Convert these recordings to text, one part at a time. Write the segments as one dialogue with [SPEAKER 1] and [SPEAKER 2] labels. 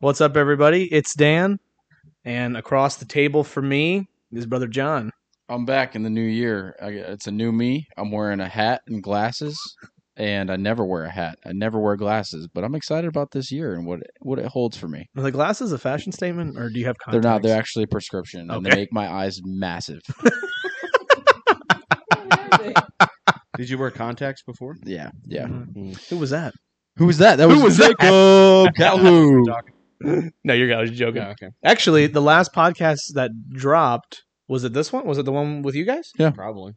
[SPEAKER 1] What's up, everybody? It's Dan, and across the table from me is brother John.
[SPEAKER 2] I'm back in the new year. I, it's a new me. I'm wearing a hat and glasses, and I never wear a hat. I never wear glasses, but I'm excited about this year and what it, what it holds for me.
[SPEAKER 1] Are the glasses a fashion statement, or do you have
[SPEAKER 2] They're
[SPEAKER 1] contacts?
[SPEAKER 2] not. They're actually prescription, and they
[SPEAKER 1] Okay.
[SPEAKER 2] make my eyes massive.
[SPEAKER 3] Did you wear contacts before?
[SPEAKER 2] Yeah, yeah.
[SPEAKER 1] Mhm. Who was that?
[SPEAKER 2] Who was that? That
[SPEAKER 1] Who was
[SPEAKER 2] was,
[SPEAKER 1] that?
[SPEAKER 2] Jacob Calhoun.
[SPEAKER 1] No, your guy was joking.
[SPEAKER 3] Yeah, okay.
[SPEAKER 1] Actually, the last podcast that dropped was it this one? Was it the one with you guys?
[SPEAKER 3] Probably.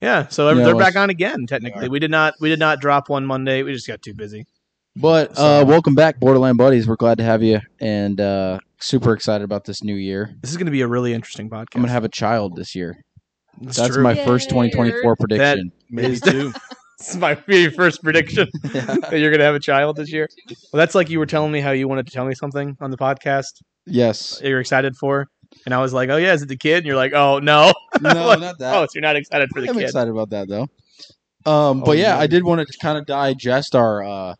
[SPEAKER 1] Yeah. So
[SPEAKER 2] Yeah, it
[SPEAKER 1] they're
[SPEAKER 2] was.
[SPEAKER 1] back on again. Technically,
[SPEAKER 3] They are.
[SPEAKER 1] we did not we did not drop one Monday. We just got too busy.
[SPEAKER 2] But uh, welcome back, Borderland buddies. We're glad to have you, and uh, super excited about this new year.
[SPEAKER 1] This is going to be a really interesting podcast.
[SPEAKER 2] I'm gonna have a child this year.
[SPEAKER 1] It's
[SPEAKER 2] That's
[SPEAKER 1] true.
[SPEAKER 2] my first 2024 prediction.
[SPEAKER 1] Me too. this is my very first prediction that you're going to have a child this year. Well, that's like you were telling me how you wanted to tell me something on the podcast
[SPEAKER 2] yes.
[SPEAKER 1] that you're excited for. And I was like, oh, yeah, is it the kid? And you're like, oh, no.
[SPEAKER 2] No,
[SPEAKER 1] What?
[SPEAKER 2] not that.
[SPEAKER 1] Oh, so you're not excited for the
[SPEAKER 2] I'm
[SPEAKER 1] kid.
[SPEAKER 2] excited about that though. Um,
[SPEAKER 3] Oh,
[SPEAKER 2] but yeah,
[SPEAKER 3] yeah.
[SPEAKER 2] I did want to kind of digest our uh,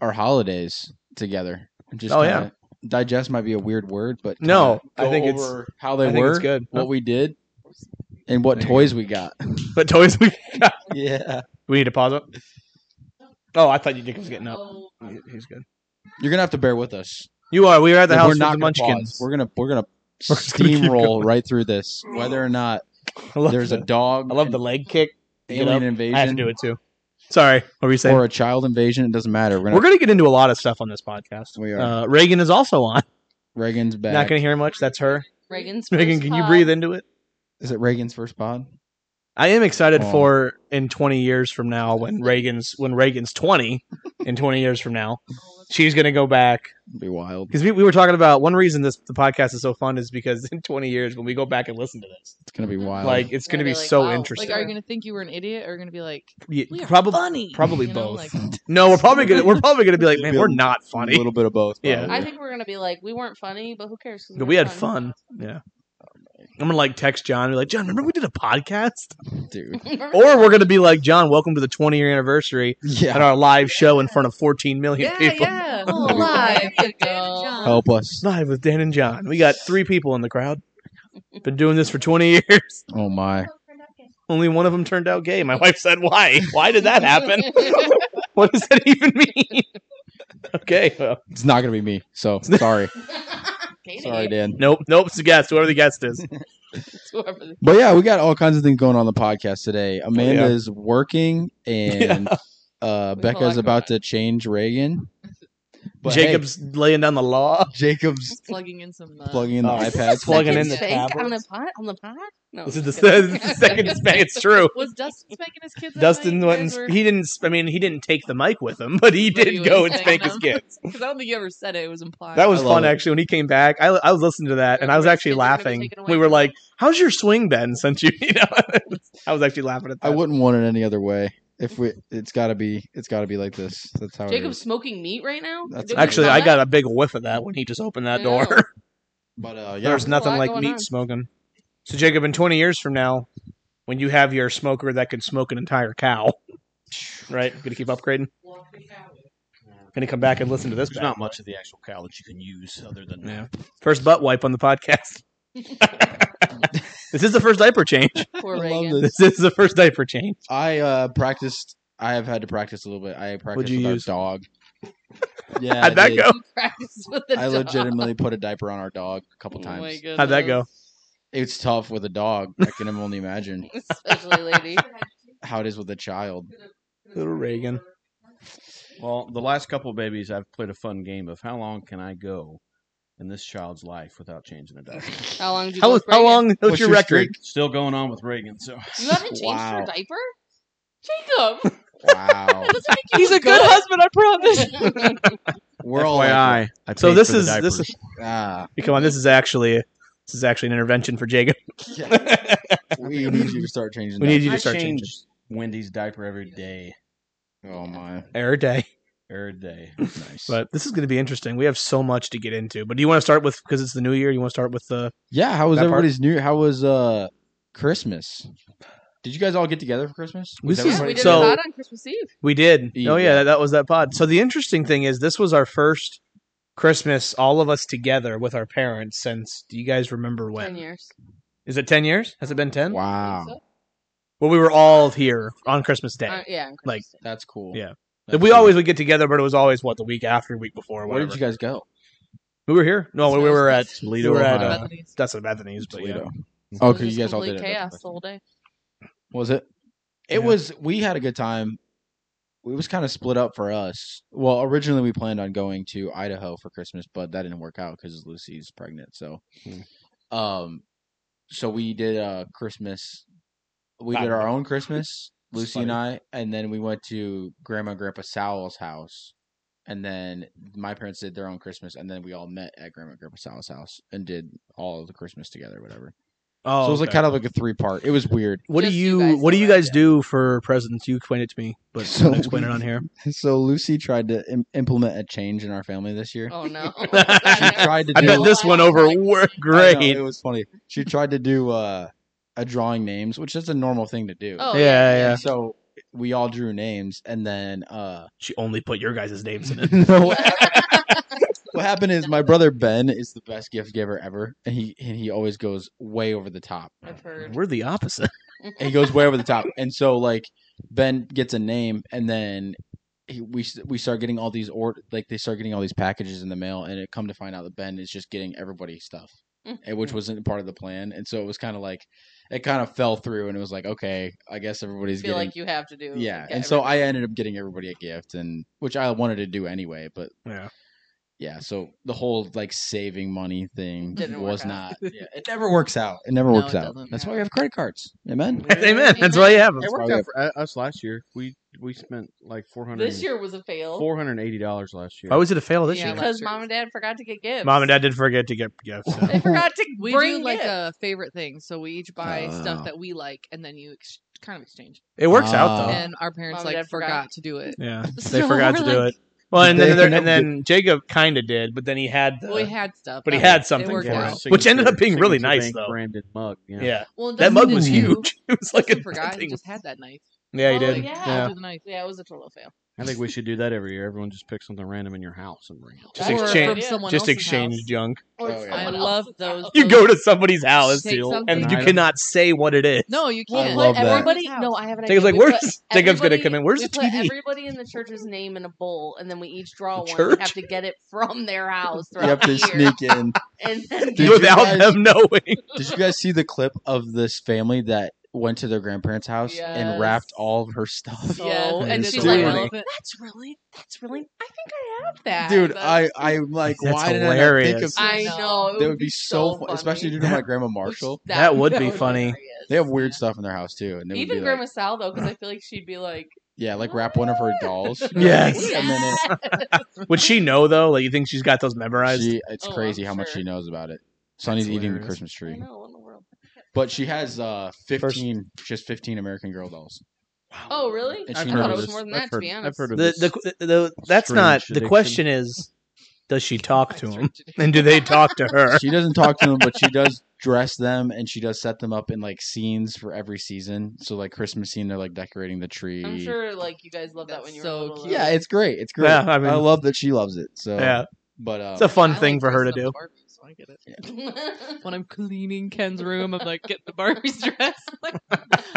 [SPEAKER 2] our holidays together. Just
[SPEAKER 1] Oh,
[SPEAKER 2] kinda- digest might be a weird word, but
[SPEAKER 1] No,
[SPEAKER 2] kinda
[SPEAKER 1] I
[SPEAKER 2] go
[SPEAKER 1] think it's-
[SPEAKER 2] over how
[SPEAKER 1] I
[SPEAKER 2] they
[SPEAKER 1] think
[SPEAKER 2] were,
[SPEAKER 1] it's good.
[SPEAKER 2] what we did, and what
[SPEAKER 3] There you
[SPEAKER 2] toys we got.
[SPEAKER 1] But toys, we,
[SPEAKER 2] yeah,
[SPEAKER 1] we need to pause it. Oh, I thought you Dick was getting up.
[SPEAKER 4] Oh,
[SPEAKER 1] He- He's good.
[SPEAKER 2] you're gonna have to bear with us.
[SPEAKER 1] You are. We are at the
[SPEAKER 2] Like,
[SPEAKER 1] house
[SPEAKER 2] we're
[SPEAKER 1] with
[SPEAKER 2] not
[SPEAKER 1] the
[SPEAKER 2] gonna
[SPEAKER 1] munchkins.
[SPEAKER 2] pause. We're gonna we're gonna
[SPEAKER 1] We're just gonna keep
[SPEAKER 2] steamroll right through this, whether or not
[SPEAKER 1] I love
[SPEAKER 2] there's a
[SPEAKER 1] the-
[SPEAKER 2] dog.
[SPEAKER 1] I love
[SPEAKER 2] and
[SPEAKER 1] the leg kick. Get
[SPEAKER 2] alien
[SPEAKER 1] up.
[SPEAKER 2] invasion.
[SPEAKER 1] I had to do it too. Sorry. What were you saying?
[SPEAKER 2] or a child invasion. It doesn't matter. We're,
[SPEAKER 1] We're
[SPEAKER 2] gonna,
[SPEAKER 1] going to get into a lot of stuff on this podcast.
[SPEAKER 2] We are.
[SPEAKER 1] Uh, Reagan is also on.
[SPEAKER 2] Reagan's back.
[SPEAKER 1] Not going to hear much. That's her.
[SPEAKER 4] Reagan's.
[SPEAKER 1] Reagan,
[SPEAKER 4] first
[SPEAKER 1] can you
[SPEAKER 4] pod.
[SPEAKER 1] breathe into it?
[SPEAKER 2] Is it Reagan's first pod?
[SPEAKER 1] I am excited
[SPEAKER 2] Well-
[SPEAKER 1] for in 20 years from now when Reagan's when Reagan's 20 in 20 years from now she's going to go back
[SPEAKER 2] It'd be wild.
[SPEAKER 1] because we, we were talking about one reason this the podcast is so fun is because in 20 years when we go back and listen to this
[SPEAKER 2] It's gonna be wild.
[SPEAKER 1] like it's going to
[SPEAKER 4] Yeah,
[SPEAKER 1] be
[SPEAKER 4] they're like,
[SPEAKER 1] so
[SPEAKER 4] wow.
[SPEAKER 1] interesting
[SPEAKER 4] Like, are you gonna think you were an idiot, or are you gonna be like,
[SPEAKER 1] Yeah,
[SPEAKER 4] we are
[SPEAKER 1] probab-
[SPEAKER 4] funny?
[SPEAKER 1] probably
[SPEAKER 4] You know,
[SPEAKER 1] both.
[SPEAKER 4] like,
[SPEAKER 1] no we're probably going to we're probably going to be like man we're not
[SPEAKER 2] A
[SPEAKER 1] funny
[SPEAKER 2] little bit of both.
[SPEAKER 1] Yeah.
[SPEAKER 2] probably.
[SPEAKER 4] I think we're gonna be like, we weren't funny, but who cares? 'cause
[SPEAKER 1] but we had fun yeah I'm going to like text John and be like John remember we did a podcast
[SPEAKER 2] dude.
[SPEAKER 1] or we're going to be like John welcome to the 20 year anniversary at
[SPEAKER 2] Yeah.
[SPEAKER 1] our live show in front of 14 million
[SPEAKER 4] yeah,
[SPEAKER 1] people
[SPEAKER 4] yeah,
[SPEAKER 5] Oh,
[SPEAKER 4] live.
[SPEAKER 5] yeah,
[SPEAKER 4] ago.
[SPEAKER 2] Help us.
[SPEAKER 1] live with Dan and John. We got three people in the crowd. Been doing this for 20 years.
[SPEAKER 2] Oh my.
[SPEAKER 1] Only one of them turned out gay. My wife said, "Why? Why did that happen? what does that even mean?" okay. Well,
[SPEAKER 2] It's not gonna be me. So sorry.
[SPEAKER 1] Oh.
[SPEAKER 4] Katie,
[SPEAKER 2] sorry, Dan.
[SPEAKER 1] nope. Nope. It's a guest. Whoever the guest is.
[SPEAKER 4] it's whoever the-
[SPEAKER 2] But yeah, we got all kinds of things going on the podcast today.
[SPEAKER 1] Oh,
[SPEAKER 2] Amanda's working and uh
[SPEAKER 4] We have a lot
[SPEAKER 2] Becca's about
[SPEAKER 4] going
[SPEAKER 2] to change Reagan. But hey,
[SPEAKER 1] Jacob's laying down the law.
[SPEAKER 2] Jacob's
[SPEAKER 4] plugging in some. Uh,
[SPEAKER 2] plugging in the
[SPEAKER 1] Oh,
[SPEAKER 4] Is this
[SPEAKER 2] iPad.
[SPEAKER 1] plugging in
[SPEAKER 4] second
[SPEAKER 1] the
[SPEAKER 4] spank on the
[SPEAKER 1] tablets.
[SPEAKER 4] pod. On the pod. No,
[SPEAKER 1] This is the,
[SPEAKER 4] just
[SPEAKER 1] se-
[SPEAKER 4] kidding.
[SPEAKER 1] this is the second span. It's true.
[SPEAKER 4] Was Dustin spanking his kids?
[SPEAKER 1] Dustin went and he didn't. I mean, he didn't take the mic with him, but he
[SPEAKER 4] But he
[SPEAKER 1] did
[SPEAKER 4] was
[SPEAKER 1] go and
[SPEAKER 4] spanking
[SPEAKER 1] spank his
[SPEAKER 4] them.
[SPEAKER 1] kids.
[SPEAKER 4] Because I don't think you ever said it. It was implied.
[SPEAKER 1] That was
[SPEAKER 2] I love
[SPEAKER 1] fun,
[SPEAKER 2] it.
[SPEAKER 1] actually. When he came back, I, I was listening to that and I was
[SPEAKER 4] Everybody's
[SPEAKER 1] actually
[SPEAKER 4] kids are gonna be
[SPEAKER 1] laughing.
[SPEAKER 4] taken away
[SPEAKER 1] We were
[SPEAKER 4] from
[SPEAKER 1] like, "How's your swing been?" Since you, you know, I was actually laughing at that.
[SPEAKER 2] I wouldn't want it any other way. If we it's gotta be it's gotta be like this. That's how it
[SPEAKER 4] Jacob's
[SPEAKER 2] is.
[SPEAKER 4] smoking meat right now.
[SPEAKER 2] That's
[SPEAKER 4] Did we
[SPEAKER 1] Actually,
[SPEAKER 4] know
[SPEAKER 1] I
[SPEAKER 4] that?
[SPEAKER 1] got a big whiff of that when he just opened that
[SPEAKER 4] I
[SPEAKER 1] door.
[SPEAKER 4] know.
[SPEAKER 2] But uh yeah.
[SPEAKER 1] There's nothing
[SPEAKER 4] lot
[SPEAKER 1] like
[SPEAKER 4] going
[SPEAKER 1] meat
[SPEAKER 4] on.
[SPEAKER 1] smoking. So, Jacob, in 20 years from now, when you have your smoker that can smoke an entire cow, right? Going to keep upgrading. Going to come back and listen to this.
[SPEAKER 3] There's not much of the actual cow that you can use other than
[SPEAKER 1] Yeah. First butt wipe on the podcast. this is the first diaper change.
[SPEAKER 4] Poor
[SPEAKER 2] I love
[SPEAKER 4] Reagan.
[SPEAKER 2] this.
[SPEAKER 1] This is the first diaper change.
[SPEAKER 2] I uh practiced. I have had to practice a little bit. I practiced
[SPEAKER 1] you
[SPEAKER 2] with
[SPEAKER 1] use?
[SPEAKER 2] our dog. Yeah,
[SPEAKER 1] How'd
[SPEAKER 2] I
[SPEAKER 1] that
[SPEAKER 2] did.
[SPEAKER 1] go?
[SPEAKER 4] You practice with the
[SPEAKER 2] I
[SPEAKER 4] dog.
[SPEAKER 2] legitimately put a diaper on our dog a couple
[SPEAKER 4] Oh my
[SPEAKER 2] times.
[SPEAKER 4] goodness.
[SPEAKER 1] How'd that go?
[SPEAKER 2] it's tough with a dog. I can only imagine
[SPEAKER 4] Especially lady.
[SPEAKER 2] how it is with a child.
[SPEAKER 1] Little Reagan.
[SPEAKER 3] Well, the last couple babies, I've played a fun game of how long can I go in this child's life without changing a diaper.
[SPEAKER 4] How long did you go
[SPEAKER 1] How,
[SPEAKER 4] with
[SPEAKER 1] how
[SPEAKER 4] Reagan?
[SPEAKER 1] long was
[SPEAKER 2] What's
[SPEAKER 1] your
[SPEAKER 2] your
[SPEAKER 1] record?
[SPEAKER 3] Still going on with Reagan, so
[SPEAKER 4] You haven't changed
[SPEAKER 2] Wow.
[SPEAKER 4] your diaper? Jacob,
[SPEAKER 2] Wow.
[SPEAKER 4] that doesn't make you
[SPEAKER 1] He's a
[SPEAKER 4] look
[SPEAKER 1] good husband, I promise.
[SPEAKER 4] good.
[SPEAKER 2] We're all like,
[SPEAKER 3] I
[SPEAKER 1] So
[SPEAKER 3] paid
[SPEAKER 1] this
[SPEAKER 3] for the
[SPEAKER 1] is- this
[SPEAKER 3] diapers.
[SPEAKER 2] ah,
[SPEAKER 1] Come on, this is actually this is actually an intervention for Jacob.
[SPEAKER 2] yeah, we need you to start changing.
[SPEAKER 1] we need you
[SPEAKER 3] I
[SPEAKER 1] to start
[SPEAKER 3] change
[SPEAKER 1] changing
[SPEAKER 3] Wendy's diaper every day,
[SPEAKER 2] diapers. Oh my,
[SPEAKER 1] every day.
[SPEAKER 3] every day.
[SPEAKER 2] nice.
[SPEAKER 1] But this is going to be interesting. We have so much to get into. But do you want to start with because it's the new year? You want to start with the
[SPEAKER 2] yeah, how was
[SPEAKER 1] That part?
[SPEAKER 2] everybody's new? How was uh Christmas? Did you guys all get together for Christmas? Was
[SPEAKER 1] This
[SPEAKER 2] that
[SPEAKER 1] is-
[SPEAKER 4] yeah,
[SPEAKER 2] what-
[SPEAKER 4] we did
[SPEAKER 1] So-
[SPEAKER 4] a pod on Christmas Eve.
[SPEAKER 1] we did.
[SPEAKER 2] Yeah.
[SPEAKER 1] Oh yeah, that, that was that pod. So the interesting thing is this was our first Christmas, all of us together with our parents since, do you guys remember
[SPEAKER 4] Ten
[SPEAKER 1] when?
[SPEAKER 4] years.
[SPEAKER 1] Is it 10 years? Has it been 10?
[SPEAKER 2] Wow,
[SPEAKER 4] So-
[SPEAKER 1] Well, we were all here on Christmas Day.
[SPEAKER 4] uh, yeah. on
[SPEAKER 1] Like-
[SPEAKER 4] Christmas Day.
[SPEAKER 2] that's cool.
[SPEAKER 1] Yeah.
[SPEAKER 2] That's
[SPEAKER 1] we
[SPEAKER 2] cool.
[SPEAKER 1] always would get together, but it was always, what, the week after, week before,
[SPEAKER 2] Where
[SPEAKER 1] whatever.
[SPEAKER 2] did you guys go?
[SPEAKER 1] we were here. No, we were at
[SPEAKER 3] Toledo,
[SPEAKER 1] we were at,
[SPEAKER 3] Ohio.
[SPEAKER 1] uh,
[SPEAKER 4] Bethany's.
[SPEAKER 1] that's at Bethany's, but yeah.
[SPEAKER 2] Toledo.
[SPEAKER 3] It
[SPEAKER 2] Oh,
[SPEAKER 4] It was
[SPEAKER 2] because you
[SPEAKER 4] just
[SPEAKER 2] guys all did
[SPEAKER 4] complete
[SPEAKER 2] it.
[SPEAKER 4] chaos
[SPEAKER 2] That's
[SPEAKER 4] the whole day.
[SPEAKER 2] Was it?
[SPEAKER 1] Yeah.
[SPEAKER 2] It was. We had a good time. It was kind of split up for us. Well, originally we planned on going to Idaho for Christmas, but that didn't work out because Lucy's pregnant. So,
[SPEAKER 3] Hmm.
[SPEAKER 2] um, so we did a Christmas. We
[SPEAKER 1] I
[SPEAKER 2] did
[SPEAKER 1] don't
[SPEAKER 2] our own Christmas, Lucy and I, and then we went to Grandma and Grandpa Sowell's house, and then my parents did their own Christmas, and then we all met at Grandma and Grandpa Sowell's house and did all of the Christmas together, whatever.
[SPEAKER 1] Oh,
[SPEAKER 2] so it was like
[SPEAKER 1] okay.
[SPEAKER 2] kind of like a three part. It was weird.
[SPEAKER 1] What do
[SPEAKER 4] Just
[SPEAKER 1] you,
[SPEAKER 4] you guys
[SPEAKER 1] What do
[SPEAKER 4] did
[SPEAKER 1] you
[SPEAKER 4] that,
[SPEAKER 1] guys
[SPEAKER 4] yeah.
[SPEAKER 1] do for presents? You explain it to me, but
[SPEAKER 2] So
[SPEAKER 1] don't explain it on here.
[SPEAKER 2] So Lucy tried to Im- implement a change in our family this year.
[SPEAKER 4] Oh no.
[SPEAKER 2] She tried to
[SPEAKER 1] I
[SPEAKER 2] do.
[SPEAKER 1] bet this one over worked
[SPEAKER 2] I know,
[SPEAKER 1] great.
[SPEAKER 2] it was funny. She tried to do uh, a drawing names, which is a normal thing to do.
[SPEAKER 4] Oh
[SPEAKER 1] Yeah, yeah.
[SPEAKER 2] And So we all drew names, and then uh,
[SPEAKER 1] She only put your guys' names in it.
[SPEAKER 2] no, what happened is my brother Ben is the best gift giver ever, and he and he always goes way over the top.
[SPEAKER 4] I've heard.
[SPEAKER 1] We're the opposite.
[SPEAKER 2] And he goes way over the top, and so like Ben gets a name, and then he, we s- we start getting all these or like they start getting all these packages in the mail, and it come to find out that Ben is just getting everybody stuff,
[SPEAKER 4] Mm.
[SPEAKER 2] and which wasn't part of the plan, and so it was kind of like it kind of fell through, and it was like okay, I guess everybody's
[SPEAKER 4] I feel
[SPEAKER 2] getting
[SPEAKER 4] like you have to do.
[SPEAKER 2] yeah,
[SPEAKER 4] get
[SPEAKER 2] and so
[SPEAKER 4] everything.
[SPEAKER 2] I ended up getting everybody a gift, and which I wanted to do anyway, but
[SPEAKER 1] Yeah.
[SPEAKER 2] yeah. So the whole like saving money thing
[SPEAKER 4] Didn't work
[SPEAKER 2] was
[SPEAKER 4] out.
[SPEAKER 2] not. Yeah, it never works out. It never
[SPEAKER 4] No,
[SPEAKER 2] works
[SPEAKER 4] it
[SPEAKER 2] out.
[SPEAKER 4] doesn't.
[SPEAKER 2] That's why we have credit cards. Amen.
[SPEAKER 1] Amen. That's why you have them.
[SPEAKER 2] That's
[SPEAKER 3] worked
[SPEAKER 2] why
[SPEAKER 3] out for u- us last year. We we spent like four hundred.
[SPEAKER 4] This year was a fail.
[SPEAKER 3] four hundred eighty dollars last year.
[SPEAKER 1] Why was it a fail this
[SPEAKER 4] yeah,
[SPEAKER 1] year?
[SPEAKER 4] because mom and dad forgot to get gifts.
[SPEAKER 1] Mom and dad did forget to get gifts. so.
[SPEAKER 4] They forgot to
[SPEAKER 5] We
[SPEAKER 4] bring
[SPEAKER 5] do like
[SPEAKER 4] gifts.
[SPEAKER 5] a favorite thing, so we each buy
[SPEAKER 2] Oh.
[SPEAKER 5] stuff that we like, and then you ex- kind of exchange.
[SPEAKER 1] It works out
[SPEAKER 2] Oh.
[SPEAKER 1] though.
[SPEAKER 5] And our parents
[SPEAKER 4] Mom and
[SPEAKER 5] like
[SPEAKER 4] Dad
[SPEAKER 5] forgot.
[SPEAKER 4] forgot.
[SPEAKER 5] to do it.
[SPEAKER 1] Yeah, they
[SPEAKER 5] So
[SPEAKER 1] forgot to
[SPEAKER 5] we're
[SPEAKER 1] do
[SPEAKER 5] like-
[SPEAKER 1] it. Well, and
[SPEAKER 2] They
[SPEAKER 1] then there-
[SPEAKER 2] never
[SPEAKER 1] and then Jacob kind of did, but then he had the
[SPEAKER 5] Well, we had stuff,
[SPEAKER 1] But he
[SPEAKER 5] that
[SPEAKER 1] had
[SPEAKER 5] it
[SPEAKER 1] something
[SPEAKER 5] worked
[SPEAKER 1] for
[SPEAKER 5] out.
[SPEAKER 1] us. Which ended up being really nice, though.
[SPEAKER 3] Branded mug. Yeah.
[SPEAKER 1] yeah.
[SPEAKER 5] Well,
[SPEAKER 1] That
[SPEAKER 5] Dustin
[SPEAKER 1] mug was
[SPEAKER 5] didn't do-
[SPEAKER 1] huge. It was like a
[SPEAKER 5] Dustin forgot. He
[SPEAKER 1] thing.
[SPEAKER 5] just had that knife.
[SPEAKER 1] Yeah, he
[SPEAKER 4] Oh,
[SPEAKER 1] did.
[SPEAKER 4] yeah.
[SPEAKER 1] yeah.
[SPEAKER 5] Do the knife.
[SPEAKER 4] yeah, it was a total fail.
[SPEAKER 3] I think we should do that every year. Everyone just pick something random in your house and bring it.
[SPEAKER 1] Just
[SPEAKER 5] Or
[SPEAKER 1] exchange-
[SPEAKER 5] from someone
[SPEAKER 1] Just
[SPEAKER 5] else's
[SPEAKER 1] exchange
[SPEAKER 5] house.
[SPEAKER 1] junk.
[SPEAKER 4] Or
[SPEAKER 2] Oh, yeah.
[SPEAKER 4] someone
[SPEAKER 5] I
[SPEAKER 4] else's
[SPEAKER 5] love
[SPEAKER 4] house.
[SPEAKER 5] those.
[SPEAKER 1] You go to somebody's house
[SPEAKER 5] Take something.
[SPEAKER 1] and you
[SPEAKER 3] Item.
[SPEAKER 1] cannot say what it is.
[SPEAKER 5] No, you
[SPEAKER 4] We
[SPEAKER 2] I
[SPEAKER 5] can't.
[SPEAKER 2] love
[SPEAKER 4] put
[SPEAKER 2] that.
[SPEAKER 4] everybody. No, I have an idea.
[SPEAKER 1] Jacob's like,
[SPEAKER 4] We put
[SPEAKER 1] "Where's-" Jacob's gonna
[SPEAKER 4] everybody-
[SPEAKER 1] come in, "Where's
[SPEAKER 4] we
[SPEAKER 1] the
[SPEAKER 4] put
[SPEAKER 1] TV?"
[SPEAKER 4] Everybody in the church's name in a bowl, and then we each draw
[SPEAKER 1] The
[SPEAKER 4] one. We
[SPEAKER 1] church?
[SPEAKER 4] have to get it from their house
[SPEAKER 2] You
[SPEAKER 4] throughout
[SPEAKER 2] have
[SPEAKER 4] the
[SPEAKER 2] to
[SPEAKER 4] year.
[SPEAKER 2] sneak in.
[SPEAKER 4] And then
[SPEAKER 2] Did you
[SPEAKER 1] Without
[SPEAKER 2] guys-
[SPEAKER 1] them knowing.
[SPEAKER 2] Did you guys see the clip of this family that went to their grandparents' house and wrapped
[SPEAKER 4] Yes.
[SPEAKER 2] all of her stuff?
[SPEAKER 4] So-
[SPEAKER 5] Yeah,
[SPEAKER 4] Oh,
[SPEAKER 5] and
[SPEAKER 2] it's
[SPEAKER 5] she's
[SPEAKER 2] so
[SPEAKER 5] like,
[SPEAKER 2] funny.
[SPEAKER 5] elephant.
[SPEAKER 4] that's really, that's really. I think I have that,
[SPEAKER 2] Dude,
[SPEAKER 4] That's-
[SPEAKER 2] I I'm like,
[SPEAKER 1] That's
[SPEAKER 2] why did I not think
[SPEAKER 1] hilarious.
[SPEAKER 2] of
[SPEAKER 4] I
[SPEAKER 5] No.
[SPEAKER 4] know it
[SPEAKER 2] That would be so, fun, especially due to my grandma Marshall.
[SPEAKER 1] That would be funny.
[SPEAKER 2] They have weird stuff in their house too, and they would
[SPEAKER 4] Even
[SPEAKER 2] be like-
[SPEAKER 4] Grandma Sal though, because I feel like she'd be like,
[SPEAKER 2] yeah, like wrap one of her dolls.
[SPEAKER 1] Yes.
[SPEAKER 2] and then it-
[SPEAKER 1] Would she know though? Like you think she's got those memorized?
[SPEAKER 2] She, it's
[SPEAKER 4] Oh,
[SPEAKER 2] crazy
[SPEAKER 4] I'm
[SPEAKER 2] how much
[SPEAKER 4] sure.
[SPEAKER 2] she knows about it. Sonny's eating the
[SPEAKER 1] hilarious.
[SPEAKER 2] Christmas
[SPEAKER 4] I
[SPEAKER 2] tree,
[SPEAKER 4] know in the world.
[SPEAKER 2] but she has uh 15, just 15 American Girl dolls.
[SPEAKER 4] Oh, really?
[SPEAKER 2] And
[SPEAKER 4] I
[SPEAKER 2] she
[SPEAKER 4] thought it
[SPEAKER 2] knows.
[SPEAKER 4] was more than that.
[SPEAKER 3] I've
[SPEAKER 4] to
[SPEAKER 3] heard,
[SPEAKER 4] be
[SPEAKER 3] I've
[SPEAKER 4] honest,
[SPEAKER 3] heard of
[SPEAKER 1] the,
[SPEAKER 3] this.
[SPEAKER 1] the, the, that's
[SPEAKER 3] strange
[SPEAKER 1] not the
[SPEAKER 3] addiction.
[SPEAKER 1] question is does she talk to him and do they talk to her
[SPEAKER 2] She doesn't talk to them, but she does dress them, and she does set them up in like scenes for every season. So like Christmas scene, they're like decorating the tree.
[SPEAKER 4] I'm sure like you guys love that
[SPEAKER 5] That's
[SPEAKER 4] when you
[SPEAKER 5] so
[SPEAKER 4] were little.
[SPEAKER 5] cute.
[SPEAKER 4] though.
[SPEAKER 2] Yeah, it's great. It's great.
[SPEAKER 1] Yeah, I
[SPEAKER 2] I,
[SPEAKER 1] mean-
[SPEAKER 2] love that she loves it. So
[SPEAKER 1] yeah
[SPEAKER 2] but um,
[SPEAKER 1] it's a fun
[SPEAKER 5] I
[SPEAKER 1] thing
[SPEAKER 5] like
[SPEAKER 1] for her to
[SPEAKER 5] dressing
[SPEAKER 1] do
[SPEAKER 5] up Barbies, so I get it. When I'm cleaning Ken's room, I'm like, get the Barbie's dress. Like,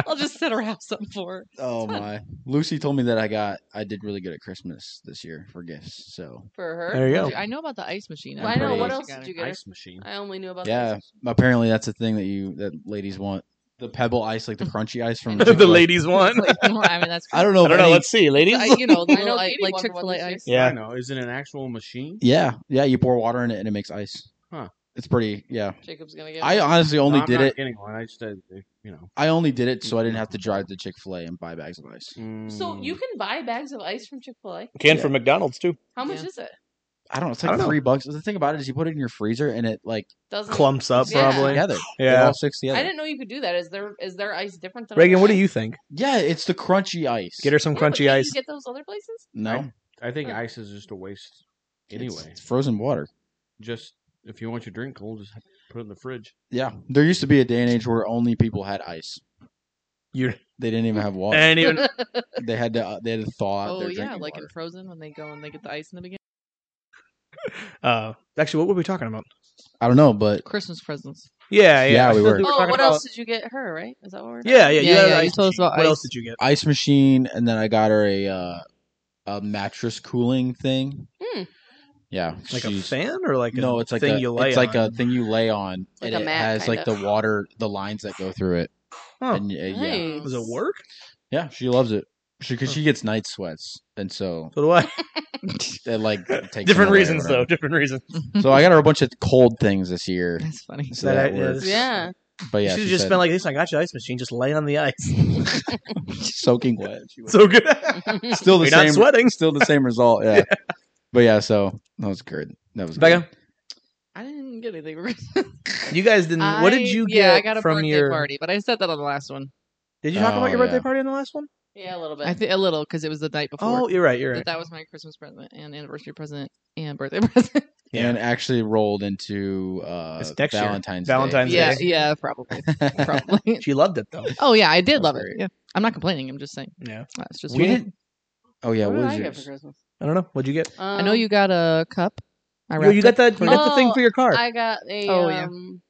[SPEAKER 5] I'll just set her house up for her.
[SPEAKER 2] oh my, Lucy told me that I got I did really good at Christmas this year for gifts. So
[SPEAKER 4] for her.
[SPEAKER 1] there you go
[SPEAKER 5] Dude, I know about the ice machine.
[SPEAKER 4] Well, I know.
[SPEAKER 2] pretty-
[SPEAKER 4] What else did you get? her?
[SPEAKER 3] ice machine.
[SPEAKER 4] I only knew about.
[SPEAKER 2] Yeah.
[SPEAKER 4] this.
[SPEAKER 2] apparently that's a thing that you that ladies want the pebble ice, like the crunchy ice from
[SPEAKER 5] The
[SPEAKER 1] the
[SPEAKER 2] Chick-fil-A.
[SPEAKER 1] ladies one
[SPEAKER 5] I mean, that's
[SPEAKER 2] I don't know.
[SPEAKER 1] i
[SPEAKER 2] if
[SPEAKER 1] don't know
[SPEAKER 2] any-
[SPEAKER 1] let's see ladies
[SPEAKER 5] I, you know,
[SPEAKER 4] I know
[SPEAKER 5] little, like,
[SPEAKER 4] Katie
[SPEAKER 5] like
[SPEAKER 4] wanted
[SPEAKER 5] Chick
[SPEAKER 4] one
[SPEAKER 5] Fil A
[SPEAKER 4] this year.
[SPEAKER 5] ice.
[SPEAKER 1] Yeah.
[SPEAKER 3] I know. Is it an actual machine?
[SPEAKER 2] Yeah, yeah. You pour water in it and it makes ice.
[SPEAKER 3] Huh.
[SPEAKER 2] It's pretty. Yeah.
[SPEAKER 4] Jacob's gonna get.
[SPEAKER 2] I
[SPEAKER 4] one.
[SPEAKER 2] honestly only
[SPEAKER 3] No, I'm
[SPEAKER 2] did
[SPEAKER 3] not
[SPEAKER 2] it.
[SPEAKER 3] Getting one. I just did, you know.
[SPEAKER 2] I only did it so I didn't have to drive to Chick Fil A and buy bags of ice.
[SPEAKER 4] So
[SPEAKER 3] um Mm,
[SPEAKER 4] you can buy bags of ice from Chick Fil A.
[SPEAKER 1] can from mcdonald's too
[SPEAKER 4] How much
[SPEAKER 5] Yeah.
[SPEAKER 4] is it?
[SPEAKER 2] I don't know. It's
[SPEAKER 1] I
[SPEAKER 2] like
[SPEAKER 1] don't know.
[SPEAKER 2] three bucks. The thing about it is you put it in your freezer and it like
[SPEAKER 4] Doesn't.
[SPEAKER 1] clumps up
[SPEAKER 4] Yeah.
[SPEAKER 1] probably yeah,
[SPEAKER 2] together. It all sticks together.
[SPEAKER 4] I didn't know you could do that. Is there is there ice different than?
[SPEAKER 1] reagan
[SPEAKER 4] other
[SPEAKER 1] what do
[SPEAKER 4] ice?
[SPEAKER 1] you think
[SPEAKER 2] Yeah, it's the crunchy ice.
[SPEAKER 1] get her some
[SPEAKER 4] Yeah, but
[SPEAKER 1] crunchy
[SPEAKER 4] can't
[SPEAKER 1] ice
[SPEAKER 4] You get those other places.
[SPEAKER 2] No.
[SPEAKER 3] I think ice is just a waste. Anyway,
[SPEAKER 2] It's, it's frozen water.
[SPEAKER 3] just if you want your drink cold, just put it in the fridge.
[SPEAKER 2] Yeah. There used to be a day and age where only people had ice.
[SPEAKER 1] you
[SPEAKER 2] They didn't even have water.
[SPEAKER 1] and even
[SPEAKER 2] they had to uh, they had to thaw out
[SPEAKER 5] Oh
[SPEAKER 2] their
[SPEAKER 5] yeah,
[SPEAKER 2] drinking
[SPEAKER 5] like in
[SPEAKER 2] water.
[SPEAKER 5] Frozen when they go and they get the ice in the beginning.
[SPEAKER 1] Uh, actually, what were we talking about?
[SPEAKER 2] I don't know, but
[SPEAKER 5] Christmas presents.
[SPEAKER 1] Yeah, yeah.
[SPEAKER 2] Yeah,
[SPEAKER 1] I
[SPEAKER 2] we
[SPEAKER 1] feel
[SPEAKER 2] were.
[SPEAKER 1] like
[SPEAKER 4] oh,
[SPEAKER 1] talking
[SPEAKER 4] what
[SPEAKER 1] about-
[SPEAKER 4] else did you get her? Right? Is that what we're?
[SPEAKER 1] Yeah, yeah.
[SPEAKER 5] Yeah,
[SPEAKER 1] had
[SPEAKER 5] yeah,
[SPEAKER 1] an
[SPEAKER 5] you
[SPEAKER 1] ice
[SPEAKER 5] told us
[SPEAKER 1] machine.
[SPEAKER 5] about
[SPEAKER 1] What
[SPEAKER 5] ice.
[SPEAKER 1] else did you get?
[SPEAKER 2] ice machine, and then I got her a uh, a mattress cooling thing.
[SPEAKER 4] Hmm.
[SPEAKER 2] Yeah,
[SPEAKER 1] Like a
[SPEAKER 2] she's-
[SPEAKER 1] fan or like a
[SPEAKER 2] no, it's like
[SPEAKER 1] thing
[SPEAKER 2] a,
[SPEAKER 1] you lay
[SPEAKER 2] it's like a
[SPEAKER 1] on?
[SPEAKER 2] thing you lay on,
[SPEAKER 4] Like
[SPEAKER 2] and
[SPEAKER 4] a
[SPEAKER 2] it
[SPEAKER 4] mat,
[SPEAKER 2] has
[SPEAKER 4] kind
[SPEAKER 2] like
[SPEAKER 4] of. Oh,
[SPEAKER 2] the water, the lines that go through it.
[SPEAKER 1] Huh.
[SPEAKER 2] And uh, yeah,
[SPEAKER 4] Nice.
[SPEAKER 1] Does it work?
[SPEAKER 2] yeah, she loves it. She because
[SPEAKER 1] Huh.
[SPEAKER 2] she gets night sweats, and so
[SPEAKER 1] So do I.
[SPEAKER 2] it like takes them
[SPEAKER 1] Different
[SPEAKER 2] away or
[SPEAKER 1] reasons though.
[SPEAKER 2] whatever.
[SPEAKER 1] Different reasons.
[SPEAKER 2] So I got her a bunch of cold things this year.
[SPEAKER 5] That's funny.
[SPEAKER 2] So
[SPEAKER 1] That
[SPEAKER 2] that
[SPEAKER 1] I-
[SPEAKER 2] works.
[SPEAKER 4] Yeah.
[SPEAKER 2] But
[SPEAKER 1] You
[SPEAKER 2] yeah,
[SPEAKER 1] should
[SPEAKER 2] she
[SPEAKER 1] have just
[SPEAKER 2] said
[SPEAKER 1] been like this. I got your ice machine. Just lay on the ice.
[SPEAKER 2] soaking wet. She was-
[SPEAKER 1] So good.
[SPEAKER 2] Still the
[SPEAKER 1] You're
[SPEAKER 2] same.
[SPEAKER 1] not sweating.
[SPEAKER 2] Still the same result. Yeah. But yeah, so that was good. That was
[SPEAKER 1] Becca,
[SPEAKER 5] I didn't get anything. for Christmas.
[SPEAKER 1] you guys didn't. what did
[SPEAKER 5] I-
[SPEAKER 1] you get
[SPEAKER 5] yeah, I got a
[SPEAKER 1] from
[SPEAKER 5] birthday
[SPEAKER 1] your?
[SPEAKER 5] party, but I said that on the last one.
[SPEAKER 1] Did you talk
[SPEAKER 2] Oh,
[SPEAKER 1] about your birthday
[SPEAKER 2] yeah.
[SPEAKER 1] party in the last one?
[SPEAKER 4] Yeah, a little bit.
[SPEAKER 5] I think a little because it was the night before.
[SPEAKER 1] Oh, you're right. You're
[SPEAKER 5] But
[SPEAKER 1] right.
[SPEAKER 5] that was my Christmas present and anniversary present and birthday present.
[SPEAKER 2] good.
[SPEAKER 1] Yeah.
[SPEAKER 2] And actually rolled into uh,
[SPEAKER 1] It's next year.
[SPEAKER 2] Valentine's
[SPEAKER 1] Valentine's
[SPEAKER 2] Day.
[SPEAKER 5] yeah,
[SPEAKER 1] Day.
[SPEAKER 5] yeah, probably, probably.
[SPEAKER 1] She loved it though.
[SPEAKER 5] oh yeah, I did
[SPEAKER 2] That's
[SPEAKER 5] love it.
[SPEAKER 2] great.
[SPEAKER 5] Yeah, I'm not complaining. I'm just saying
[SPEAKER 1] Yeah.
[SPEAKER 5] uh, it's just
[SPEAKER 2] We
[SPEAKER 5] weird.
[SPEAKER 2] didn't- Oh yeah,
[SPEAKER 4] What
[SPEAKER 2] what
[SPEAKER 4] did
[SPEAKER 2] was
[SPEAKER 4] I get for
[SPEAKER 2] yours?
[SPEAKER 4] Christmas? Um,
[SPEAKER 1] I don't know. What'd you get?
[SPEAKER 5] I know you got a cup. I
[SPEAKER 1] uh, Yo, you
[SPEAKER 5] wrapped
[SPEAKER 1] got
[SPEAKER 5] it
[SPEAKER 1] that.
[SPEAKER 5] for
[SPEAKER 1] You
[SPEAKER 5] you.
[SPEAKER 1] got the thing for your car.
[SPEAKER 4] I got a
[SPEAKER 5] Oh, yeah.
[SPEAKER 4] um,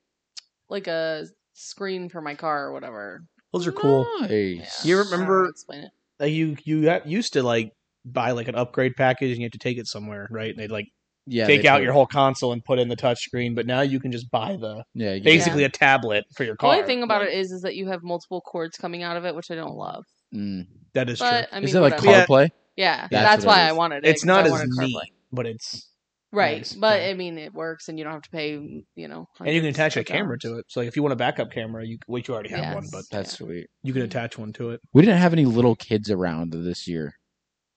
[SPEAKER 4] like a screen for my car or whatever.
[SPEAKER 1] Those are cool.
[SPEAKER 2] Nice.
[SPEAKER 1] You
[SPEAKER 4] I don't know how
[SPEAKER 1] remember-
[SPEAKER 4] to Explain it.
[SPEAKER 1] Like, you you got used to like buy like an upgrade package and you have to take it somewhere, right? They like
[SPEAKER 2] Yeah,
[SPEAKER 1] take
[SPEAKER 2] they
[SPEAKER 1] out
[SPEAKER 2] took-
[SPEAKER 1] your whole console and put in the touchscreen, but now you can just buy the
[SPEAKER 2] Yeah, you-
[SPEAKER 1] basically a tablet for your
[SPEAKER 4] The
[SPEAKER 1] car.
[SPEAKER 4] only thing about it is, is that you have multiple cords coming out of it, which I don't love.
[SPEAKER 2] Mm.
[SPEAKER 1] that is
[SPEAKER 4] But
[SPEAKER 1] true.
[SPEAKER 4] I mean,
[SPEAKER 2] is it like
[SPEAKER 4] whatever.
[SPEAKER 1] whatever.
[SPEAKER 2] CarPlay?
[SPEAKER 4] Yeah,
[SPEAKER 2] That's
[SPEAKER 4] that's,
[SPEAKER 2] what it
[SPEAKER 4] why I
[SPEAKER 2] is.
[SPEAKER 4] wanted it.
[SPEAKER 1] It's
[SPEAKER 4] 'cause
[SPEAKER 1] not
[SPEAKER 4] I
[SPEAKER 1] as
[SPEAKER 4] wanted CarPlay.
[SPEAKER 1] neat, but it's
[SPEAKER 4] right?
[SPEAKER 1] nice,
[SPEAKER 4] But
[SPEAKER 1] yeah.
[SPEAKER 4] I mean, it works, and you don't have to pay. You know,
[SPEAKER 1] and you can
[SPEAKER 4] hundreds
[SPEAKER 1] attach a
[SPEAKER 4] of
[SPEAKER 1] camera
[SPEAKER 4] dollars.
[SPEAKER 1] to it. So like, if you want a backup camera, you which you already have one,
[SPEAKER 4] Yes.
[SPEAKER 1] but
[SPEAKER 2] That's
[SPEAKER 4] Yeah.
[SPEAKER 2] sweet.
[SPEAKER 1] you can attach one to it.
[SPEAKER 2] We didn't have any little kids around this year,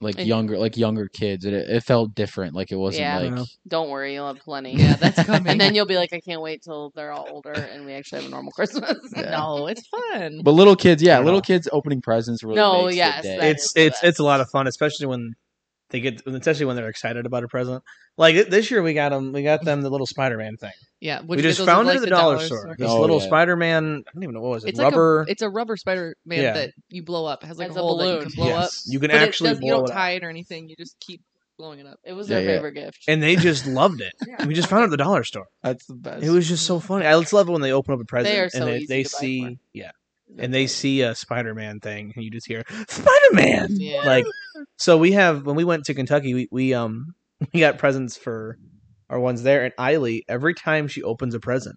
[SPEAKER 2] like
[SPEAKER 4] And-
[SPEAKER 2] younger, like younger kids. It it felt different. Like it wasn't
[SPEAKER 4] Yeah.
[SPEAKER 2] like
[SPEAKER 1] Yeah.
[SPEAKER 4] Don't worry, you'll have plenty.
[SPEAKER 5] Yeah, that's coming.
[SPEAKER 4] and then you'll be like, I can't wait till they're all older and we actually have a normal Christmas.
[SPEAKER 5] No, it's fun.
[SPEAKER 2] But little kids,
[SPEAKER 1] I
[SPEAKER 2] yeah,
[SPEAKER 1] don't
[SPEAKER 2] little
[SPEAKER 1] know.
[SPEAKER 2] kids opening presents really
[SPEAKER 4] No,
[SPEAKER 2] makes
[SPEAKER 4] yes,
[SPEAKER 2] the day.
[SPEAKER 4] that
[SPEAKER 1] it's
[SPEAKER 4] is the
[SPEAKER 1] it's
[SPEAKER 4] best.
[SPEAKER 1] it's a lot of fun, especially when they get, especially when they're excited about a present. Like th- this year, we got them, we got them the little Spider Man thing.
[SPEAKER 5] yeah,
[SPEAKER 1] we just found it at the dollar store. This
[SPEAKER 2] Oh,
[SPEAKER 1] little
[SPEAKER 2] yeah.
[SPEAKER 1] Spider Man, I don't even know what was it,
[SPEAKER 5] It's
[SPEAKER 1] rubber.
[SPEAKER 5] like a, it's a rubber Spider Man
[SPEAKER 1] Yeah.
[SPEAKER 5] that you blow up. It has like
[SPEAKER 4] As
[SPEAKER 5] a
[SPEAKER 4] a
[SPEAKER 5] hole that you
[SPEAKER 4] balloon.
[SPEAKER 5] can blow up.
[SPEAKER 1] yes, you can
[SPEAKER 5] But it
[SPEAKER 1] actually
[SPEAKER 5] does- you
[SPEAKER 1] blow
[SPEAKER 5] don't
[SPEAKER 1] it up.
[SPEAKER 5] tie it or anything. You just keep blowing it up.
[SPEAKER 4] It was
[SPEAKER 2] Yeah,
[SPEAKER 4] their
[SPEAKER 2] yeah.
[SPEAKER 4] favorite gift.
[SPEAKER 1] and they just loved it. We just found it at the dollar store.
[SPEAKER 2] That's the best.
[SPEAKER 1] It was just so funny. I just love it when they open up a present
[SPEAKER 4] are
[SPEAKER 1] and
[SPEAKER 4] so
[SPEAKER 1] they,
[SPEAKER 4] easy
[SPEAKER 1] they
[SPEAKER 4] to buy
[SPEAKER 1] see,
[SPEAKER 4] for.
[SPEAKER 1] yeah, and they see a Spider Man thing, and you just hear Spider Man.
[SPEAKER 5] Yeah.
[SPEAKER 1] Like, so we have when we went to Kentucky, we we um we got presents for our ones there, and Eiley every time she opens a present,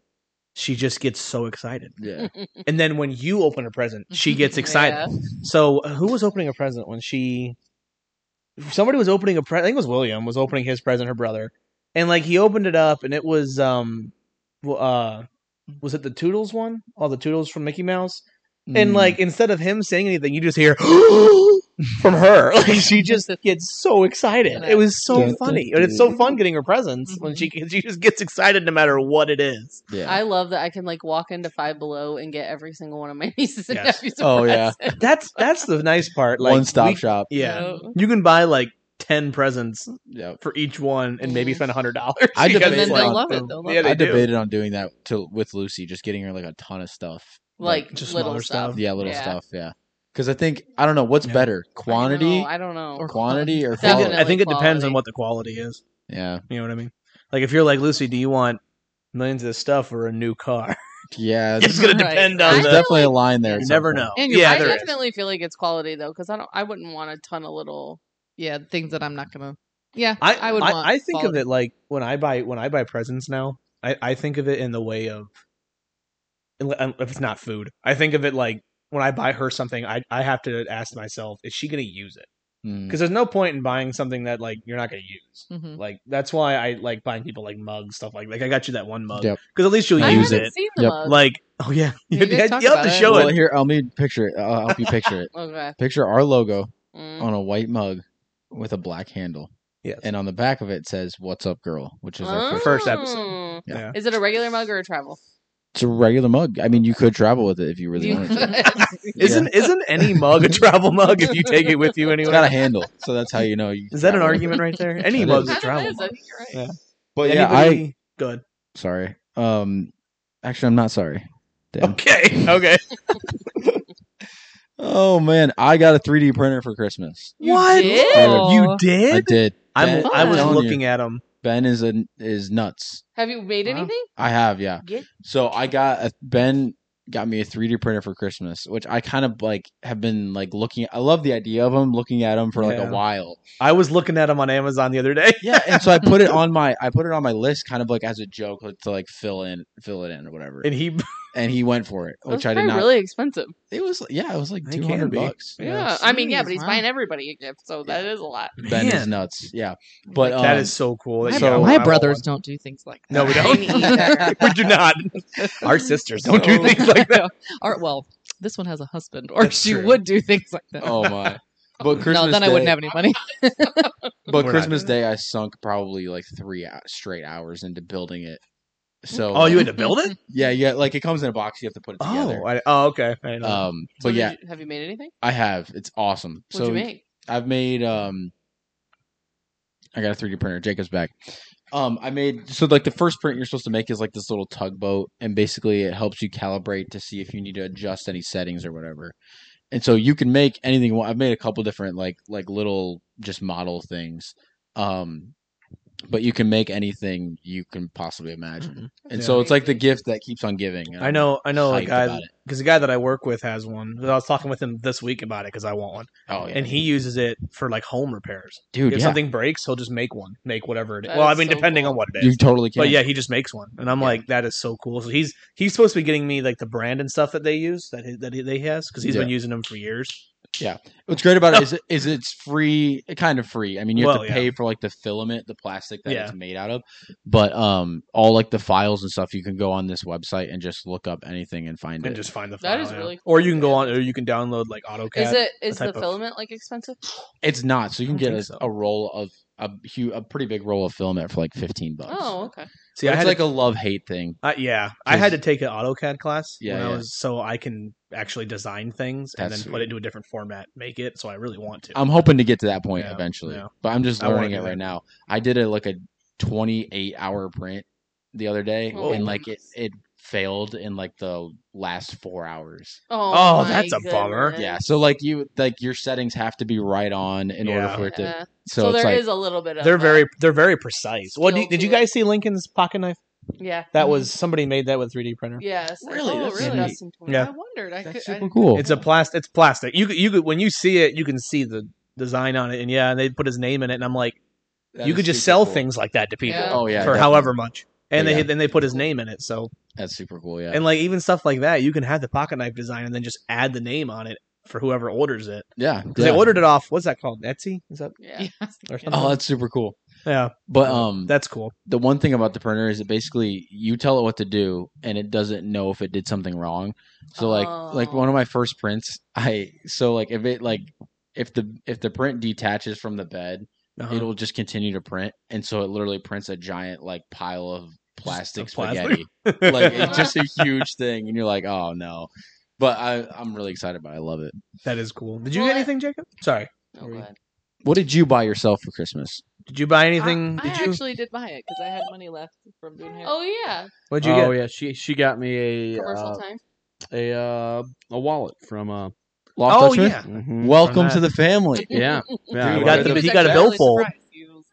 [SPEAKER 1] she just gets so excited.
[SPEAKER 2] yeah.
[SPEAKER 4] Mm-hmm.
[SPEAKER 1] And then when you open a present, she gets excited.
[SPEAKER 5] Yeah.
[SPEAKER 1] So uh, who was opening a present when she? Somebody was opening a present. I think it was William was opening his present, her brother, and like he opened it up, and it was um, w- uh, was it the Toodles one? All the Toodles from Mickey Mouse, and
[SPEAKER 2] Mm.
[SPEAKER 1] like instead of him saying anything, you just hear from her. Like she just gets so excited. It was so
[SPEAKER 2] Yeah.
[SPEAKER 1] funny, and it's so fun getting her presents when she she just gets excited no matter what it is.
[SPEAKER 2] yeah.
[SPEAKER 4] I love that I can like walk into Five Below and get every single one of my nieces and
[SPEAKER 1] Yes.
[SPEAKER 4] nephews. a
[SPEAKER 2] Oh, yeah.
[SPEAKER 4] present.
[SPEAKER 1] That's that's the nice part. Like
[SPEAKER 2] One stop
[SPEAKER 1] we-
[SPEAKER 2] shop.
[SPEAKER 1] Yeah,
[SPEAKER 4] So-
[SPEAKER 1] you can buy like ten presents
[SPEAKER 2] Yeah.
[SPEAKER 1] for each one and maybe
[SPEAKER 5] Mhm.
[SPEAKER 1] spend a hundred dollars.
[SPEAKER 2] I
[SPEAKER 1] because
[SPEAKER 2] debated
[SPEAKER 1] it's
[SPEAKER 2] on-
[SPEAKER 5] They'll
[SPEAKER 1] yeah,
[SPEAKER 5] love
[SPEAKER 1] they
[SPEAKER 2] I
[SPEAKER 1] do.
[SPEAKER 2] debated on doing that to with Lucy, just getting her like a ton of stuff.
[SPEAKER 4] like
[SPEAKER 1] Just
[SPEAKER 4] little
[SPEAKER 1] smaller
[SPEAKER 4] stuff.
[SPEAKER 1] stuff.
[SPEAKER 2] yeah, little stuff. Yeah. Because I think I don't know what's
[SPEAKER 1] Yeah.
[SPEAKER 2] better,
[SPEAKER 4] I don't know,
[SPEAKER 2] quantity,
[SPEAKER 4] I don't know.
[SPEAKER 5] Or-
[SPEAKER 2] quantity, or
[SPEAKER 1] I think,
[SPEAKER 2] quality.
[SPEAKER 1] it, I think it depends
[SPEAKER 4] Quality.
[SPEAKER 1] on what the quality is.
[SPEAKER 2] Yeah.
[SPEAKER 1] You know what I mean? Like if you're like Lucy, do you want millions of this stuff or a new car?
[SPEAKER 2] Yeah.
[SPEAKER 1] it's
[SPEAKER 2] There's
[SPEAKER 1] gonna
[SPEAKER 5] Right.
[SPEAKER 1] depend
[SPEAKER 4] I
[SPEAKER 1] on
[SPEAKER 2] there's
[SPEAKER 1] the.
[SPEAKER 2] definitely a line there. at
[SPEAKER 1] You
[SPEAKER 2] some
[SPEAKER 1] never
[SPEAKER 2] point.
[SPEAKER 1] know.
[SPEAKER 5] And you're
[SPEAKER 1] yeah,
[SPEAKER 5] right,
[SPEAKER 4] I
[SPEAKER 1] there is.
[SPEAKER 4] definitely feel like it's quality though, because I don't. I wouldn't want a ton of little.
[SPEAKER 5] yeah, things that I'm not gonna. Yeah,
[SPEAKER 1] I,
[SPEAKER 5] I, would.
[SPEAKER 1] I,
[SPEAKER 5] want
[SPEAKER 1] I think of
[SPEAKER 5] quality.
[SPEAKER 1] it like when I buy when I buy presents now. I, I think of it in the way of um, if it's not food. I think of it like when I buy her something, I I have to ask myself, is she going to use it?
[SPEAKER 2] Mm.
[SPEAKER 1] Because there's no point in buying something that like you're not going to use.
[SPEAKER 5] Mhm.
[SPEAKER 1] Like that's why I like buying people like mugs, stuff like like I got you that one mug because
[SPEAKER 2] Yep.
[SPEAKER 1] at least you'll
[SPEAKER 4] I
[SPEAKER 1] use
[SPEAKER 4] haven't
[SPEAKER 1] it.
[SPEAKER 4] seen the
[SPEAKER 2] Yep.
[SPEAKER 4] mug.
[SPEAKER 1] Like oh yeah, you,
[SPEAKER 5] You guys
[SPEAKER 1] have
[SPEAKER 5] talk
[SPEAKER 1] you have to
[SPEAKER 5] about it.
[SPEAKER 1] show
[SPEAKER 2] Well,
[SPEAKER 1] it.
[SPEAKER 2] here I'll need picture it. I'll help you picture it.
[SPEAKER 4] okay.
[SPEAKER 2] Picture our logo
[SPEAKER 1] Hmm.
[SPEAKER 4] Mm.
[SPEAKER 2] on a white mug with a black handle,
[SPEAKER 1] Yes.
[SPEAKER 2] and on the back of it says "What's up, girl," which is our
[SPEAKER 4] Oh.
[SPEAKER 2] first.
[SPEAKER 1] First episode.
[SPEAKER 2] Yeah.
[SPEAKER 1] Yeah.
[SPEAKER 4] Mm. Is it a regular mug or a travel?
[SPEAKER 2] It's a regular mug. I mean, you could travel with it if you really
[SPEAKER 4] You
[SPEAKER 2] wanted to.
[SPEAKER 4] could.
[SPEAKER 2] Yeah.
[SPEAKER 1] Isn't isn't any mug a travel mug if you take it with you
[SPEAKER 2] It's
[SPEAKER 1] anywhere?
[SPEAKER 2] got a handle, so that's how you know. You
[SPEAKER 1] is that an
[SPEAKER 2] travel with
[SPEAKER 1] argument right there? Any
[SPEAKER 2] That
[SPEAKER 1] mug's
[SPEAKER 2] is.
[SPEAKER 1] a travel.
[SPEAKER 4] That is, I
[SPEAKER 1] mug.
[SPEAKER 4] think you're right.
[SPEAKER 1] Yeah.
[SPEAKER 2] it. But yeah, I
[SPEAKER 1] Anybody- good.
[SPEAKER 2] sorry. Um, actually, I'm not sorry. Damn.
[SPEAKER 1] Okay, okay.
[SPEAKER 2] Oh man, I got a 3D printer for Christmas.
[SPEAKER 4] You
[SPEAKER 1] what
[SPEAKER 4] did?
[SPEAKER 2] Dude,
[SPEAKER 1] you
[SPEAKER 5] Aw.
[SPEAKER 1] did?
[SPEAKER 2] I did.
[SPEAKER 1] I'm,
[SPEAKER 2] Ben-
[SPEAKER 1] I was
[SPEAKER 2] telling you,
[SPEAKER 1] looking at 'em. at them.
[SPEAKER 2] Ben is a, is nuts.
[SPEAKER 4] Have you made
[SPEAKER 1] Wow.
[SPEAKER 4] anything?
[SPEAKER 2] I have, yeah.
[SPEAKER 4] Get
[SPEAKER 2] So I got a Ben got me a 3D printer for Christmas, which I kind of like have been like looking. I love the idea of them, looking at them for like
[SPEAKER 1] Yeah.
[SPEAKER 2] a while.
[SPEAKER 1] I was looking at him on Amazon the other day.
[SPEAKER 2] Yeah, and so I put it on my I put it on my list, kind of like as a joke like, to like fill in fill it in or whatever.
[SPEAKER 1] And he
[SPEAKER 2] And he went for it,
[SPEAKER 4] Those
[SPEAKER 2] which I did
[SPEAKER 4] probably
[SPEAKER 2] not.
[SPEAKER 4] really expensive.
[SPEAKER 2] It was yeah, it was like
[SPEAKER 1] They can
[SPEAKER 2] two hundred
[SPEAKER 1] be.
[SPEAKER 2] bucks.
[SPEAKER 4] Yeah,
[SPEAKER 1] Yeah,
[SPEAKER 4] I mean, yeah,
[SPEAKER 5] jeez,
[SPEAKER 4] but he's
[SPEAKER 5] wow.
[SPEAKER 4] buying everybody a gift, so that is a lot.
[SPEAKER 2] Ben is
[SPEAKER 1] Man.
[SPEAKER 2] nuts. Yeah, but um,
[SPEAKER 1] that is so cool.
[SPEAKER 5] My,
[SPEAKER 1] that you
[SPEAKER 2] So-
[SPEAKER 1] have
[SPEAKER 5] my
[SPEAKER 1] one. I want
[SPEAKER 5] brothers
[SPEAKER 1] one.
[SPEAKER 5] don't do things like that.
[SPEAKER 1] No, we don't.
[SPEAKER 4] Mine either.
[SPEAKER 1] we do not. Our sisters don't do things like that.
[SPEAKER 5] Art, Oh. well, this one has a husband, or
[SPEAKER 1] That's
[SPEAKER 5] she
[SPEAKER 1] true.
[SPEAKER 5] would do things like that.
[SPEAKER 2] oh my. But Christmas
[SPEAKER 5] no, then I
[SPEAKER 2] Day-
[SPEAKER 5] wouldn't have any money.
[SPEAKER 2] But
[SPEAKER 1] We're not
[SPEAKER 2] Christmas
[SPEAKER 1] doing
[SPEAKER 2] Day, I sunk probably like three hou- straight hours into building it. So,
[SPEAKER 1] Oh, you had to build it?
[SPEAKER 2] yeah, yeah, like it comes in a box. You have to put it together.
[SPEAKER 1] Oh, I, oh, okay. I didn't know.
[SPEAKER 2] um,
[SPEAKER 4] So
[SPEAKER 2] but
[SPEAKER 4] did
[SPEAKER 2] yeah,
[SPEAKER 4] you- have you made anything?
[SPEAKER 2] I have. It's awesome.
[SPEAKER 4] What'd
[SPEAKER 2] so
[SPEAKER 4] you make?
[SPEAKER 2] I've made. Um, I got a 3D printer. Jacob's back. Um, I made so like the first print you're supposed to make is like this little tugboat, and basically it helps you calibrate to see if you need to adjust any settings or whatever. And so you can make anything. you want. I've made a couple different like like little just model things. Um, but you can make anything you can possibly imagine. And
[SPEAKER 1] Mm-hmm. Yeah.
[SPEAKER 2] so it's like the gift that keeps on giving. and
[SPEAKER 1] I know, I know, a
[SPEAKER 2] hyped
[SPEAKER 1] guy
[SPEAKER 2] about it.
[SPEAKER 1] because the guy that I work with has one. 'Cause I was talking with him this week about it because I want one,
[SPEAKER 2] Oh yeah,
[SPEAKER 1] and he uses it for like home repairs.
[SPEAKER 2] dude,
[SPEAKER 1] if
[SPEAKER 2] yeah,
[SPEAKER 1] something breaks, he'll just make one, make whatever it is.
[SPEAKER 4] That
[SPEAKER 1] well, I
[SPEAKER 4] is
[SPEAKER 1] mean,
[SPEAKER 4] so
[SPEAKER 1] depending
[SPEAKER 4] cool.
[SPEAKER 1] on what it is.
[SPEAKER 2] you totally can.
[SPEAKER 1] But yeah, he just makes one, and I'm
[SPEAKER 2] Yeah.
[SPEAKER 1] like, that is so cool. So he's he's supposed to be getting me like the brand and stuff that they use that he, that he, they has because he's been using them for years.
[SPEAKER 2] What's great about it is, is it's free, kind of free. I mean, you have
[SPEAKER 1] Well,
[SPEAKER 2] to
[SPEAKER 1] yeah.
[SPEAKER 2] pay for like the filament, the plastic that
[SPEAKER 1] Yeah.
[SPEAKER 2] it's made out of, but um, all like the files and stuff, you can go on this website and just look up anything and find
[SPEAKER 1] And
[SPEAKER 2] it.
[SPEAKER 1] just find the file.
[SPEAKER 4] That is
[SPEAKER 1] yeah.
[SPEAKER 4] really cool.
[SPEAKER 1] Or you can go on, or you can download like AutoCAD.
[SPEAKER 4] Is it is the
[SPEAKER 1] type of-
[SPEAKER 4] filament like expensive?
[SPEAKER 2] it's not, so you can
[SPEAKER 1] I don't
[SPEAKER 2] get a,
[SPEAKER 1] think so.
[SPEAKER 2] a roll of a huge, a pretty big roll of filament for like fifteen bucks.
[SPEAKER 4] Oh, okay.
[SPEAKER 1] See, I
[SPEAKER 2] it's
[SPEAKER 1] had
[SPEAKER 2] like
[SPEAKER 1] to,
[SPEAKER 2] a love hate thing.
[SPEAKER 1] I- yeah, I had to take an AutoCAD class
[SPEAKER 2] Yeah,
[SPEAKER 1] when I
[SPEAKER 2] yeah.
[SPEAKER 1] was so I can actually design things and
[SPEAKER 2] That's
[SPEAKER 1] then put
[SPEAKER 2] sweet. Um,
[SPEAKER 1] it into a different format, make it. So I really want to.
[SPEAKER 2] I'm hoping to get to that point
[SPEAKER 1] Yeah,
[SPEAKER 2] eventually,
[SPEAKER 1] yeah.
[SPEAKER 2] but I'm just
[SPEAKER 1] I wanna
[SPEAKER 2] learning
[SPEAKER 1] do
[SPEAKER 2] it
[SPEAKER 1] that.
[SPEAKER 2] right now. I did a like a 28 hour print the other day,
[SPEAKER 4] Oh
[SPEAKER 2] and
[SPEAKER 4] my
[SPEAKER 2] like it
[SPEAKER 4] goodness.
[SPEAKER 2] it failed in like the last four hours.
[SPEAKER 4] Oh,
[SPEAKER 1] Oh,
[SPEAKER 4] my
[SPEAKER 1] that's a bummer.
[SPEAKER 4] goodness.
[SPEAKER 2] Yeah, so like you like your settings have to be right on in order
[SPEAKER 1] Yeah.
[SPEAKER 2] for it to.
[SPEAKER 4] Yeah.
[SPEAKER 2] So,
[SPEAKER 4] So,
[SPEAKER 2] it's
[SPEAKER 4] there is
[SPEAKER 2] like
[SPEAKER 4] a little bit of
[SPEAKER 1] they're
[SPEAKER 4] that.
[SPEAKER 1] very they're very precise. What do you,
[SPEAKER 4] Skill
[SPEAKER 1] did
[SPEAKER 4] to
[SPEAKER 1] you
[SPEAKER 4] it.
[SPEAKER 1] guys see Lincoln's pocket knife?
[SPEAKER 4] yeah
[SPEAKER 1] That was somebody made that with 3D printer.
[SPEAKER 4] yes Like,
[SPEAKER 2] Really?
[SPEAKER 4] oh
[SPEAKER 2] That's
[SPEAKER 4] really
[SPEAKER 2] neat.
[SPEAKER 4] Dustin told me.
[SPEAKER 1] Yeah.
[SPEAKER 4] I wondered I
[SPEAKER 2] that's
[SPEAKER 4] could I
[SPEAKER 1] Oh,
[SPEAKER 2] super cool.
[SPEAKER 1] It's a plastic. It's plastic. You could- you could when you see it, you can see the design on it, and yeah, and they put his name in it, and I'm like,
[SPEAKER 2] That
[SPEAKER 1] you
[SPEAKER 2] is
[SPEAKER 1] could just
[SPEAKER 2] super
[SPEAKER 1] sell
[SPEAKER 2] cool.
[SPEAKER 1] things like that to people
[SPEAKER 4] Yeah.
[SPEAKER 2] Oh yeah,
[SPEAKER 1] for
[SPEAKER 2] definitely.
[SPEAKER 1] however much. And
[SPEAKER 2] Yeah.
[SPEAKER 1] they then they put his name in it. So
[SPEAKER 2] that's super cool. Yeah,
[SPEAKER 1] and like even stuff like that, you can have the pocket knife design and then just add the name on it for whoever orders it.
[SPEAKER 2] yeah.
[SPEAKER 1] Because
[SPEAKER 2] yeah.
[SPEAKER 1] they ordered it off. What's that called? Etsy? Is that
[SPEAKER 4] yeah
[SPEAKER 1] or something?
[SPEAKER 2] Oh, that's super cool.
[SPEAKER 1] yeah.
[SPEAKER 2] But um,
[SPEAKER 1] That's cool.
[SPEAKER 2] the one thing about the printer is it basically you tell it what to do and it doesn't know if it did something wrong. So like like
[SPEAKER 4] Oh.
[SPEAKER 2] one of my first prints, I so like if it like if the if the print detaches from the bed,
[SPEAKER 1] Uh-huh.
[SPEAKER 2] it'll just continue to print, and so it literally prints a giant like pile of plastic
[SPEAKER 1] of plastic.
[SPEAKER 2] spaghetti. like it's just a huge thing, and you're like, oh no. But I, I'm really excited about. it. I love it.
[SPEAKER 1] that is cool. Did you
[SPEAKER 4] Well,
[SPEAKER 1] get anything, Jacob? Sorry.
[SPEAKER 4] Oh,
[SPEAKER 1] Or you-
[SPEAKER 4] God.
[SPEAKER 2] What did you buy yourself for Christmas?
[SPEAKER 1] Did you buy anything?
[SPEAKER 5] I,
[SPEAKER 1] did
[SPEAKER 5] I
[SPEAKER 1] you?
[SPEAKER 5] actually did buy it because I had money left from doing hair.
[SPEAKER 4] oh yeah
[SPEAKER 1] What'd you
[SPEAKER 3] Oh
[SPEAKER 1] get?
[SPEAKER 3] yeah, she she got me a
[SPEAKER 4] commercial
[SPEAKER 3] uh,
[SPEAKER 4] time
[SPEAKER 3] a uh, a wallet from uh. mm-hmm.
[SPEAKER 2] Lost
[SPEAKER 1] Oh,
[SPEAKER 2] Dutchman?
[SPEAKER 3] Mm,
[SPEAKER 1] yeah.
[SPEAKER 2] Welcome
[SPEAKER 1] From
[SPEAKER 2] to the family.
[SPEAKER 3] Yeah, yeah.
[SPEAKER 2] Dude,
[SPEAKER 3] I
[SPEAKER 2] you
[SPEAKER 3] got
[SPEAKER 2] got
[SPEAKER 3] it.
[SPEAKER 2] the-
[SPEAKER 1] you got a billfold.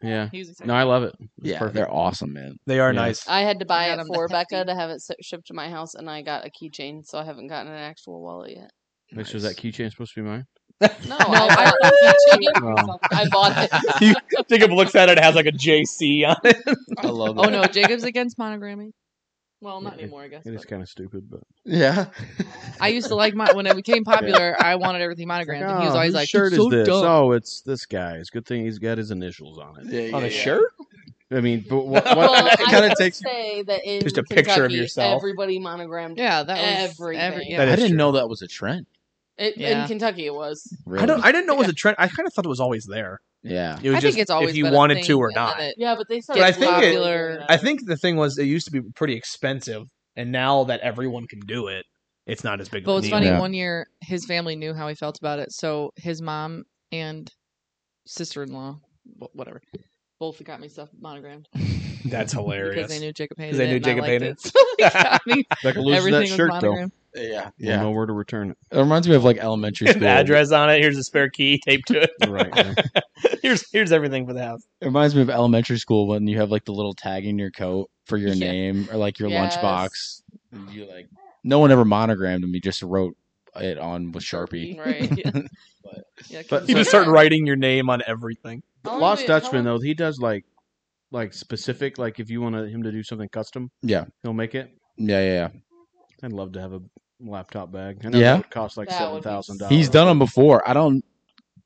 [SPEAKER 3] Yeah.
[SPEAKER 5] He was excited.
[SPEAKER 3] No, I love it. It's
[SPEAKER 2] Yeah,
[SPEAKER 3] perfect.
[SPEAKER 2] they're awesome, man.
[SPEAKER 1] They are
[SPEAKER 3] Yeah.
[SPEAKER 1] nice.
[SPEAKER 4] I had to buy
[SPEAKER 5] got
[SPEAKER 4] it
[SPEAKER 5] him the
[SPEAKER 4] for
[SPEAKER 5] hefty-
[SPEAKER 4] Becca to have it si- shipped to my house and I got a keychain so I haven't gotten an actual wallet yet
[SPEAKER 3] Which was that keychain supposed to be mine?
[SPEAKER 4] no I, I,
[SPEAKER 3] Oh.
[SPEAKER 4] I bought it
[SPEAKER 1] Jacob looks at it, it has like a JC on it.
[SPEAKER 2] I love it.
[SPEAKER 5] Oh no, Jacob's against monogramming. Well, not anymore, I guess.
[SPEAKER 3] It is
[SPEAKER 5] but-
[SPEAKER 3] kind of stupid, but
[SPEAKER 2] Yeah.
[SPEAKER 5] I used to like my when it became popular. I wanted everything monogrammed, and he was
[SPEAKER 3] "Oh,
[SPEAKER 5] always
[SPEAKER 3] whose
[SPEAKER 5] like,
[SPEAKER 3] "Shirt
[SPEAKER 5] "It's so
[SPEAKER 3] is this?
[SPEAKER 5] dumb."
[SPEAKER 3] Oh, it's this guy's. Good thing he's got his initials on it.
[SPEAKER 2] Yeah, yeah,
[SPEAKER 1] on a
[SPEAKER 2] yeah.
[SPEAKER 1] shirt?
[SPEAKER 3] I mean, but what,
[SPEAKER 4] well,
[SPEAKER 3] what
[SPEAKER 4] I
[SPEAKER 2] kinda
[SPEAKER 4] would
[SPEAKER 2] takes you-
[SPEAKER 4] say that in
[SPEAKER 1] Just a picture of
[SPEAKER 4] Kentucky,
[SPEAKER 1] yourself.
[SPEAKER 4] everybody monogrammed
[SPEAKER 5] Yeah, that was
[SPEAKER 4] Everything.
[SPEAKER 5] Every, yeah.
[SPEAKER 1] That
[SPEAKER 2] I
[SPEAKER 1] is
[SPEAKER 2] didn't
[SPEAKER 1] true.
[SPEAKER 2] know that was a trend.
[SPEAKER 4] It,
[SPEAKER 5] Yeah.
[SPEAKER 4] In Kentucky, it was.
[SPEAKER 2] Really?
[SPEAKER 1] I don't. I didn't know it was a trend. I kind of thought it was always there.
[SPEAKER 2] yeah.
[SPEAKER 1] It was
[SPEAKER 5] I
[SPEAKER 1] just
[SPEAKER 5] think it's always
[SPEAKER 1] if you
[SPEAKER 5] been a
[SPEAKER 1] wanted
[SPEAKER 5] thing,
[SPEAKER 1] to or
[SPEAKER 5] and then
[SPEAKER 1] not.
[SPEAKER 5] it-
[SPEAKER 4] Yeah, but they said
[SPEAKER 1] But I
[SPEAKER 4] it's
[SPEAKER 1] think it-
[SPEAKER 4] popular.
[SPEAKER 1] I think the thing was it used to be pretty expensive, and now that everyone can do it, it's not as big.
[SPEAKER 5] But
[SPEAKER 1] of a
[SPEAKER 5] what's
[SPEAKER 1] deal.
[SPEAKER 5] funny,
[SPEAKER 2] Yeah.
[SPEAKER 5] one year his family knew how he felt about it, so his mom and sister-in-law, wh- whatever, both got me stuff monogrammed
[SPEAKER 1] That's hilarious.
[SPEAKER 5] because they knew Jacob hated
[SPEAKER 1] they
[SPEAKER 5] it.
[SPEAKER 1] knew
[SPEAKER 5] and
[SPEAKER 1] Jacob
[SPEAKER 5] I liked
[SPEAKER 1] hated
[SPEAKER 5] it. So they got me.
[SPEAKER 3] Becca loses
[SPEAKER 5] Everything
[SPEAKER 3] that
[SPEAKER 5] was
[SPEAKER 3] shirt though.
[SPEAKER 5] monogrammed.
[SPEAKER 2] Yeah.
[SPEAKER 3] Yeah.
[SPEAKER 2] Yeah.
[SPEAKER 3] We'll know where to return
[SPEAKER 2] It reminds me of like elementary
[SPEAKER 1] An
[SPEAKER 2] school.
[SPEAKER 1] address on it. Here's a spare key taped to it.
[SPEAKER 3] it. Right.
[SPEAKER 1] here's here's everything for the house.
[SPEAKER 2] It reminds me of elementary school when you have like the little tag in your coat for your
[SPEAKER 5] Yeah.
[SPEAKER 2] name or like your
[SPEAKER 4] Yes.
[SPEAKER 2] lunchbox. And you like no one ever monogrammed them. You just wrote it on with Sharpie.
[SPEAKER 4] Right.
[SPEAKER 5] yeah. yeah,
[SPEAKER 2] But-
[SPEAKER 5] kids
[SPEAKER 1] You
[SPEAKER 5] are-
[SPEAKER 1] just start writing your name on everything.
[SPEAKER 4] How long
[SPEAKER 3] Lost
[SPEAKER 4] did- how
[SPEAKER 3] Dutchman
[SPEAKER 4] long-
[SPEAKER 3] though, he does like like specific. Like if you want him to do something custom,
[SPEAKER 2] Yeah.
[SPEAKER 3] he'll make it.
[SPEAKER 2] Yeah, yeah,
[SPEAKER 3] I'd love to have a laptop bag. I know
[SPEAKER 2] Yeah.
[SPEAKER 3] that would cost like
[SPEAKER 4] That
[SPEAKER 3] seven
[SPEAKER 4] would be
[SPEAKER 3] thousand
[SPEAKER 2] yeah.
[SPEAKER 3] dollars.
[SPEAKER 2] He's done them before. I don't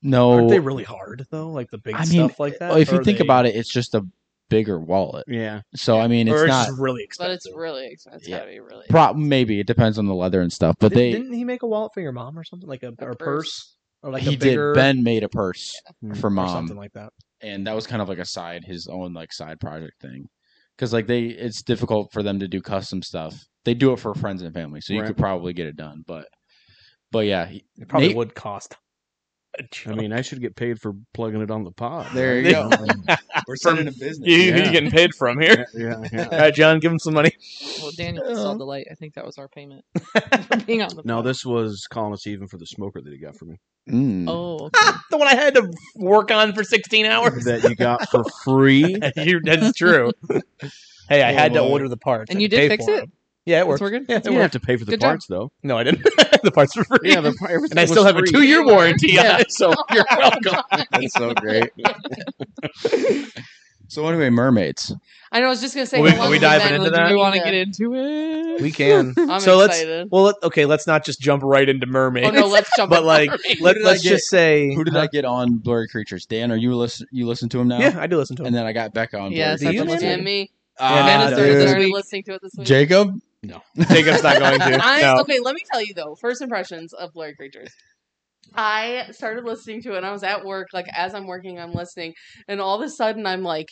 [SPEAKER 2] know.
[SPEAKER 1] Aren't they really hard though? Like the big
[SPEAKER 2] Oh. I mean,
[SPEAKER 1] stuff like that.
[SPEAKER 2] Well, if you
[SPEAKER 1] Or
[SPEAKER 2] think
[SPEAKER 1] they-
[SPEAKER 2] about it, it's just a bigger wallet.
[SPEAKER 3] Yeah,
[SPEAKER 2] So I mean,
[SPEAKER 1] or
[SPEAKER 2] it's not
[SPEAKER 1] just really
[SPEAKER 4] But
[SPEAKER 1] expensive.
[SPEAKER 4] it's really expensive. It's
[SPEAKER 2] Yeah.
[SPEAKER 4] gotta be really.
[SPEAKER 2] prop. Maybe it depends on the leather and stuff. But
[SPEAKER 1] Didn't-
[SPEAKER 2] they
[SPEAKER 1] didn't he make a wallet for your mom or something like a,
[SPEAKER 4] A
[SPEAKER 1] or purse.
[SPEAKER 4] purse.
[SPEAKER 1] or like
[SPEAKER 2] he
[SPEAKER 1] a bigger Hmm,
[SPEAKER 2] did. Ben made a purse
[SPEAKER 3] Yeah.
[SPEAKER 2] for
[SPEAKER 1] or
[SPEAKER 2] mom,
[SPEAKER 1] something like that.
[SPEAKER 2] and that was kind of like a side his own like side project thing because like they it's difficult for them to do custom stuff they do it for friends and family so you
[SPEAKER 3] Right.
[SPEAKER 2] could probably get it done but but yeah he-
[SPEAKER 1] It probably
[SPEAKER 2] Nate-
[SPEAKER 1] would cost. a
[SPEAKER 3] I
[SPEAKER 1] chunk.
[SPEAKER 3] mean, I should get paid for plugging it on the pod.
[SPEAKER 2] there
[SPEAKER 3] right?
[SPEAKER 2] you go we're
[SPEAKER 1] sending
[SPEAKER 2] a business
[SPEAKER 1] You,
[SPEAKER 3] Yeah.
[SPEAKER 1] You're getting paid from here.
[SPEAKER 3] Yeah, yeah, yeah.
[SPEAKER 1] All right, John, give him some money.
[SPEAKER 5] Well, Daniel
[SPEAKER 1] Oh.
[SPEAKER 5] saw the light. I think that was our payment for being on the.
[SPEAKER 3] No,
[SPEAKER 5] pod.
[SPEAKER 3] this was calling us even for the smoker that he got for me.
[SPEAKER 2] Mm.
[SPEAKER 5] Oh, okay.
[SPEAKER 1] Ah, the one I had to work on for 16 hours.
[SPEAKER 3] That you got for free.
[SPEAKER 1] You- That's true. Hey, I had to
[SPEAKER 2] Oh, boy.
[SPEAKER 1] order the parts.
[SPEAKER 5] And
[SPEAKER 1] I
[SPEAKER 5] you
[SPEAKER 1] had to
[SPEAKER 5] did
[SPEAKER 1] pay
[SPEAKER 5] fix
[SPEAKER 1] for
[SPEAKER 5] it?
[SPEAKER 1] them. Yeah, it
[SPEAKER 5] it's
[SPEAKER 1] worked.
[SPEAKER 5] working.
[SPEAKER 1] Yeah,
[SPEAKER 3] You
[SPEAKER 1] it
[SPEAKER 3] didn't have
[SPEAKER 1] worked.
[SPEAKER 3] to pay for the
[SPEAKER 5] Good job.
[SPEAKER 3] parts though.
[SPEAKER 1] No, I didn't. the parts were free.
[SPEAKER 3] the par- everything
[SPEAKER 1] and I
[SPEAKER 3] was
[SPEAKER 1] still have a
[SPEAKER 3] free.
[SPEAKER 1] two-year warranty on
[SPEAKER 2] Yeah.
[SPEAKER 1] it, so you're welcome.
[SPEAKER 2] that's so great so anyway mermaids
[SPEAKER 4] I know. I was just gonna say.
[SPEAKER 1] Are we-
[SPEAKER 4] how long
[SPEAKER 1] are we
[SPEAKER 4] has it
[SPEAKER 1] diving
[SPEAKER 4] been?
[SPEAKER 1] into
[SPEAKER 4] Do
[SPEAKER 1] that?
[SPEAKER 5] We want to
[SPEAKER 4] need
[SPEAKER 5] get into it.
[SPEAKER 1] We can.
[SPEAKER 4] I'm
[SPEAKER 1] so
[SPEAKER 4] excited.
[SPEAKER 1] let's. Well, let, okay. Let's not just jump right into mermaids.
[SPEAKER 4] Oh no, let's jump.
[SPEAKER 1] but
[SPEAKER 4] in.
[SPEAKER 1] like, let,
[SPEAKER 2] did I
[SPEAKER 1] let's
[SPEAKER 2] get?
[SPEAKER 1] just say.
[SPEAKER 2] who did i get on blurry creatures dan are you listen you listen to him now
[SPEAKER 1] Uh-huh. Yeah, I do listen to
[SPEAKER 2] and
[SPEAKER 1] him.
[SPEAKER 2] then i got becca on
[SPEAKER 5] Yes,
[SPEAKER 1] Do
[SPEAKER 2] Blurry
[SPEAKER 1] you
[SPEAKER 5] I've been
[SPEAKER 1] manage?
[SPEAKER 5] listening.
[SPEAKER 4] Jimmy,
[SPEAKER 2] Ah,
[SPEAKER 5] Vanna
[SPEAKER 4] started
[SPEAKER 2] dude.
[SPEAKER 5] this week.
[SPEAKER 4] listening to it this week.
[SPEAKER 2] jacob
[SPEAKER 1] Jacob's not going to.
[SPEAKER 4] I,
[SPEAKER 1] no.
[SPEAKER 4] Okay, let me tell you though. First impressions of Blurry Creatures. I started listening to it, and I was at work. Like as I'm working, I'm listening, and all of a sudden, I'm like,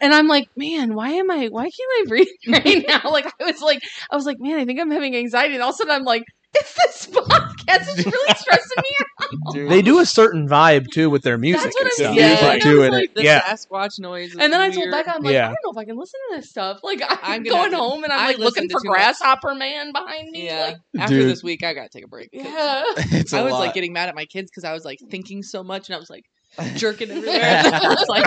[SPEAKER 4] and I'm like, man, why am I? Why can't I breathe right now? Like I was like, I was like, man, I think I'm having anxiety, and all of a sudden, I'm like, is this podcast is really stressing me out?
[SPEAKER 1] They do a certain vibe too with their music.
[SPEAKER 4] That's what I'm
[SPEAKER 1] and
[SPEAKER 4] saying.
[SPEAKER 1] stuff.
[SPEAKER 5] Yeah,
[SPEAKER 4] Yeah.
[SPEAKER 5] like,
[SPEAKER 4] Right.
[SPEAKER 2] Do it.
[SPEAKER 5] like the
[SPEAKER 1] Yeah.
[SPEAKER 5] Sasquatch noise. is
[SPEAKER 4] And then I told
[SPEAKER 5] weird.
[SPEAKER 4] Becca, I'm like,
[SPEAKER 1] Yeah.
[SPEAKER 4] I don't know if I can listen to this stuff. Like
[SPEAKER 5] I'm
[SPEAKER 4] I'm,
[SPEAKER 5] gonna
[SPEAKER 4] going
[SPEAKER 5] have to-
[SPEAKER 4] home, and
[SPEAKER 5] I
[SPEAKER 4] I'm like looking
[SPEAKER 5] listened to
[SPEAKER 4] for
[SPEAKER 5] too much.
[SPEAKER 4] Grasshopper Man behind me.
[SPEAKER 5] Yeah.
[SPEAKER 4] Like,
[SPEAKER 5] After
[SPEAKER 2] Dude.
[SPEAKER 5] this week, I gotta take a break. 'cause
[SPEAKER 4] yeah.
[SPEAKER 2] it's a
[SPEAKER 5] I was
[SPEAKER 2] lot.
[SPEAKER 5] like getting mad at my kids because I was like thinking so much and I was like jerking everywhere. I was like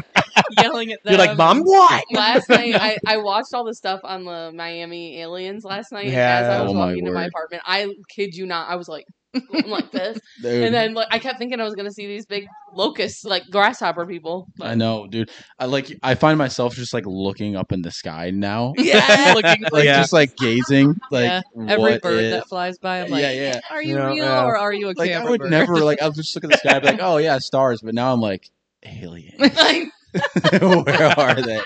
[SPEAKER 5] yelling at them.
[SPEAKER 1] You're like, Mom, what?
[SPEAKER 4] last night I, I watched all the stuff on the Miami aliens last night and
[SPEAKER 1] Yeah.
[SPEAKER 4] as I was
[SPEAKER 2] Oh, my
[SPEAKER 4] walking to my
[SPEAKER 2] word.
[SPEAKER 4] apartment. I kid you not, I was like I'm like this.
[SPEAKER 2] Dude.
[SPEAKER 4] And then like, I kept thinking I was gonna see these big locusts, like grasshopper people.
[SPEAKER 2] I know, dude. I like I find myself just like looking up in the sky now.
[SPEAKER 4] Yeah.
[SPEAKER 5] looking for
[SPEAKER 2] Like
[SPEAKER 1] Yeah.
[SPEAKER 2] just like gazing. Like
[SPEAKER 5] Yeah, every
[SPEAKER 2] what
[SPEAKER 5] bird
[SPEAKER 2] if-
[SPEAKER 5] that flies by. I'm like,
[SPEAKER 2] Yeah, yeah.
[SPEAKER 5] are you
[SPEAKER 1] Yeah,
[SPEAKER 5] real
[SPEAKER 1] yeah.
[SPEAKER 5] or are you a
[SPEAKER 2] Like
[SPEAKER 5] camera
[SPEAKER 2] I would
[SPEAKER 5] bird?
[SPEAKER 2] never like I'll just look at the sky and be like, oh yeah, stars, but now I'm like alien.
[SPEAKER 4] like
[SPEAKER 2] Where are they?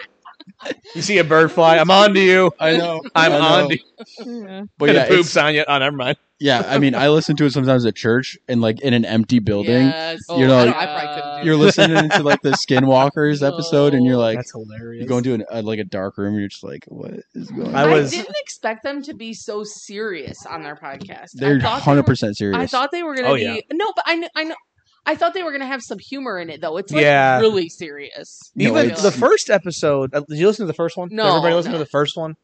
[SPEAKER 1] You see a bird fly? I'm on to you.
[SPEAKER 2] I know.
[SPEAKER 1] I'm
[SPEAKER 2] I know.
[SPEAKER 1] on to you.
[SPEAKER 5] Yeah.
[SPEAKER 2] But yeah,
[SPEAKER 1] the poops
[SPEAKER 2] it's,
[SPEAKER 1] on you. Oh, never mind.
[SPEAKER 2] yeah, I mean I listen to it sometimes at church and like in an empty building.
[SPEAKER 4] Yes.
[SPEAKER 2] You know,
[SPEAKER 4] I
[SPEAKER 2] like-
[SPEAKER 4] don't- I probably couldn't do
[SPEAKER 2] You're
[SPEAKER 4] that.
[SPEAKER 2] listening to like the Skinwalkers episode and you're like
[SPEAKER 1] That's hilarious.
[SPEAKER 2] you go into an, uh, like a dark room and you're just like, what is going on?
[SPEAKER 1] I
[SPEAKER 4] I,
[SPEAKER 1] was-
[SPEAKER 4] didn't expect them to be so serious on their podcast.
[SPEAKER 2] They're
[SPEAKER 4] I thought they were-
[SPEAKER 2] hundred percent serious.
[SPEAKER 4] I thought they were gonna
[SPEAKER 1] Oh,
[SPEAKER 4] be
[SPEAKER 1] yeah.
[SPEAKER 4] no, but I know I know I thought they were gonna have some humor in it though. It's like
[SPEAKER 1] Yeah.
[SPEAKER 4] really serious.
[SPEAKER 2] No,
[SPEAKER 1] Even
[SPEAKER 4] it's-
[SPEAKER 1] the first episode. uh, Did you listen to the first one? Did
[SPEAKER 4] No,
[SPEAKER 1] everybody listen
[SPEAKER 4] no.
[SPEAKER 1] to the first one?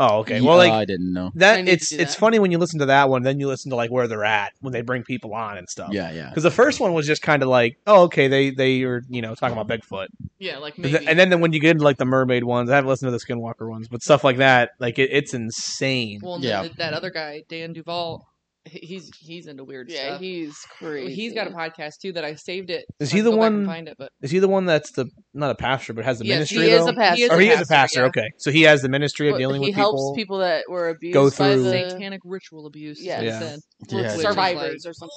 [SPEAKER 1] Oh, okay.
[SPEAKER 2] Yeah,
[SPEAKER 1] Well, like
[SPEAKER 2] I didn't know.
[SPEAKER 4] I
[SPEAKER 1] that.
[SPEAKER 4] need to
[SPEAKER 1] It's
[SPEAKER 4] do
[SPEAKER 1] it's
[SPEAKER 4] that.
[SPEAKER 1] funny when you listen to that one, then you listen to like where they're at when they bring people on and stuff.
[SPEAKER 2] Yeah, yeah.
[SPEAKER 1] Because the first one was just kind of like, oh, okay, they they are you know talking about Bigfoot.
[SPEAKER 5] Yeah, like
[SPEAKER 1] But
[SPEAKER 5] maybe.
[SPEAKER 1] th- and then, then when you get into like the mermaid ones, I haven't listened to the Skinwalker ones, but stuff like that, like it, it's insane.
[SPEAKER 5] well,
[SPEAKER 2] Yeah.
[SPEAKER 5] yeah. that other guy, Dan Duvall, he- he's he's into weird
[SPEAKER 4] Yeah,
[SPEAKER 5] stuff.
[SPEAKER 4] he's crazy.
[SPEAKER 5] He's got a podcast too that I saved it.
[SPEAKER 1] Is
[SPEAKER 5] so
[SPEAKER 1] he
[SPEAKER 5] I
[SPEAKER 1] the
[SPEAKER 5] can go back and
[SPEAKER 1] one-
[SPEAKER 5] Find it, but
[SPEAKER 1] Is he the one that's the not a pastor, but has the
[SPEAKER 5] Yes,
[SPEAKER 1] ministry?
[SPEAKER 4] he is
[SPEAKER 1] though?
[SPEAKER 4] a pastor.
[SPEAKER 5] Oh, He is
[SPEAKER 1] or
[SPEAKER 5] a
[SPEAKER 1] he is a
[SPEAKER 5] pastor,
[SPEAKER 1] pastor.
[SPEAKER 5] yeah.
[SPEAKER 1] Okay, so he has the ministry of
[SPEAKER 4] But
[SPEAKER 1] dealing
[SPEAKER 4] he
[SPEAKER 1] with
[SPEAKER 4] helps
[SPEAKER 1] people.
[SPEAKER 4] people that were abused
[SPEAKER 1] go
[SPEAKER 4] by
[SPEAKER 1] through-
[SPEAKER 4] the
[SPEAKER 5] satanic ritual abuse.
[SPEAKER 4] Yes.
[SPEAKER 5] Yeah,
[SPEAKER 1] Yeah.
[SPEAKER 2] Yeah, it's-
[SPEAKER 4] survivors or something.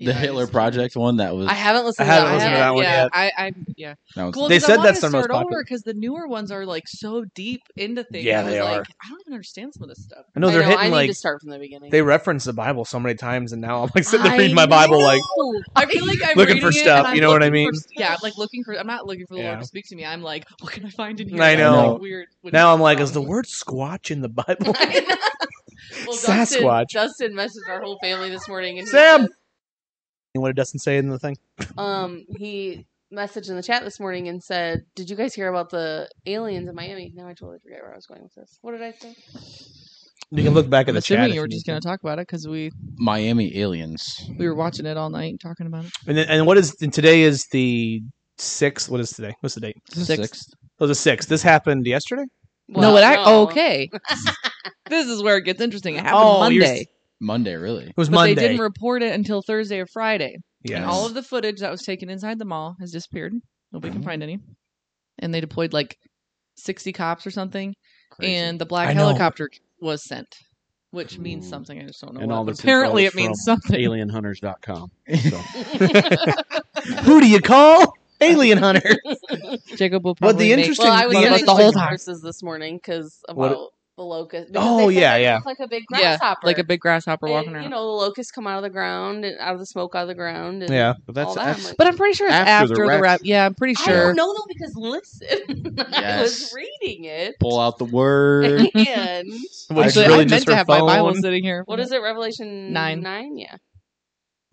[SPEAKER 2] The Hitler Project one that was
[SPEAKER 4] I haven't
[SPEAKER 1] I
[SPEAKER 4] listened.
[SPEAKER 1] haven't
[SPEAKER 4] to that.
[SPEAKER 1] listened to
[SPEAKER 4] I
[SPEAKER 1] that one
[SPEAKER 5] yeah,
[SPEAKER 1] yet.
[SPEAKER 5] I, I, yeah.
[SPEAKER 2] that was
[SPEAKER 5] Well,
[SPEAKER 1] They
[SPEAKER 5] 'cause
[SPEAKER 1] said
[SPEAKER 5] I wanna
[SPEAKER 1] that's their most
[SPEAKER 5] start
[SPEAKER 1] popular.
[SPEAKER 5] over because the newer ones are like so deep into things.
[SPEAKER 1] Yeah,
[SPEAKER 5] I was
[SPEAKER 1] they
[SPEAKER 5] like,
[SPEAKER 1] are.
[SPEAKER 5] I don't even understand some of this stuff.
[SPEAKER 1] I know
[SPEAKER 4] I
[SPEAKER 1] they're
[SPEAKER 4] know, I
[SPEAKER 1] hitting
[SPEAKER 4] need
[SPEAKER 1] like
[SPEAKER 4] to start from the beginning.
[SPEAKER 1] they reference the Bible so many times, and now I'm like sitting there
[SPEAKER 4] I
[SPEAKER 1] reading my Bible like
[SPEAKER 4] know.
[SPEAKER 5] I feel like I'm
[SPEAKER 1] Looking
[SPEAKER 5] reading
[SPEAKER 1] for
[SPEAKER 5] it and
[SPEAKER 1] stuff,
[SPEAKER 5] I'm
[SPEAKER 1] you know what I
[SPEAKER 5] looking
[SPEAKER 1] mean?
[SPEAKER 5] for- yeah, I'm like looking for. I'm not looking for the
[SPEAKER 1] Yeah.
[SPEAKER 5] Lord to speak to me. I'm like, what can I find in here?
[SPEAKER 1] I
[SPEAKER 5] That's, like,
[SPEAKER 2] know.
[SPEAKER 5] weird. when
[SPEAKER 1] now
[SPEAKER 5] you-
[SPEAKER 1] I'm like, is the word squatch in the Bible?
[SPEAKER 4] well,
[SPEAKER 1] Sasquatch.
[SPEAKER 4] Dustin, Dustin messaged our whole family this morning, and he
[SPEAKER 1] Sam!
[SPEAKER 4] said-
[SPEAKER 1] you know what it doesn't say in the thing?
[SPEAKER 4] um he messaged in the chat this morning and said, "Did you guys hear about the aliens in Miami?" Now I totally forget where I was going with this. What did I say?
[SPEAKER 1] You can look back at
[SPEAKER 5] I'm
[SPEAKER 1] the chat.
[SPEAKER 5] assuming
[SPEAKER 1] if
[SPEAKER 5] you were
[SPEAKER 1] need
[SPEAKER 5] just gonna talk about it because we
[SPEAKER 2] Miami aliens.
[SPEAKER 5] we were watching it all night talking about it.
[SPEAKER 1] And then, and what is and today is the sixth? What is today? What's the date?
[SPEAKER 2] The
[SPEAKER 5] Sixth.
[SPEAKER 1] Oh, the sixth. This happened yesterday.
[SPEAKER 5] no,
[SPEAKER 4] Well,
[SPEAKER 5] it I,
[SPEAKER 4] no.
[SPEAKER 5] okay. this is where it gets interesting. It happened
[SPEAKER 1] Oh, you're-
[SPEAKER 5] Monday,
[SPEAKER 2] Monday, really?
[SPEAKER 1] It was
[SPEAKER 5] but
[SPEAKER 1] Monday.
[SPEAKER 5] they didn't report it until Thursday or Friday.
[SPEAKER 1] yes.
[SPEAKER 5] And all of the footage that was taken inside the mall has disappeared. Nobody can find any. And they deployed like 60 cops or something.
[SPEAKER 2] Crazy.
[SPEAKER 5] And the black
[SPEAKER 1] I know.
[SPEAKER 5] helicopter was sent, which means
[SPEAKER 3] Ooh.
[SPEAKER 5] something. I just don't know.
[SPEAKER 3] And
[SPEAKER 5] what,
[SPEAKER 3] all
[SPEAKER 5] but
[SPEAKER 3] this
[SPEAKER 5] apparently, it
[SPEAKER 3] info
[SPEAKER 5] means
[SPEAKER 3] from
[SPEAKER 5] something.
[SPEAKER 3] alienhunters.com. So,
[SPEAKER 1] Who do you call? Alien hunter.
[SPEAKER 5] Jacob will
[SPEAKER 1] But
[SPEAKER 5] probably
[SPEAKER 1] the
[SPEAKER 5] make
[SPEAKER 1] interesting-
[SPEAKER 4] Well, I was
[SPEAKER 1] the
[SPEAKER 4] getting
[SPEAKER 5] interesting-
[SPEAKER 4] the
[SPEAKER 5] time.
[SPEAKER 4] horses this morning because
[SPEAKER 1] What-
[SPEAKER 4] about the locust. because
[SPEAKER 1] Oh,
[SPEAKER 4] they said
[SPEAKER 1] yeah,
[SPEAKER 4] it
[SPEAKER 1] yeah.
[SPEAKER 4] looked Like a big
[SPEAKER 5] yeah,
[SPEAKER 4] grasshopper.
[SPEAKER 5] like a big grasshopper
[SPEAKER 4] And,
[SPEAKER 5] walking around.
[SPEAKER 4] You know, the locusts come out of the ground and out of the smoke out of the ground. And
[SPEAKER 1] yeah.
[SPEAKER 3] but
[SPEAKER 4] All
[SPEAKER 3] that's,
[SPEAKER 4] that,
[SPEAKER 3] that's
[SPEAKER 4] I'm like-
[SPEAKER 5] but I'm pretty sure it's
[SPEAKER 3] After
[SPEAKER 5] after,
[SPEAKER 3] the
[SPEAKER 5] the
[SPEAKER 3] wreck.
[SPEAKER 5] rap. Yeah, I'm pretty
[SPEAKER 4] I
[SPEAKER 5] sure.
[SPEAKER 4] don't know though because listen, I
[SPEAKER 2] Yes.
[SPEAKER 4] was reading it.
[SPEAKER 2] Pull out the word.
[SPEAKER 4] And
[SPEAKER 1] What, it's
[SPEAKER 5] Actually,
[SPEAKER 1] really
[SPEAKER 5] I meant
[SPEAKER 1] just
[SPEAKER 5] to
[SPEAKER 1] her
[SPEAKER 5] have
[SPEAKER 1] phone.
[SPEAKER 5] my Bible sitting here.
[SPEAKER 4] what is it? Revelation
[SPEAKER 5] Nine.
[SPEAKER 4] Nine, yeah.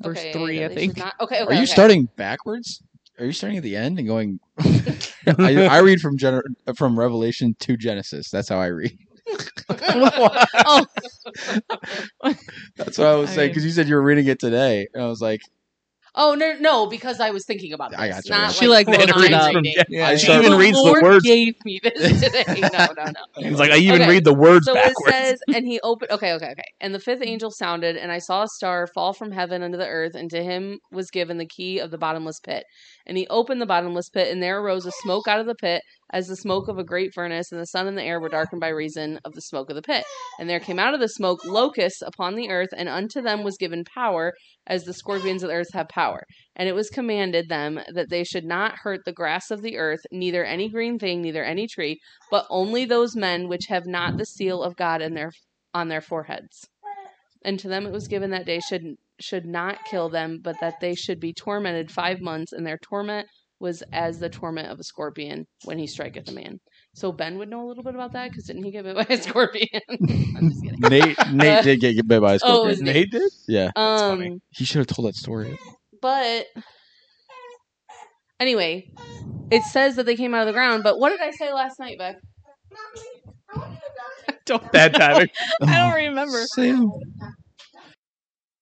[SPEAKER 5] Verse
[SPEAKER 4] Okay,
[SPEAKER 5] three, I
[SPEAKER 4] they should
[SPEAKER 5] think.
[SPEAKER 4] Not, okay,
[SPEAKER 2] Are
[SPEAKER 4] okay.
[SPEAKER 2] you
[SPEAKER 4] okay.
[SPEAKER 2] starting backwards? Are you starting at the end and going? I, I read from Gen- from Revelation to Genesis. That's how I read.
[SPEAKER 4] oh,
[SPEAKER 2] That's what I was
[SPEAKER 5] I
[SPEAKER 2] saying
[SPEAKER 5] mean-
[SPEAKER 2] because you said you were reading it today, and I was like,
[SPEAKER 4] oh no, no, because I was thinking about this.
[SPEAKER 2] I gotcha, I
[SPEAKER 4] Not
[SPEAKER 2] gotcha.
[SPEAKER 5] She,
[SPEAKER 4] like,
[SPEAKER 5] like,
[SPEAKER 4] quote,
[SPEAKER 5] looked it
[SPEAKER 4] I'm
[SPEAKER 5] up.
[SPEAKER 4] reading.
[SPEAKER 1] I
[SPEAKER 4] Like,
[SPEAKER 1] She start- even
[SPEAKER 4] the
[SPEAKER 1] reads the
[SPEAKER 4] Lord
[SPEAKER 1] words.
[SPEAKER 4] gave me this today. No, no, no.
[SPEAKER 1] He's like, I even
[SPEAKER 4] Okay.
[SPEAKER 1] read the words
[SPEAKER 4] So
[SPEAKER 1] backwards.
[SPEAKER 4] it says, and he opened. Okay, okay, okay. And the fifth angel sounded, and I saw a star fall from heaven unto the earth, and to him was given the key of the bottomless pit. And he opened the bottomless pit, and there arose a smoke out of the pit, as the smoke of a great furnace, and the sun and the air were darkened by reason of the smoke of the pit. And there came out of the smoke locusts upon the earth, and unto them was given power, as the scorpions of the earth have power. And it was commanded them that they should not hurt the grass of the earth, neither any green thing, neither any tree but only those men which have not the seal of God in their on their foreheads. And to them it was given that day should should not kill them, but that they should be tormented five months, and their torment was as the torment of a scorpion when he striketh a man. So Ben would know a little bit about that because didn't he get bit by a scorpion? I'm just kidding.
[SPEAKER 2] Nate Nate did get bit by a
[SPEAKER 4] Oh, it
[SPEAKER 2] scorpion.
[SPEAKER 4] was Nate.
[SPEAKER 1] Nate did.
[SPEAKER 2] Yeah,
[SPEAKER 1] funny.
[SPEAKER 4] Um,
[SPEAKER 2] he should have told that story.
[SPEAKER 4] but anyway, it says that they came out of the ground. But what did I say last night, Beck?
[SPEAKER 1] Bad timing.
[SPEAKER 5] I don't remember.
[SPEAKER 2] Sam.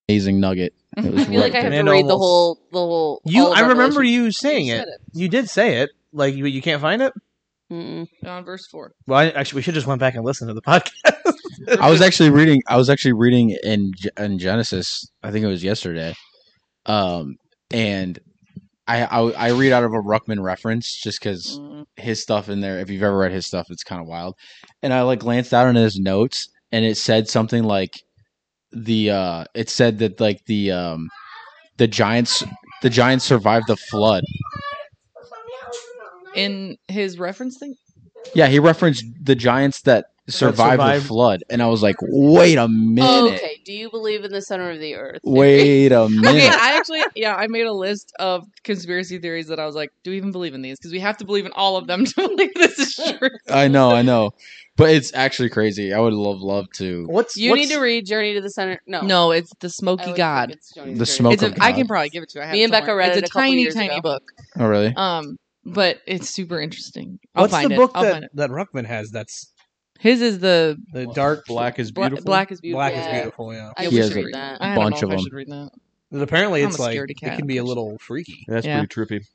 [SPEAKER 2] Amazing nugget. It was
[SPEAKER 4] I feel
[SPEAKER 2] right
[SPEAKER 4] like I
[SPEAKER 2] there.
[SPEAKER 4] have to
[SPEAKER 1] And
[SPEAKER 4] read the
[SPEAKER 1] almost-
[SPEAKER 4] whole the whole.
[SPEAKER 1] You.
[SPEAKER 4] all of
[SPEAKER 1] I remember
[SPEAKER 4] Revelation.
[SPEAKER 1] you saying
[SPEAKER 4] You
[SPEAKER 1] it.
[SPEAKER 4] said it.
[SPEAKER 1] You did say it. Like you, you can't find it.
[SPEAKER 4] Mm-mm.
[SPEAKER 5] On verse four.
[SPEAKER 1] Well, I, actually, we should just went back and listened to the podcast.
[SPEAKER 2] I was actually reading. I was actually reading in G- in Genesis. I think it was yesterday. Um, and I I, I read out of a Ruckman reference just
[SPEAKER 5] Mm.
[SPEAKER 2] because his stuff in there. If you've ever read his stuff, it's kind of wild. And I like glanced out on his notes, and it said something like the uh, it said that like the um, the giants the giants survived the flood.
[SPEAKER 5] In his reference thing,
[SPEAKER 2] Yeah, he referenced the giants that survived,
[SPEAKER 1] survived-
[SPEAKER 2] the flood, and I was like, wait a minute,
[SPEAKER 4] okay. Do you believe in the center of the earth?
[SPEAKER 2] wait a
[SPEAKER 5] okay,
[SPEAKER 2] minute.
[SPEAKER 5] I actually, yeah, I made a list of conspiracy theories that I was like, do we even believe in these? Because we have to believe in all of them to believe this is true.
[SPEAKER 2] I know, I know, but it's actually crazy. I would love love to.
[SPEAKER 1] What's
[SPEAKER 4] You
[SPEAKER 1] what's-
[SPEAKER 4] need to read Journey to the Center. No,
[SPEAKER 5] No, it's the
[SPEAKER 4] I
[SPEAKER 5] Smoky
[SPEAKER 4] always
[SPEAKER 5] God.
[SPEAKER 4] think it's Journey's
[SPEAKER 2] The
[SPEAKER 4] Journey.
[SPEAKER 2] smoke
[SPEAKER 5] It's a,
[SPEAKER 2] of
[SPEAKER 5] I
[SPEAKER 2] God.
[SPEAKER 5] can probably give it to you. I have
[SPEAKER 4] Me
[SPEAKER 5] it
[SPEAKER 4] and Becca
[SPEAKER 5] somewhere.
[SPEAKER 4] read
[SPEAKER 5] it's
[SPEAKER 4] it
[SPEAKER 5] a
[SPEAKER 4] a couple
[SPEAKER 5] tiny,
[SPEAKER 4] years
[SPEAKER 5] tiny
[SPEAKER 4] ago.
[SPEAKER 5] book.
[SPEAKER 2] Oh really?
[SPEAKER 5] Um, but it's super interesting. I'll
[SPEAKER 1] What's the
[SPEAKER 5] find it.
[SPEAKER 1] book
[SPEAKER 5] I'll
[SPEAKER 1] that
[SPEAKER 5] find it.
[SPEAKER 1] that Ruckman has? That's
[SPEAKER 5] His is the
[SPEAKER 1] the dark
[SPEAKER 3] black is
[SPEAKER 5] bla-
[SPEAKER 3] beautiful.
[SPEAKER 5] black is beautiful.
[SPEAKER 1] Black is
[SPEAKER 4] Yeah.
[SPEAKER 1] beautiful. Yeah.
[SPEAKER 4] I
[SPEAKER 5] Yeah,
[SPEAKER 2] He
[SPEAKER 4] we
[SPEAKER 5] we
[SPEAKER 2] has
[SPEAKER 4] should
[SPEAKER 2] a
[SPEAKER 5] should read
[SPEAKER 4] read
[SPEAKER 5] that.
[SPEAKER 4] that.
[SPEAKER 5] I
[SPEAKER 2] bunch
[SPEAKER 5] don't
[SPEAKER 2] of
[SPEAKER 5] know if I
[SPEAKER 2] them.
[SPEAKER 5] should read that.
[SPEAKER 1] But apparently,
[SPEAKER 5] I'm
[SPEAKER 1] it's
[SPEAKER 5] a
[SPEAKER 1] like
[SPEAKER 5] scaredy
[SPEAKER 1] it
[SPEAKER 5] cat,
[SPEAKER 1] can be a
[SPEAKER 5] I'm sure.
[SPEAKER 1] little freaky.
[SPEAKER 3] That's
[SPEAKER 5] Yeah.
[SPEAKER 3] pretty trippy.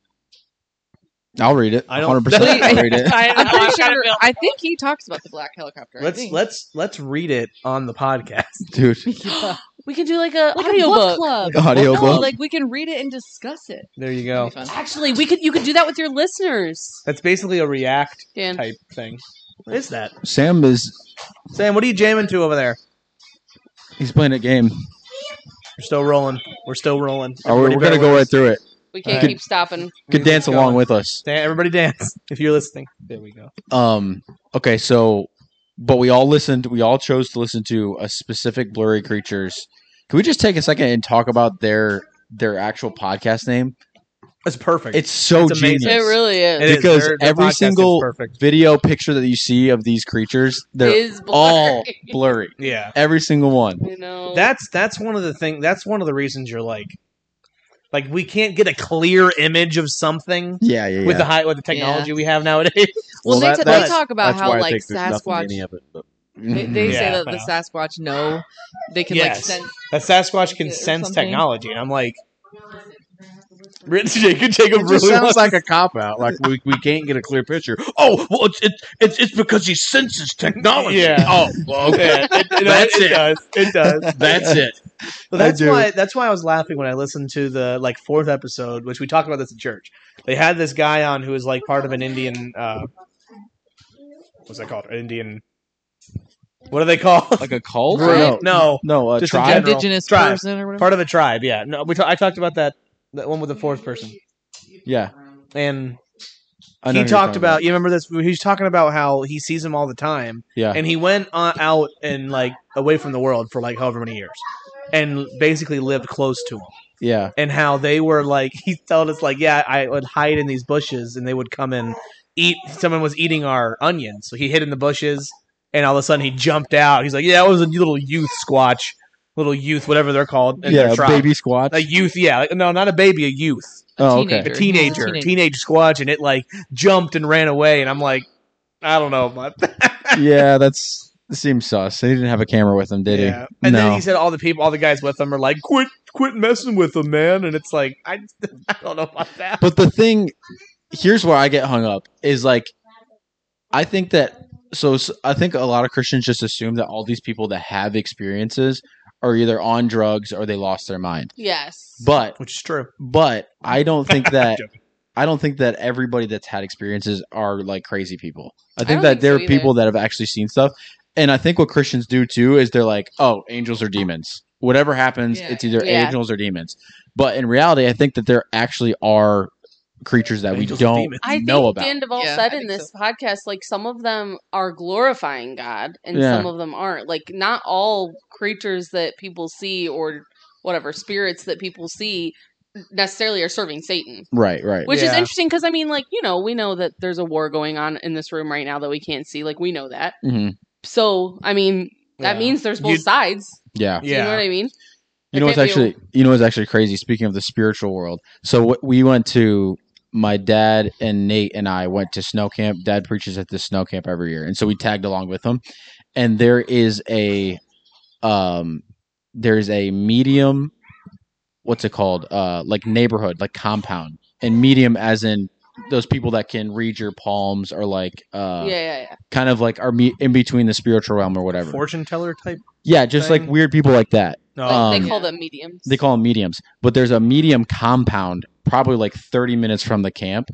[SPEAKER 2] I'll read it.
[SPEAKER 1] I
[SPEAKER 2] One
[SPEAKER 1] don't-
[SPEAKER 2] hundred percent. I'll read it.
[SPEAKER 5] I'm pretty sure. I think he talks about the black helicopter. I
[SPEAKER 1] Let's
[SPEAKER 5] think.
[SPEAKER 1] let's let's read it on the podcast.
[SPEAKER 2] Dude,
[SPEAKER 5] Yeah.
[SPEAKER 4] We can do like a
[SPEAKER 5] like a
[SPEAKER 4] audio
[SPEAKER 5] book
[SPEAKER 4] book.
[SPEAKER 5] club.
[SPEAKER 2] audio
[SPEAKER 5] No,
[SPEAKER 2] book.
[SPEAKER 5] like we can read it and discuss it.
[SPEAKER 1] There you
[SPEAKER 5] That'd
[SPEAKER 1] go.
[SPEAKER 5] be fun.
[SPEAKER 4] Actually, we could. You could do that with your listeners,
[SPEAKER 1] That's basically a React
[SPEAKER 4] Dan.
[SPEAKER 1] type thing. What is that?
[SPEAKER 2] Sam is
[SPEAKER 1] Sam, what are you jamming to over there?
[SPEAKER 2] he's playing a game.
[SPEAKER 1] We're still rolling. We're still rolling.
[SPEAKER 2] Oh, we're,
[SPEAKER 1] Everybody
[SPEAKER 2] we're gonna
[SPEAKER 1] bear
[SPEAKER 2] go right
[SPEAKER 1] with us.
[SPEAKER 2] through it.
[SPEAKER 4] We can't
[SPEAKER 1] Alright.
[SPEAKER 4] keep stopping.
[SPEAKER 2] Could
[SPEAKER 1] Music's
[SPEAKER 2] dance along
[SPEAKER 1] going.
[SPEAKER 2] with us.
[SPEAKER 1] Dan- everybody dance if you're listening. There we go.
[SPEAKER 2] Um. Okay. So, but we all listened. We all chose to listen to a specific blurry creatures. Can we just take a second and talk about their their actual podcast name?
[SPEAKER 1] That's perfect.
[SPEAKER 2] It's so
[SPEAKER 1] It's amazing.
[SPEAKER 2] genius.
[SPEAKER 4] It really
[SPEAKER 1] It
[SPEAKER 4] is.
[SPEAKER 1] is.
[SPEAKER 2] because
[SPEAKER 1] Their- their
[SPEAKER 2] every
[SPEAKER 1] podcast is
[SPEAKER 2] single-
[SPEAKER 1] perfect.
[SPEAKER 2] Video picture that you see of these creatures, they're
[SPEAKER 4] Is blurry.
[SPEAKER 2] all blurry.
[SPEAKER 1] Yeah.
[SPEAKER 2] Every single one.
[SPEAKER 4] You know
[SPEAKER 1] That's that's one of the thing. That's one of the reasons you're like, like we can't get a clear image of something
[SPEAKER 2] Yeah. Yeah.
[SPEAKER 1] with the
[SPEAKER 2] yeah.
[SPEAKER 1] high with the technology we have nowadays.
[SPEAKER 2] Well,
[SPEAKER 5] Well, they,
[SPEAKER 2] that-
[SPEAKER 5] t- they
[SPEAKER 1] that's-
[SPEAKER 5] talk about
[SPEAKER 3] That's why
[SPEAKER 5] how
[SPEAKER 3] I
[SPEAKER 5] like
[SPEAKER 3] think there's nothing in
[SPEAKER 5] Sasquatch
[SPEAKER 3] any of it. But
[SPEAKER 5] They,
[SPEAKER 2] Mm-hmm.
[SPEAKER 5] they say
[SPEAKER 1] Yeah,
[SPEAKER 5] that the Sasquatch know they can
[SPEAKER 1] Yes.
[SPEAKER 5] like send.
[SPEAKER 1] That Sasquatch can
[SPEAKER 5] Or
[SPEAKER 1] sense
[SPEAKER 5] something.
[SPEAKER 1] technology, and I'm like, Jacob, Jacob
[SPEAKER 3] It just
[SPEAKER 1] really
[SPEAKER 3] sounds
[SPEAKER 1] wants-
[SPEAKER 3] like a cop out. Like we, we can't get a clear picture. Oh well, it's it, it's it's because he senses technology.
[SPEAKER 1] Yeah.
[SPEAKER 3] Oh, well, okay.
[SPEAKER 1] Yeah, it, it,
[SPEAKER 3] That's
[SPEAKER 1] it
[SPEAKER 3] it.
[SPEAKER 1] does. It does.
[SPEAKER 3] That's it.
[SPEAKER 1] But
[SPEAKER 2] I
[SPEAKER 1] that's
[SPEAKER 2] do.
[SPEAKER 1] why that's why I was laughing when I listened to the like fourth episode, which we talked about this at church. They had this guy on who was like part of an Indian uh what's that called? An Indian what are they called?
[SPEAKER 2] like a cult?
[SPEAKER 5] Right.
[SPEAKER 2] No,
[SPEAKER 1] no.
[SPEAKER 2] no, a
[SPEAKER 1] Just
[SPEAKER 2] tribe.
[SPEAKER 1] in general.
[SPEAKER 5] indigenous
[SPEAKER 1] Tribe.
[SPEAKER 5] person or whatever.
[SPEAKER 1] Part of a tribe, yeah. No, we ta- I talked about that that one with the fourth person.
[SPEAKER 2] yeah,
[SPEAKER 1] And
[SPEAKER 2] I
[SPEAKER 1] he
[SPEAKER 2] know who you're
[SPEAKER 1] talked
[SPEAKER 2] talking
[SPEAKER 1] about, you remember this he was talking about how he sees him all the time
[SPEAKER 2] Yeah,
[SPEAKER 1] and he went on, out and like away from the world for like however many years and basically lived close to him.
[SPEAKER 2] yeah,
[SPEAKER 1] and how they were like he told us like yeah i would hide in these bushes and they would come and eat someone was eating our onions so he hid in the bushes and all of a sudden he jumped out he's like yeah it was a little youth squatch little youth whatever they're called in
[SPEAKER 2] yeah.
[SPEAKER 1] their tribe.
[SPEAKER 2] Baby squatch.
[SPEAKER 1] a youth yeah like, no not a baby a youth
[SPEAKER 2] oh,
[SPEAKER 5] teenager.
[SPEAKER 2] okay.
[SPEAKER 1] a
[SPEAKER 5] He's a
[SPEAKER 1] teenager teenage.
[SPEAKER 5] teenager.
[SPEAKER 1] squatch and it like jumped and ran away and i'm like i don't know about that
[SPEAKER 2] yeah, that's seems sus. He didn't have a camera with him, did
[SPEAKER 1] yeah.
[SPEAKER 2] he?
[SPEAKER 1] and
[SPEAKER 2] no.
[SPEAKER 1] then he said all the people all the guys with him are like quit quit messing with him man and it's like i, I don't know about that
[SPEAKER 2] but the thing, here's where I get hung up is like, I think that so s- I think a lot of Christians just assume that all these people that have experiences are either on drugs or they lost their mind.
[SPEAKER 4] Yes.
[SPEAKER 2] But
[SPEAKER 1] which is true
[SPEAKER 2] but I don't think that
[SPEAKER 1] Joking.
[SPEAKER 2] I don't think that everybody that's had experiences are like crazy people. I think
[SPEAKER 4] don't
[SPEAKER 2] that
[SPEAKER 4] think
[SPEAKER 2] there
[SPEAKER 4] so
[SPEAKER 2] are people that have actually seen stuff. And I think what Christians do too is they're like, oh, angels or demons. Whatever happens,
[SPEAKER 5] Yeah.
[SPEAKER 2] it's either
[SPEAKER 4] Yeah.
[SPEAKER 2] angels or demons. But in reality, I think that there actually are creatures that
[SPEAKER 1] Angels
[SPEAKER 2] we
[SPEAKER 1] and
[SPEAKER 2] don't
[SPEAKER 1] demons.
[SPEAKER 4] I
[SPEAKER 2] know
[SPEAKER 4] think
[SPEAKER 2] about.
[SPEAKER 4] Dan Duvall
[SPEAKER 5] Yeah,
[SPEAKER 4] said
[SPEAKER 5] I
[SPEAKER 4] in
[SPEAKER 5] think
[SPEAKER 4] this podcast, like some of them are glorifying God and
[SPEAKER 2] Yeah.
[SPEAKER 4] some of them aren't. Like not all creatures that people see or whatever spirits that people see necessarily are serving Satan.
[SPEAKER 2] right, right.
[SPEAKER 4] Which is
[SPEAKER 1] Yeah.
[SPEAKER 4] interesting because I mean, like, you know, we know that there's a war going on in this room right now that we can't see. Like we know that.
[SPEAKER 2] hmm
[SPEAKER 4] So I mean that
[SPEAKER 1] Yeah.
[SPEAKER 4] means there's both
[SPEAKER 1] You'd-
[SPEAKER 4] sides.
[SPEAKER 2] Yeah.
[SPEAKER 4] Do you know what I mean?
[SPEAKER 2] You
[SPEAKER 4] There
[SPEAKER 2] know what's
[SPEAKER 4] can't be a-
[SPEAKER 2] actually you know what's actually crazy. Speaking of the spiritual world, so what we went to my dad and Nate and I went to snow camp. Dad preaches at this snow camp every year, and so we tagged along with him. And there is a um there's a medium what's it called? Uh like neighborhood, like compound. And medium as in those people that can read your palms or like uh
[SPEAKER 4] yeah, yeah, yeah.
[SPEAKER 2] kind of like are me- in between the spiritual realm or whatever.
[SPEAKER 1] fortune teller type.
[SPEAKER 2] yeah, just like
[SPEAKER 1] thing?
[SPEAKER 2] weird people like that.
[SPEAKER 1] No,
[SPEAKER 4] Like,
[SPEAKER 2] um,
[SPEAKER 4] they call them mediums.
[SPEAKER 2] they call them mediums but there's a medium compound probably like 30 minutes from the camp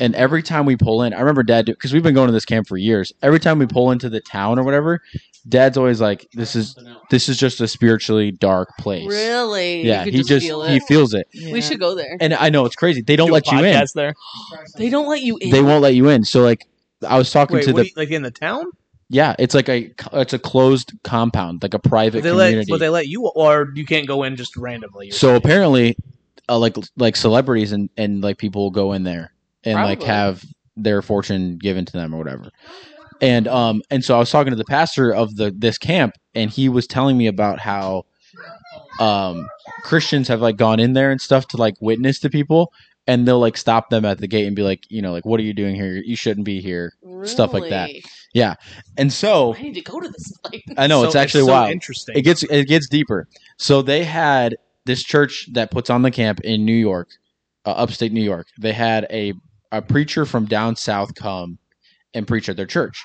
[SPEAKER 2] and every time we pull in i remember dad because we've been going to this camp for years every time we pull into the town or whatever dad's always like this is this is just a spiritually dark place
[SPEAKER 4] Really?
[SPEAKER 2] yeah
[SPEAKER 5] could
[SPEAKER 2] he
[SPEAKER 5] just
[SPEAKER 2] just
[SPEAKER 5] feel
[SPEAKER 2] he
[SPEAKER 5] it.
[SPEAKER 2] feels it
[SPEAKER 4] We should go there.
[SPEAKER 2] and i know it's crazy they don't
[SPEAKER 1] do a
[SPEAKER 2] let you in
[SPEAKER 1] podcast There,
[SPEAKER 4] They don't let you in.
[SPEAKER 2] they won't let you in so like i was talking
[SPEAKER 1] wait,
[SPEAKER 2] to
[SPEAKER 1] what
[SPEAKER 2] the
[SPEAKER 1] do you- like in the town?
[SPEAKER 2] yeah it's like a it's a closed compound like a
[SPEAKER 1] But
[SPEAKER 2] private
[SPEAKER 1] they
[SPEAKER 2] community
[SPEAKER 1] let, but they let you, or you can't go in just randomly.
[SPEAKER 2] So apparently, uh, like like celebrities and and like people will go in there and like
[SPEAKER 4] Probably.
[SPEAKER 2] have their fortune given to them or whatever. And um and so I was talking to the pastor of the this camp and he was telling me about how um Christians have like gone in there and stuff to like witness to people and they'll like stop them at the gate and be like, you know, like what are you doing here? You shouldn't be here. stuff like that.
[SPEAKER 4] Really?
[SPEAKER 2] And so
[SPEAKER 4] I need to go to this place.
[SPEAKER 2] I know it's
[SPEAKER 1] So-
[SPEAKER 2] actually
[SPEAKER 1] so
[SPEAKER 2] wild.
[SPEAKER 1] interesting.
[SPEAKER 2] It gets it gets deeper. So they had this church that puts on the camp in New York, uh, upstate New York. They had a a preacher from down south come and preach at their church,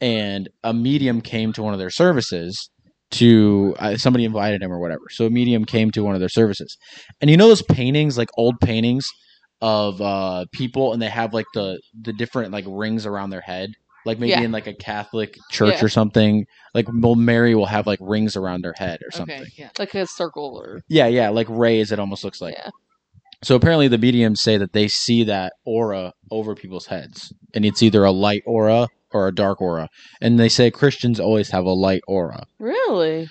[SPEAKER 2] and a medium came to one of their services. To uh, somebody invited him or whatever. So a medium came to one of their services, and you know those paintings, like old paintings of uh people, and they have like the the different like rings around their head, like maybe
[SPEAKER 4] Yeah.
[SPEAKER 2] in like a Catholic church
[SPEAKER 4] Yeah.
[SPEAKER 2] or something, like well, Mary will have like rings around her head or something.
[SPEAKER 5] Okay. Yeah.
[SPEAKER 4] Like a circle or
[SPEAKER 2] Yeah, yeah, like rays. It almost looks like.
[SPEAKER 4] Yeah.
[SPEAKER 2] So apparently, the mediums say that they see that aura over people's heads, and it's either a light aura or a dark aura. And they say Christians always have a light aura,
[SPEAKER 4] Really?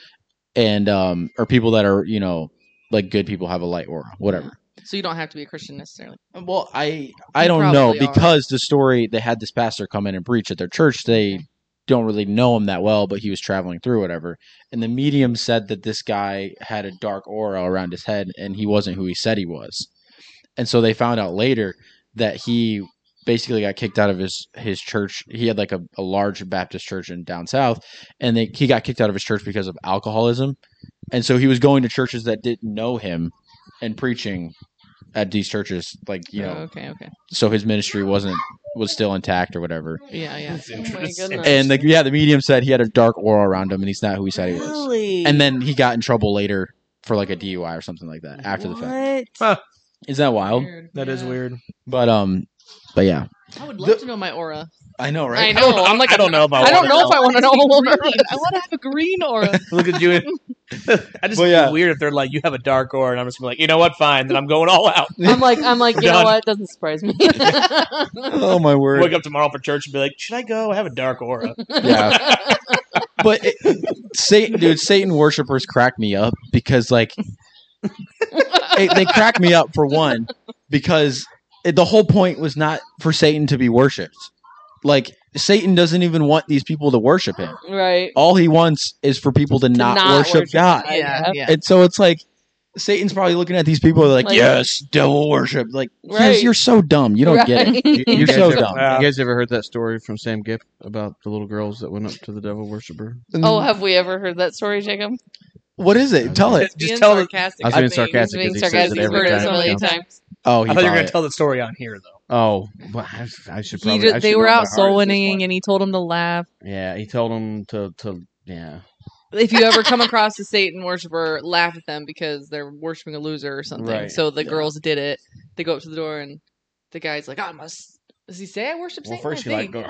[SPEAKER 2] and um, or people that are you know like good people have a light aura, whatever.
[SPEAKER 5] So you don't have to be a Christian necessarily.
[SPEAKER 2] Well, I I
[SPEAKER 5] You
[SPEAKER 2] don't know
[SPEAKER 5] probably are.
[SPEAKER 2] because the story they had this pastor come in and preach at their church. They don't really know him that well, but he was traveling through whatever. And the medium said that this guy had a dark aura around his head, and he wasn't who he said he was. And so they found out later that he basically got kicked out of his his church. He had like a, a large Baptist church in down south, and they, he got kicked out of his church because of alcoholism, and so he was going to churches that didn't know him and preaching at these churches, like you
[SPEAKER 5] Oh,
[SPEAKER 2] know,
[SPEAKER 5] okay, okay.
[SPEAKER 2] so his ministry wasn't was still intact or whatever.
[SPEAKER 5] Yeah, yeah.
[SPEAKER 1] That's
[SPEAKER 4] Oh my
[SPEAKER 1] interesting.
[SPEAKER 4] goodness.
[SPEAKER 2] And the, yeah, the medium said he had a dark aura around him, and he's not who he said he was.
[SPEAKER 4] Really?
[SPEAKER 2] And then he got in trouble later for like a DUI or something like that after the fact.
[SPEAKER 1] Huh.
[SPEAKER 4] What?
[SPEAKER 2] Isn't that wild?
[SPEAKER 1] That is
[SPEAKER 5] Yeah.
[SPEAKER 1] weird.
[SPEAKER 2] But um, but yeah,
[SPEAKER 5] I would love
[SPEAKER 2] The-
[SPEAKER 5] to know my aura.
[SPEAKER 2] I know,
[SPEAKER 5] I know. I'm like,
[SPEAKER 1] I don't know about.
[SPEAKER 5] I don't know if I want to know.
[SPEAKER 4] wanna know.
[SPEAKER 5] Green. I want to have a green aura.
[SPEAKER 1] Look at you. I just
[SPEAKER 2] Well,
[SPEAKER 1] feel
[SPEAKER 2] yeah.
[SPEAKER 1] weird if they're like, you have a dark aura, and I'm just gonna be like, you know what, fine, then I'm going all out.
[SPEAKER 4] I'm like, I'm like,
[SPEAKER 1] We're
[SPEAKER 4] you know
[SPEAKER 1] done.
[SPEAKER 4] what? Doesn't surprise me.
[SPEAKER 2] oh my word!
[SPEAKER 1] Wake up tomorrow for church and be like, should I go? I have a dark aura.
[SPEAKER 2] Yeah. but it, Satan, dude, Satan worshippers crack me up because like it, they crack me up for one because it, the whole point was not for Satan to be worshipped. Like Satan doesn't even want these people to worship him.
[SPEAKER 4] right.
[SPEAKER 2] All he wants is for people to, not,
[SPEAKER 4] not
[SPEAKER 2] worship,
[SPEAKER 4] worship
[SPEAKER 2] God.
[SPEAKER 4] God. Yeah.
[SPEAKER 5] yeah.
[SPEAKER 2] And so it's like Satan's probably looking at these people like,
[SPEAKER 4] Like-
[SPEAKER 2] yes, devil worship. Like, yes,
[SPEAKER 4] Right.
[SPEAKER 2] you're so dumb. You don't get it.
[SPEAKER 3] You,
[SPEAKER 2] You're
[SPEAKER 3] guys
[SPEAKER 2] so
[SPEAKER 3] ever,
[SPEAKER 2] dumb.
[SPEAKER 1] Yeah.
[SPEAKER 3] You guys ever heard that story from Sam Gipp about the little girls that went up to the devil worshiper?
[SPEAKER 4] Oh, have we ever heard that story, Jacob?
[SPEAKER 2] what is it? Tell it.
[SPEAKER 1] Just tell them-
[SPEAKER 5] sarcastic.
[SPEAKER 3] I was being
[SPEAKER 4] He's
[SPEAKER 5] think.
[SPEAKER 3] sarcastic
[SPEAKER 4] being
[SPEAKER 3] because he says
[SPEAKER 4] sarcastic.
[SPEAKER 3] it
[SPEAKER 4] He's
[SPEAKER 3] every
[SPEAKER 4] heard it
[SPEAKER 3] time.
[SPEAKER 4] so many
[SPEAKER 3] it comes-
[SPEAKER 4] times.
[SPEAKER 2] Oh,
[SPEAKER 1] I thought
[SPEAKER 2] he
[SPEAKER 1] you were
[SPEAKER 2] probably-
[SPEAKER 1] gonna tell the story on here though.
[SPEAKER 3] Oh, well, I, I should
[SPEAKER 5] He
[SPEAKER 3] probably.
[SPEAKER 5] ju-
[SPEAKER 3] I
[SPEAKER 5] they
[SPEAKER 3] should
[SPEAKER 5] were
[SPEAKER 3] know by
[SPEAKER 5] out
[SPEAKER 3] heart this
[SPEAKER 5] soul
[SPEAKER 3] one.
[SPEAKER 5] winning, and he told them to laugh.
[SPEAKER 3] Yeah, he told them to to yeah.
[SPEAKER 5] If you ever come across a Satan worshiper, laugh at them because they're worshiping a loser or something.
[SPEAKER 3] Right.
[SPEAKER 5] So the
[SPEAKER 2] Yeah.
[SPEAKER 5] girls did it. They go up to the door, and the guy's like, "I must." Does he say I worship
[SPEAKER 3] Well,
[SPEAKER 5] Satan?
[SPEAKER 3] first
[SPEAKER 5] I
[SPEAKER 3] he like
[SPEAKER 5] think.
[SPEAKER 3] go,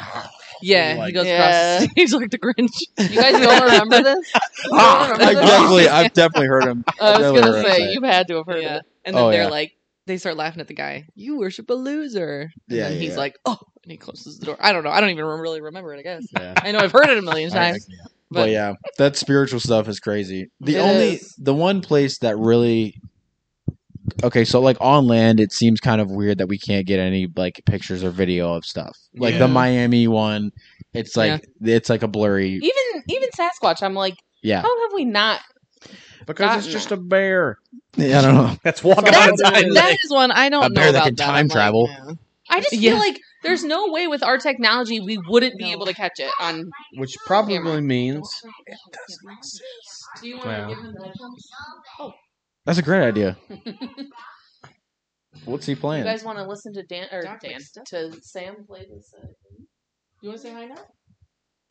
[SPEAKER 5] yeah,
[SPEAKER 3] like-
[SPEAKER 5] he goes
[SPEAKER 4] Yeah.
[SPEAKER 5] across the stage like the Grinch.
[SPEAKER 4] You guys don't remember this? You don't
[SPEAKER 1] Ah,
[SPEAKER 4] remember
[SPEAKER 2] I
[SPEAKER 4] this?
[SPEAKER 2] definitely, I've definitely heard him.
[SPEAKER 4] I was
[SPEAKER 2] Definitely
[SPEAKER 4] gonna
[SPEAKER 2] heard him
[SPEAKER 4] say
[SPEAKER 2] it.
[SPEAKER 4] you've had to have heard
[SPEAKER 5] Yeah.
[SPEAKER 4] it.
[SPEAKER 5] And then
[SPEAKER 2] Oh,
[SPEAKER 5] they're
[SPEAKER 2] yeah.
[SPEAKER 5] like, they start laughing at the guy. You worship a loser. And
[SPEAKER 2] Yeah,
[SPEAKER 5] then
[SPEAKER 2] yeah,
[SPEAKER 5] he's
[SPEAKER 2] yeah.
[SPEAKER 5] like, oh, and he closes the door. I don't know. I don't even re- really remember it. I guess.
[SPEAKER 3] yeah.
[SPEAKER 5] I know I've heard it a million
[SPEAKER 3] I- I-
[SPEAKER 5] times.
[SPEAKER 3] yeah.
[SPEAKER 2] But,
[SPEAKER 5] But-
[SPEAKER 2] yeah, that spiritual stuff is crazy. The
[SPEAKER 5] It
[SPEAKER 2] only,
[SPEAKER 5] is.
[SPEAKER 2] the one place that really, okay, so like on land, it seems kind of weird that we can't get any like pictures or video of stuff. Like
[SPEAKER 1] Yeah.
[SPEAKER 2] the Miami one, it's like it's like a blurry.
[SPEAKER 4] Even even Sasquatch, I'm like,
[SPEAKER 2] Yeah,
[SPEAKER 4] how have we not?
[SPEAKER 3] Because it's
[SPEAKER 4] Gotten
[SPEAKER 3] just
[SPEAKER 4] that.
[SPEAKER 3] a bear.
[SPEAKER 2] Yeah, I don't know.
[SPEAKER 1] That's walking on
[SPEAKER 5] That's-
[SPEAKER 1] its hind
[SPEAKER 5] that
[SPEAKER 1] leg.
[SPEAKER 5] is one I don't
[SPEAKER 2] A bear
[SPEAKER 5] know
[SPEAKER 2] that
[SPEAKER 5] about
[SPEAKER 2] can
[SPEAKER 5] that.
[SPEAKER 2] time
[SPEAKER 5] I'm like,
[SPEAKER 2] travel.
[SPEAKER 5] yeah.
[SPEAKER 4] I just
[SPEAKER 5] Yeah.
[SPEAKER 4] feel like there's no way with our technology we wouldn't be
[SPEAKER 5] No.
[SPEAKER 4] able to catch it on.
[SPEAKER 3] Which probably
[SPEAKER 4] Camera.
[SPEAKER 3] means
[SPEAKER 4] Do you want
[SPEAKER 1] Wow.
[SPEAKER 4] to give him the headphones?
[SPEAKER 2] That's a great idea.
[SPEAKER 4] you
[SPEAKER 2] What's he playing?
[SPEAKER 4] guys want to listen to Dan or
[SPEAKER 5] Doc
[SPEAKER 4] Dan
[SPEAKER 5] makes stuff.
[SPEAKER 4] to Sam play this? Uh, you want to say hi now?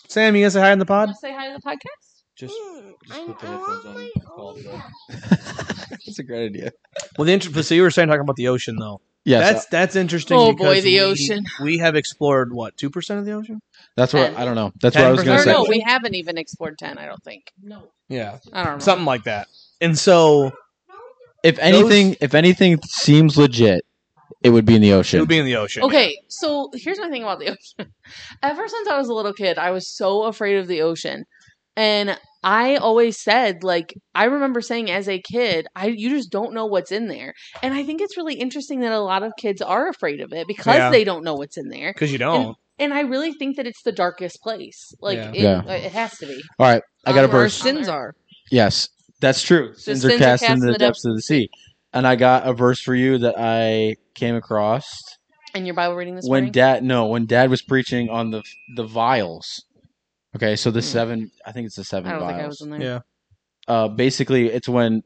[SPEAKER 1] Sam, you gonna say hi in the
[SPEAKER 4] You
[SPEAKER 1] pod?
[SPEAKER 4] want to say hi to the podcast?
[SPEAKER 3] just just put the
[SPEAKER 6] I
[SPEAKER 3] headphones
[SPEAKER 6] want
[SPEAKER 3] on.
[SPEAKER 6] my
[SPEAKER 3] Call it
[SPEAKER 6] own
[SPEAKER 3] good.
[SPEAKER 2] That's a great idea.
[SPEAKER 1] Well, the inter- so you were saying talking about the ocean though.
[SPEAKER 2] Yes, that's,
[SPEAKER 1] that's that's interesting.
[SPEAKER 4] Oh, boy,
[SPEAKER 1] because
[SPEAKER 4] the
[SPEAKER 1] we-
[SPEAKER 4] ocean.
[SPEAKER 1] We have explored what two percent of the ocean?
[SPEAKER 2] that's what I don't know. That's what I was gonna
[SPEAKER 4] Or
[SPEAKER 2] say.
[SPEAKER 1] 10%?
[SPEAKER 4] no, we haven't even explored ten. I don't think. No,
[SPEAKER 1] Yeah,
[SPEAKER 4] I don't know.
[SPEAKER 1] something like that. And so
[SPEAKER 2] If anything, if anything seems legit, it would be in the
[SPEAKER 1] it
[SPEAKER 2] ocean.
[SPEAKER 1] would be in the ocean.
[SPEAKER 4] Okay, so here's my thing about the ocean. Ever since I was a little kid, I was so afraid of the ocean. And I always said, like, I remember saying as a kid, I you just don't know what's in there. And I think it's really interesting that a lot of kids are afraid of it because
[SPEAKER 1] Yeah.
[SPEAKER 4] they don't know what's in there.
[SPEAKER 1] because you don't.
[SPEAKER 4] And I really think that it's the darkest place. Like
[SPEAKER 1] Yeah.
[SPEAKER 4] It,
[SPEAKER 2] Yeah.
[SPEAKER 4] it has to be.
[SPEAKER 2] All right, I got a
[SPEAKER 4] Um, our
[SPEAKER 5] Where our
[SPEAKER 2] verse.
[SPEAKER 4] sin-
[SPEAKER 5] sins are.
[SPEAKER 2] Yes, that's true. Sins are cast into the depths of the sea. And I got a verse for you that I came across
[SPEAKER 4] And your Bible reading this
[SPEAKER 2] when
[SPEAKER 4] morning.
[SPEAKER 2] Dad. No, when Dad was preaching on the the vials. Okay, so the
[SPEAKER 4] Hmm.
[SPEAKER 2] seven. I think it's the seven
[SPEAKER 4] I don't
[SPEAKER 2] vials.
[SPEAKER 4] think I was in there.
[SPEAKER 1] Yeah.
[SPEAKER 2] uh, basically it's when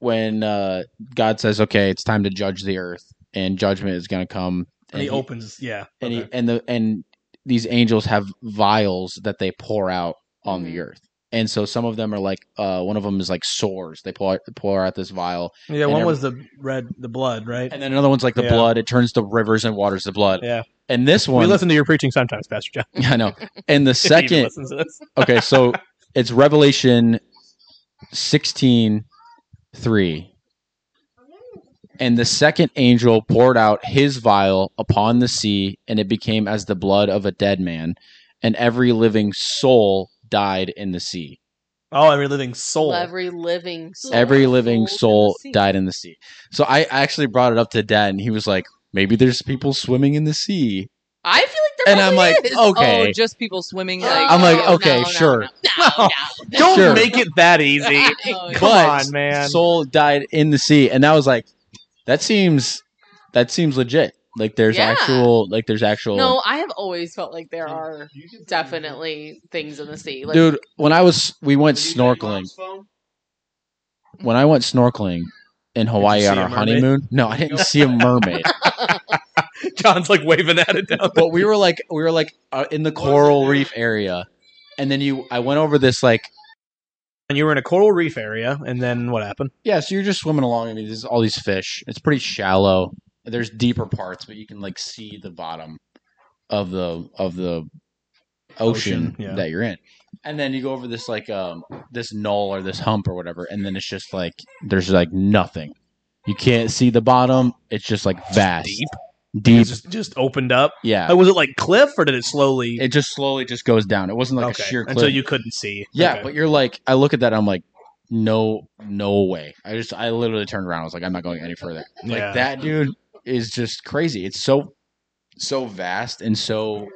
[SPEAKER 2] when uh, God says, "Okay, it's time to judge the earth, and judgment is going to come."
[SPEAKER 1] And he
[SPEAKER 2] he-
[SPEAKER 1] opens. Yeah.
[SPEAKER 2] and he,
[SPEAKER 1] okay.
[SPEAKER 2] and the and these angels have vials that they pour out on the earth, and so some of them are like uh, one of them is like sores. They pour pour out this vial,
[SPEAKER 1] yeah.
[SPEAKER 2] and
[SPEAKER 1] One
[SPEAKER 2] every-
[SPEAKER 1] was the red, the blood, right?
[SPEAKER 2] and then another one's like the
[SPEAKER 1] Yeah.
[SPEAKER 2] blood. It turns to rivers and waters the blood.
[SPEAKER 1] Yeah.
[SPEAKER 2] and this
[SPEAKER 1] We
[SPEAKER 2] one,
[SPEAKER 1] listen to your preaching sometimes, Pastor John.
[SPEAKER 2] I know. And the
[SPEAKER 1] If he even
[SPEAKER 2] second,
[SPEAKER 1] listens to this.
[SPEAKER 2] okay, so it's Revelation sixteen three. And the second angel poured out his vial upon the sea, and it became as the blood of a dead man, and every living soul died in the sea.
[SPEAKER 1] Oh, every living soul.
[SPEAKER 4] Every living soul.
[SPEAKER 2] Every living soul
[SPEAKER 5] Souls in the sea.
[SPEAKER 2] died in the sea. So I actually brought it up to Dad, and he was like, "Maybe there's people swimming in the sea."
[SPEAKER 4] I feel like there
[SPEAKER 2] And I'm
[SPEAKER 4] probably
[SPEAKER 2] like,
[SPEAKER 4] is.
[SPEAKER 2] "Okay."
[SPEAKER 5] Oh, just people swimming.
[SPEAKER 4] Oh,
[SPEAKER 5] Like,
[SPEAKER 2] I'm like,
[SPEAKER 4] no,
[SPEAKER 2] "Okay,
[SPEAKER 4] no, no,
[SPEAKER 2] sure."
[SPEAKER 4] No, no, no.
[SPEAKER 1] Don't
[SPEAKER 2] Sure.
[SPEAKER 1] make it that easy.
[SPEAKER 5] oh, yeah.
[SPEAKER 1] Come
[SPEAKER 2] But
[SPEAKER 1] on, man.
[SPEAKER 2] Soul died in the sea, and I was like, "That seems that seems legit." Like there's
[SPEAKER 4] Yeah.
[SPEAKER 2] actual like there's actual
[SPEAKER 4] No, I have always felt like there are definitely things in the sea. Like,
[SPEAKER 2] Dude, when I was we went snorkeling. When I went snorkeling in Hawaii
[SPEAKER 3] see
[SPEAKER 2] on
[SPEAKER 3] a
[SPEAKER 2] our
[SPEAKER 3] mermaid?
[SPEAKER 2] honeymoon, no, I didn't see a mermaid.
[SPEAKER 1] John's like waving at it down.
[SPEAKER 2] but we were like we were like uh, in the coral reef area. And then you I went over this like
[SPEAKER 1] And you were in a coral reef area, and then what happened?
[SPEAKER 2] Yeah, so you're just swimming along and there's all these fish. It's pretty shallow. There's deeper parts, but you can like see the bottom of the of the
[SPEAKER 1] Ocean,
[SPEAKER 2] ocean,
[SPEAKER 1] yeah.
[SPEAKER 2] that you're in. And then you go over this like um this knoll or this hump or whatever, and then it's just like there's like nothing. You can't see the bottom. It's just like vast,
[SPEAKER 1] Deep. Oh. It
[SPEAKER 2] deep.
[SPEAKER 1] just just opened up.
[SPEAKER 2] Yeah,
[SPEAKER 1] Like, was it like cliff, or did it slowly?
[SPEAKER 2] it just slowly just goes down. It wasn't like
[SPEAKER 1] okay.
[SPEAKER 2] a sheer cliff.
[SPEAKER 1] until you couldn't see.
[SPEAKER 2] Yeah,
[SPEAKER 1] Okay.
[SPEAKER 2] but you're like, I look at that, I'm like, no, no way. I just, I literally turned around. I was like, I'm not going any further. Like
[SPEAKER 1] Yeah.
[SPEAKER 2] that dude is just crazy. It's so, so vast and so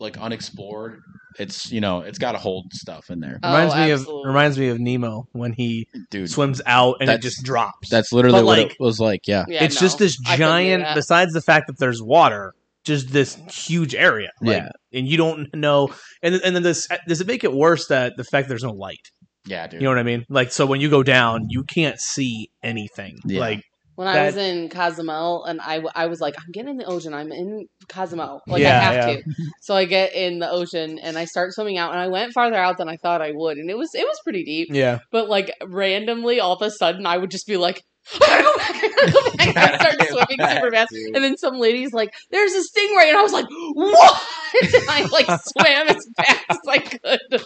[SPEAKER 2] like unexplored. It's you know, it's got to hold stuff in there,
[SPEAKER 4] Oh,
[SPEAKER 1] reminds me
[SPEAKER 4] absolutely.
[SPEAKER 1] of reminds me of Nemo when he
[SPEAKER 2] dude.
[SPEAKER 1] swims out and it
[SPEAKER 2] That's-
[SPEAKER 1] just drops.
[SPEAKER 2] That's literally
[SPEAKER 1] But,
[SPEAKER 2] what
[SPEAKER 1] like-
[SPEAKER 2] it was like. Yeah,
[SPEAKER 4] Yeah,
[SPEAKER 1] it's
[SPEAKER 4] no,
[SPEAKER 1] just this
[SPEAKER 4] I couldn't do
[SPEAKER 1] giant.
[SPEAKER 4] that.
[SPEAKER 1] Besides the fact that there's water, just this huge area. Like,
[SPEAKER 2] Yeah.
[SPEAKER 1] and you don't know. And and then this does it make it worse that the fact there's no light.
[SPEAKER 2] yeah, dude.
[SPEAKER 1] You know what I mean? Like so when you go down, you can't see anything.
[SPEAKER 2] Yeah.
[SPEAKER 1] Like
[SPEAKER 4] when I
[SPEAKER 1] that-
[SPEAKER 4] was in Cozumel, and I, w- I was like, I'm getting in the ocean. I'm in Cozumel. Like, I
[SPEAKER 1] Yeah,
[SPEAKER 4] have
[SPEAKER 1] yeah.
[SPEAKER 4] to. So I get in the ocean, and I start swimming out, and I went farther out than I thought I would, and it was it was pretty deep.
[SPEAKER 1] yeah,
[SPEAKER 4] But like randomly, all of a sudden, I would just be like, I go back, I go back. I start swimming super fast, and then some lady's like, "There's a stingray," and I was like, "What?" And I like swam as fast as I could.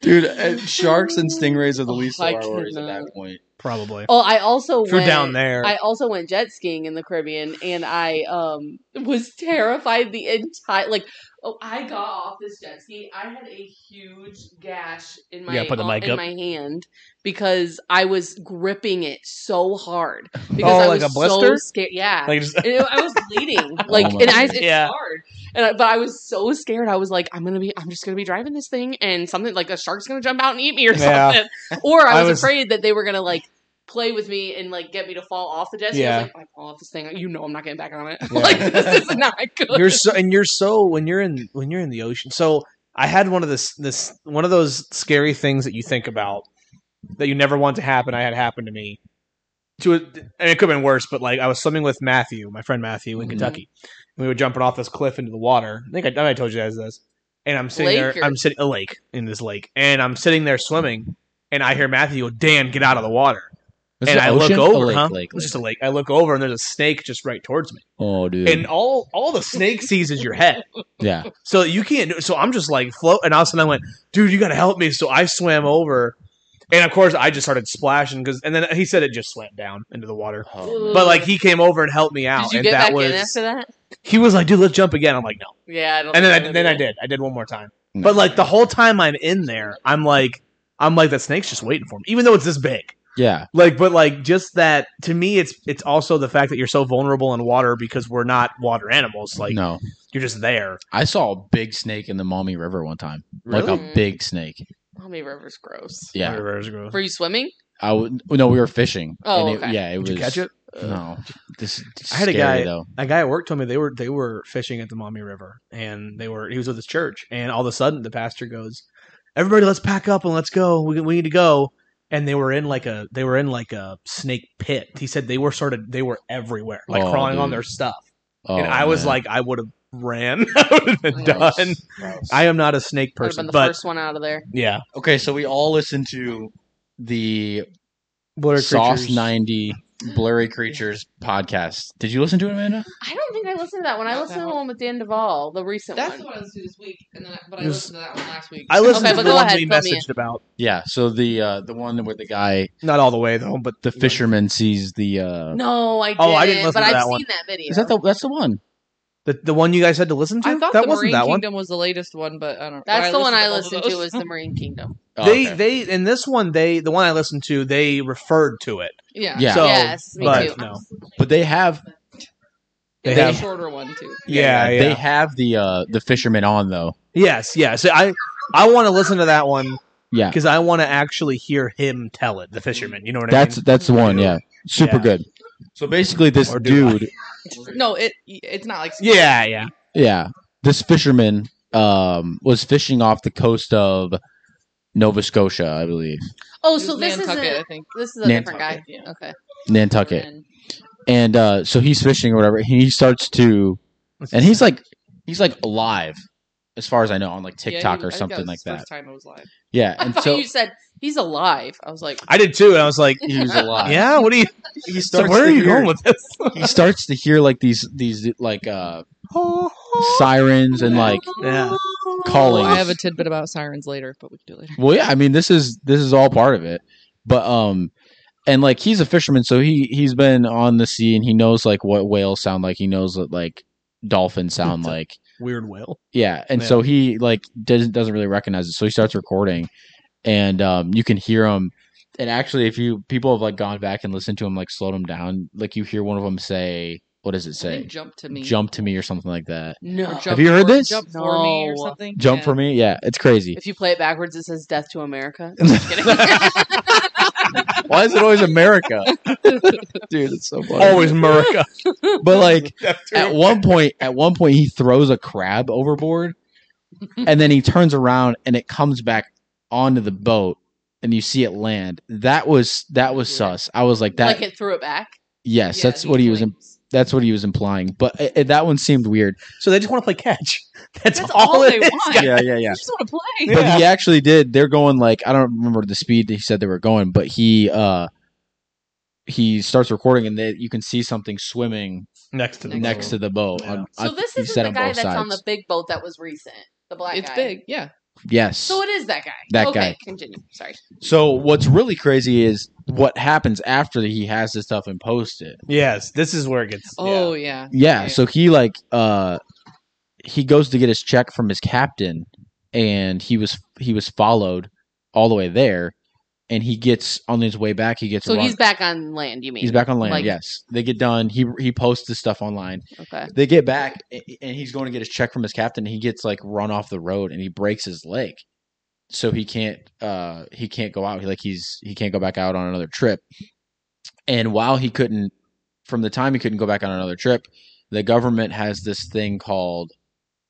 [SPEAKER 2] dude. uh, sharks and stingrays are the
[SPEAKER 4] Oh,
[SPEAKER 2] least
[SPEAKER 4] I
[SPEAKER 2] of our worries at that
[SPEAKER 4] cannot.
[SPEAKER 2] point.
[SPEAKER 1] probably.
[SPEAKER 4] oh, I also
[SPEAKER 1] if you're
[SPEAKER 4] went
[SPEAKER 1] down there,
[SPEAKER 4] I also went jet skiing in the Caribbean, and I um was terrified the entire like. Oh, I got off this jet ski. I had a huge gash in my
[SPEAKER 1] Yeah, put the mic
[SPEAKER 4] in
[SPEAKER 1] up.
[SPEAKER 4] my hand because I was gripping it so hard because
[SPEAKER 1] Oh,
[SPEAKER 4] I
[SPEAKER 1] like
[SPEAKER 4] was
[SPEAKER 1] a blister?
[SPEAKER 4] so scared. Yeah,
[SPEAKER 1] like just,
[SPEAKER 4] and it- I was bleeding,
[SPEAKER 1] Oh
[SPEAKER 4] like,
[SPEAKER 2] my
[SPEAKER 4] and I, it's
[SPEAKER 2] goodness.
[SPEAKER 1] Yeah.
[SPEAKER 4] hard. And I, but I was so scared. I was like, I'm gonna be, I'm just gonna be driving this thing, and something like a shark's gonna jump out and eat me or
[SPEAKER 1] Yeah.
[SPEAKER 4] something. Or I
[SPEAKER 1] I
[SPEAKER 4] was,
[SPEAKER 1] was-
[SPEAKER 4] afraid that they were gonna like play with me and like get me to fall off the jet ski. I
[SPEAKER 1] Yeah.
[SPEAKER 4] was like, if I fall off this thing, you know, I'm not getting back on it.
[SPEAKER 2] Yeah.
[SPEAKER 4] like this is not good.
[SPEAKER 1] you're so and you're so when you're in when you're in the ocean. So I had one of this this one of those scary things that you think about that you never want to happen. I had happened to me. To a, and it could have been worse, but like I was swimming with Matthew, my friend Matthew in
[SPEAKER 4] Mm-hmm.
[SPEAKER 2] Mhm.
[SPEAKER 1] Kentucky, and we were jumping off this cliff into the water. I think I, I might have told you guys this. And I'm sitting
[SPEAKER 4] Lake
[SPEAKER 1] there.
[SPEAKER 4] or-
[SPEAKER 1] I'm sitting a lake in this lake, and I'm sitting there swimming, and I hear Matthew go, "Dan, get out of the water!"
[SPEAKER 2] It's
[SPEAKER 1] and
[SPEAKER 2] an
[SPEAKER 1] I
[SPEAKER 2] ocean?
[SPEAKER 1] look
[SPEAKER 2] A
[SPEAKER 1] over,
[SPEAKER 2] lake,
[SPEAKER 1] huh?
[SPEAKER 2] lake,
[SPEAKER 1] It was just a
[SPEAKER 2] lake.
[SPEAKER 1] lake. I look over, and there's a snake just right towards me
[SPEAKER 2] Oh, dude.
[SPEAKER 1] and all all the snake sees is your head.
[SPEAKER 2] yeah,
[SPEAKER 1] So you can't. do- So I'm just like float, and all of a sudden I went, dude, you gotta help me. So I swam over, and of course I just started splashing because, and then he said it just swam down into the water. But like he came over and helped me out,
[SPEAKER 4] did you
[SPEAKER 1] and
[SPEAKER 4] get
[SPEAKER 1] that
[SPEAKER 4] back
[SPEAKER 1] was
[SPEAKER 4] in after that?
[SPEAKER 1] he was like, dude, let's jump again. I'm like, no,
[SPEAKER 4] Yeah, I don't.
[SPEAKER 1] and
[SPEAKER 4] think
[SPEAKER 1] then I,
[SPEAKER 4] would
[SPEAKER 1] then
[SPEAKER 4] do
[SPEAKER 1] I
[SPEAKER 4] it.
[SPEAKER 1] did. I did one more time.
[SPEAKER 2] No.
[SPEAKER 1] But like the whole time I'm in there, I'm like, I'm like that snake's just waiting for me, even though it's this big
[SPEAKER 2] yeah,
[SPEAKER 1] like but like just that to me it's it's also the fact that you're so vulnerable in water because we're not water animals like
[SPEAKER 2] no.
[SPEAKER 1] you're just there
[SPEAKER 2] I saw a big snake in the Maumee River one time, like
[SPEAKER 4] Really?
[SPEAKER 2] a big snake.
[SPEAKER 4] Mommy River's gross.
[SPEAKER 2] Yeah,
[SPEAKER 1] Water is gross.
[SPEAKER 4] Were you swimming?
[SPEAKER 2] I would. No, we were fishing.
[SPEAKER 4] Oh,
[SPEAKER 2] and it-
[SPEAKER 4] okay.
[SPEAKER 2] yeah. It
[SPEAKER 1] Did
[SPEAKER 2] was.
[SPEAKER 1] you catch it?
[SPEAKER 2] No, this.
[SPEAKER 1] I had a
[SPEAKER 2] scary,
[SPEAKER 1] guy-
[SPEAKER 2] though.
[SPEAKER 1] A guy at work told me they were they were fishing at the Maumee River, and they were he was with his church, and all of a sudden the pastor goes, "Everybody, let's pack up and let's go. We we need to go." And they were in like a they were in like a snake pit. He said they were sort of they were everywhere, like
[SPEAKER 2] Oh,
[SPEAKER 1] crawling on
[SPEAKER 2] dude.
[SPEAKER 1] their stuff.
[SPEAKER 2] Oh,
[SPEAKER 1] and I was
[SPEAKER 2] man.
[SPEAKER 1] like, I would have ran, I would have been
[SPEAKER 4] Gross.
[SPEAKER 1] done. I am not a snake
[SPEAKER 4] Would have
[SPEAKER 1] person,
[SPEAKER 4] been the
[SPEAKER 1] but
[SPEAKER 4] first one out of there.
[SPEAKER 1] yeah,
[SPEAKER 2] okay, so we all listened to the
[SPEAKER 1] Blurred
[SPEAKER 2] Sauce
[SPEAKER 1] creatures.
[SPEAKER 2] ninety Blurry Creatures podcast. Did you listen to it, Amanda?
[SPEAKER 4] I don't think I listened to that one. I
[SPEAKER 5] Not
[SPEAKER 4] listened to
[SPEAKER 5] that
[SPEAKER 4] the
[SPEAKER 5] one.
[SPEAKER 4] one with Dan Duvall, the recent
[SPEAKER 5] That's
[SPEAKER 4] one.
[SPEAKER 5] the one I listened to this week, and then I, but I
[SPEAKER 1] It was-
[SPEAKER 5] listened to that one last week.
[SPEAKER 1] I listened
[SPEAKER 4] Okay,
[SPEAKER 1] to
[SPEAKER 4] but
[SPEAKER 1] the
[SPEAKER 4] go
[SPEAKER 1] one
[SPEAKER 4] ahead,
[SPEAKER 1] we
[SPEAKER 4] fill me in.
[SPEAKER 1] messaged about.
[SPEAKER 2] Yeah. So the uh, the one where the guy,
[SPEAKER 1] Not all the way though, but
[SPEAKER 2] the fisherman sees the. Uh,
[SPEAKER 4] No, I didn't.
[SPEAKER 1] Oh, I didn't listen
[SPEAKER 4] but
[SPEAKER 1] to
[SPEAKER 4] I've
[SPEAKER 1] that
[SPEAKER 4] seen
[SPEAKER 1] one.
[SPEAKER 4] that video.
[SPEAKER 2] is that the? That's the one.
[SPEAKER 1] the the one you guys had to listen to.
[SPEAKER 5] I thought
[SPEAKER 1] that
[SPEAKER 5] the
[SPEAKER 1] wasn't
[SPEAKER 5] Marine
[SPEAKER 1] that one.
[SPEAKER 5] Kingdom was the latest one, but I don't.
[SPEAKER 4] That's
[SPEAKER 5] but
[SPEAKER 4] the one I
[SPEAKER 5] both of
[SPEAKER 4] listened to.
[SPEAKER 5] those.
[SPEAKER 4] Was the Marine Kingdom?
[SPEAKER 2] Oh,
[SPEAKER 1] they
[SPEAKER 2] okay.
[SPEAKER 1] they in this one they the one I listened to they referred to it.
[SPEAKER 5] yeah.
[SPEAKER 2] Yeah.
[SPEAKER 1] So,
[SPEAKER 4] yes, me
[SPEAKER 1] but
[SPEAKER 4] too.
[SPEAKER 1] no.
[SPEAKER 2] but they have
[SPEAKER 1] They
[SPEAKER 5] It's a
[SPEAKER 1] have-
[SPEAKER 5] shorter one too.
[SPEAKER 1] Yeah, yeah.
[SPEAKER 2] they have the uh the fisherman on though.
[SPEAKER 1] Yes, yes. I I want to listen to that one
[SPEAKER 2] Yeah.
[SPEAKER 1] because I want to actually hear him tell it. The fisherman, you know what
[SPEAKER 2] That's
[SPEAKER 1] I mean?
[SPEAKER 2] that's the one. Yeah, super
[SPEAKER 1] Yeah.
[SPEAKER 2] good. So basically, this
[SPEAKER 1] Or do I?
[SPEAKER 2] dude,
[SPEAKER 5] No, it it's not like
[SPEAKER 1] Yeah, yeah.
[SPEAKER 2] yeah, this fisherman um, was fishing off the coast of Nova Scotia, I believe,
[SPEAKER 4] Oh,
[SPEAKER 5] It
[SPEAKER 4] so
[SPEAKER 5] was
[SPEAKER 4] this is
[SPEAKER 5] Nantucket, I
[SPEAKER 4] this
[SPEAKER 5] think.
[SPEAKER 4] is a different guy.
[SPEAKER 5] Nantucket, yeah.
[SPEAKER 4] Okay.
[SPEAKER 2] Nantucket, and uh, so he's fishing or whatever. He starts to, and he's like, he's like alive, as far as I know, on like
[SPEAKER 5] Yeah,
[SPEAKER 2] TikTok
[SPEAKER 5] he- I
[SPEAKER 2] or
[SPEAKER 5] think
[SPEAKER 2] something
[SPEAKER 5] was
[SPEAKER 2] like
[SPEAKER 5] the
[SPEAKER 2] that.
[SPEAKER 5] First time I was live.
[SPEAKER 2] Yeah, and so
[SPEAKER 4] you said he's alive. I was like,
[SPEAKER 1] I did too, and I was like,
[SPEAKER 2] he was alive.
[SPEAKER 1] yeah. What are you?
[SPEAKER 2] he
[SPEAKER 1] So
[SPEAKER 2] starts.
[SPEAKER 1] where
[SPEAKER 2] to
[SPEAKER 1] are you
[SPEAKER 2] hear-
[SPEAKER 1] going with this?
[SPEAKER 2] He starts to hear like these these like uh sirens and like
[SPEAKER 1] Yeah.
[SPEAKER 2] calling.
[SPEAKER 5] Oh, I have a tidbit about sirens later, but we can do it later.
[SPEAKER 2] Well, yeah, I mean this is this is all part of it, but um, and like he's a fisherman, so he he's been on the sea and he knows like what whales sound like. He knows what like dolphins sound
[SPEAKER 1] It's a-
[SPEAKER 2] like.
[SPEAKER 1] Weird whale.
[SPEAKER 2] Yeah, and
[SPEAKER 1] Yeah.
[SPEAKER 2] so he like doesn't doesn't really recognize it, so he starts recording, and um, you can hear him. And actually, if you people have like gone back and listened to him, like slowed him down, like you hear one of them say, "What does it
[SPEAKER 5] I think
[SPEAKER 2] say?
[SPEAKER 5] jump to me.
[SPEAKER 2] Jump to me or something like that."
[SPEAKER 4] no.
[SPEAKER 5] Or jump
[SPEAKER 2] you heard
[SPEAKER 5] for-
[SPEAKER 2] this?
[SPEAKER 5] Jump for me or
[SPEAKER 4] No.
[SPEAKER 5] something.
[SPEAKER 2] Jump
[SPEAKER 5] Yeah.
[SPEAKER 2] for me? Yeah, it's crazy.
[SPEAKER 4] If you play it backwards, it says "Death to America."
[SPEAKER 2] Why is it always America? Dude, it's so funny.
[SPEAKER 1] Always America.
[SPEAKER 2] But like at one point, at one point he throws a crab overboard and then he turns around and it comes back onto the boat and you see it land. That was that was
[SPEAKER 5] Weird.
[SPEAKER 2] sus. I was like that
[SPEAKER 4] like it threw it back.
[SPEAKER 2] yes,
[SPEAKER 5] Yeah,
[SPEAKER 2] that's what he was im-
[SPEAKER 5] claims.
[SPEAKER 2] that's what he was implying. But it, it- that one seemed weird.
[SPEAKER 1] so they just want to play catch. That's,
[SPEAKER 5] That's
[SPEAKER 1] all,
[SPEAKER 5] all
[SPEAKER 1] it
[SPEAKER 5] they
[SPEAKER 1] is,
[SPEAKER 5] want.
[SPEAKER 1] guys.
[SPEAKER 2] Yeah, yeah, yeah.
[SPEAKER 5] I just want to play.
[SPEAKER 2] But he
[SPEAKER 1] Yeah.
[SPEAKER 2] actually did. They're going like I don't remember the speed that he said they were going, but he uh he starts recording and they, you can see something swimming
[SPEAKER 1] Next to the
[SPEAKER 2] next to
[SPEAKER 1] boat.
[SPEAKER 2] the boat.
[SPEAKER 1] Yeah.
[SPEAKER 2] on-
[SPEAKER 4] So
[SPEAKER 2] on-
[SPEAKER 4] this
[SPEAKER 2] he
[SPEAKER 4] is
[SPEAKER 2] said
[SPEAKER 4] the guy
[SPEAKER 2] both
[SPEAKER 4] that's on the big boat that was recent. The black
[SPEAKER 5] It's
[SPEAKER 4] guy.
[SPEAKER 5] big, yeah.
[SPEAKER 2] yes.
[SPEAKER 4] So it is that guy.
[SPEAKER 2] That
[SPEAKER 4] okay,
[SPEAKER 2] guy.
[SPEAKER 4] Continue. Sorry.
[SPEAKER 2] So what's really crazy is what happens after he has this stuff and posts it.
[SPEAKER 1] Yes, this is where it gets.
[SPEAKER 5] Oh yeah.
[SPEAKER 2] Yeah,
[SPEAKER 5] Yeah.
[SPEAKER 2] so he like uh he goes to get his check from his captain and he was he was followed all the way there and he gets on his way back he gets
[SPEAKER 4] So
[SPEAKER 2] run-
[SPEAKER 4] he's back on land. You mean
[SPEAKER 2] he's back on land.
[SPEAKER 4] like-
[SPEAKER 2] yes. They get done. He he posts this stuff online.
[SPEAKER 4] Okay.
[SPEAKER 2] They get back a- and he's going to get his check from his captain. He gets like run off the road and he breaks his leg. So he can't uh he can't go out. He like he's he can't go back out on another trip. And while he couldn't from the time he couldn't go back on another trip, the government has this thing called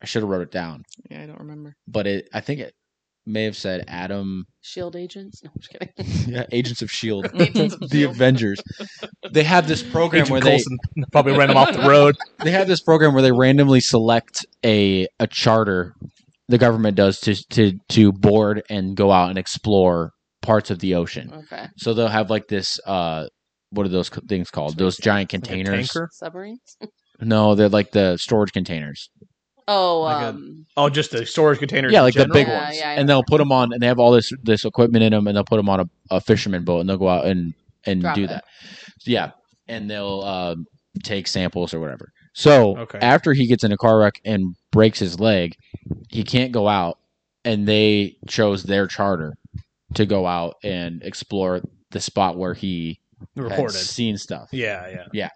[SPEAKER 2] I should have wrote it down,
[SPEAKER 5] Yeah, I don't remember.
[SPEAKER 2] but it I think it may have said Adam
[SPEAKER 4] Shield agents. No, I'm just kidding.
[SPEAKER 2] yeah, Agents of Shield.
[SPEAKER 5] Agents of
[SPEAKER 2] E the
[SPEAKER 5] S.H.I.E.L.D..
[SPEAKER 2] Avengers. They have this program
[SPEAKER 1] Agent
[SPEAKER 2] where they
[SPEAKER 1] Coulson probably ran him off the road.
[SPEAKER 2] they have this program where they randomly select a a charter the government does to to to board and go out and explore parts of the ocean.
[SPEAKER 4] Okay.
[SPEAKER 2] So they'll have like this uh what are those co- things called? Those giant containers?
[SPEAKER 1] tanker?
[SPEAKER 4] Submarines.
[SPEAKER 2] No, they're like the storage containers.
[SPEAKER 4] Oh,
[SPEAKER 1] Like a-
[SPEAKER 4] um,
[SPEAKER 1] Oh, just the storage containers.
[SPEAKER 2] yeah,
[SPEAKER 1] in
[SPEAKER 2] like the
[SPEAKER 1] general?
[SPEAKER 2] big
[SPEAKER 4] Yeah,
[SPEAKER 2] ones.
[SPEAKER 4] yeah, I
[SPEAKER 2] and they'll put them on, and they have all this this equipment in them, and they'll put them on a, a fisherman boat, and they'll go out and and
[SPEAKER 4] Drop
[SPEAKER 2] do
[SPEAKER 4] it.
[SPEAKER 2] that. Yeah, and they'll uh, take samples or whatever. So
[SPEAKER 1] Okay.
[SPEAKER 2] after he gets in a car wreck and breaks his leg, he can't go out, and they chose their charter to go out and explore the spot where he had
[SPEAKER 1] reported.
[SPEAKER 2] seen stuff.
[SPEAKER 1] Yeah, yeah.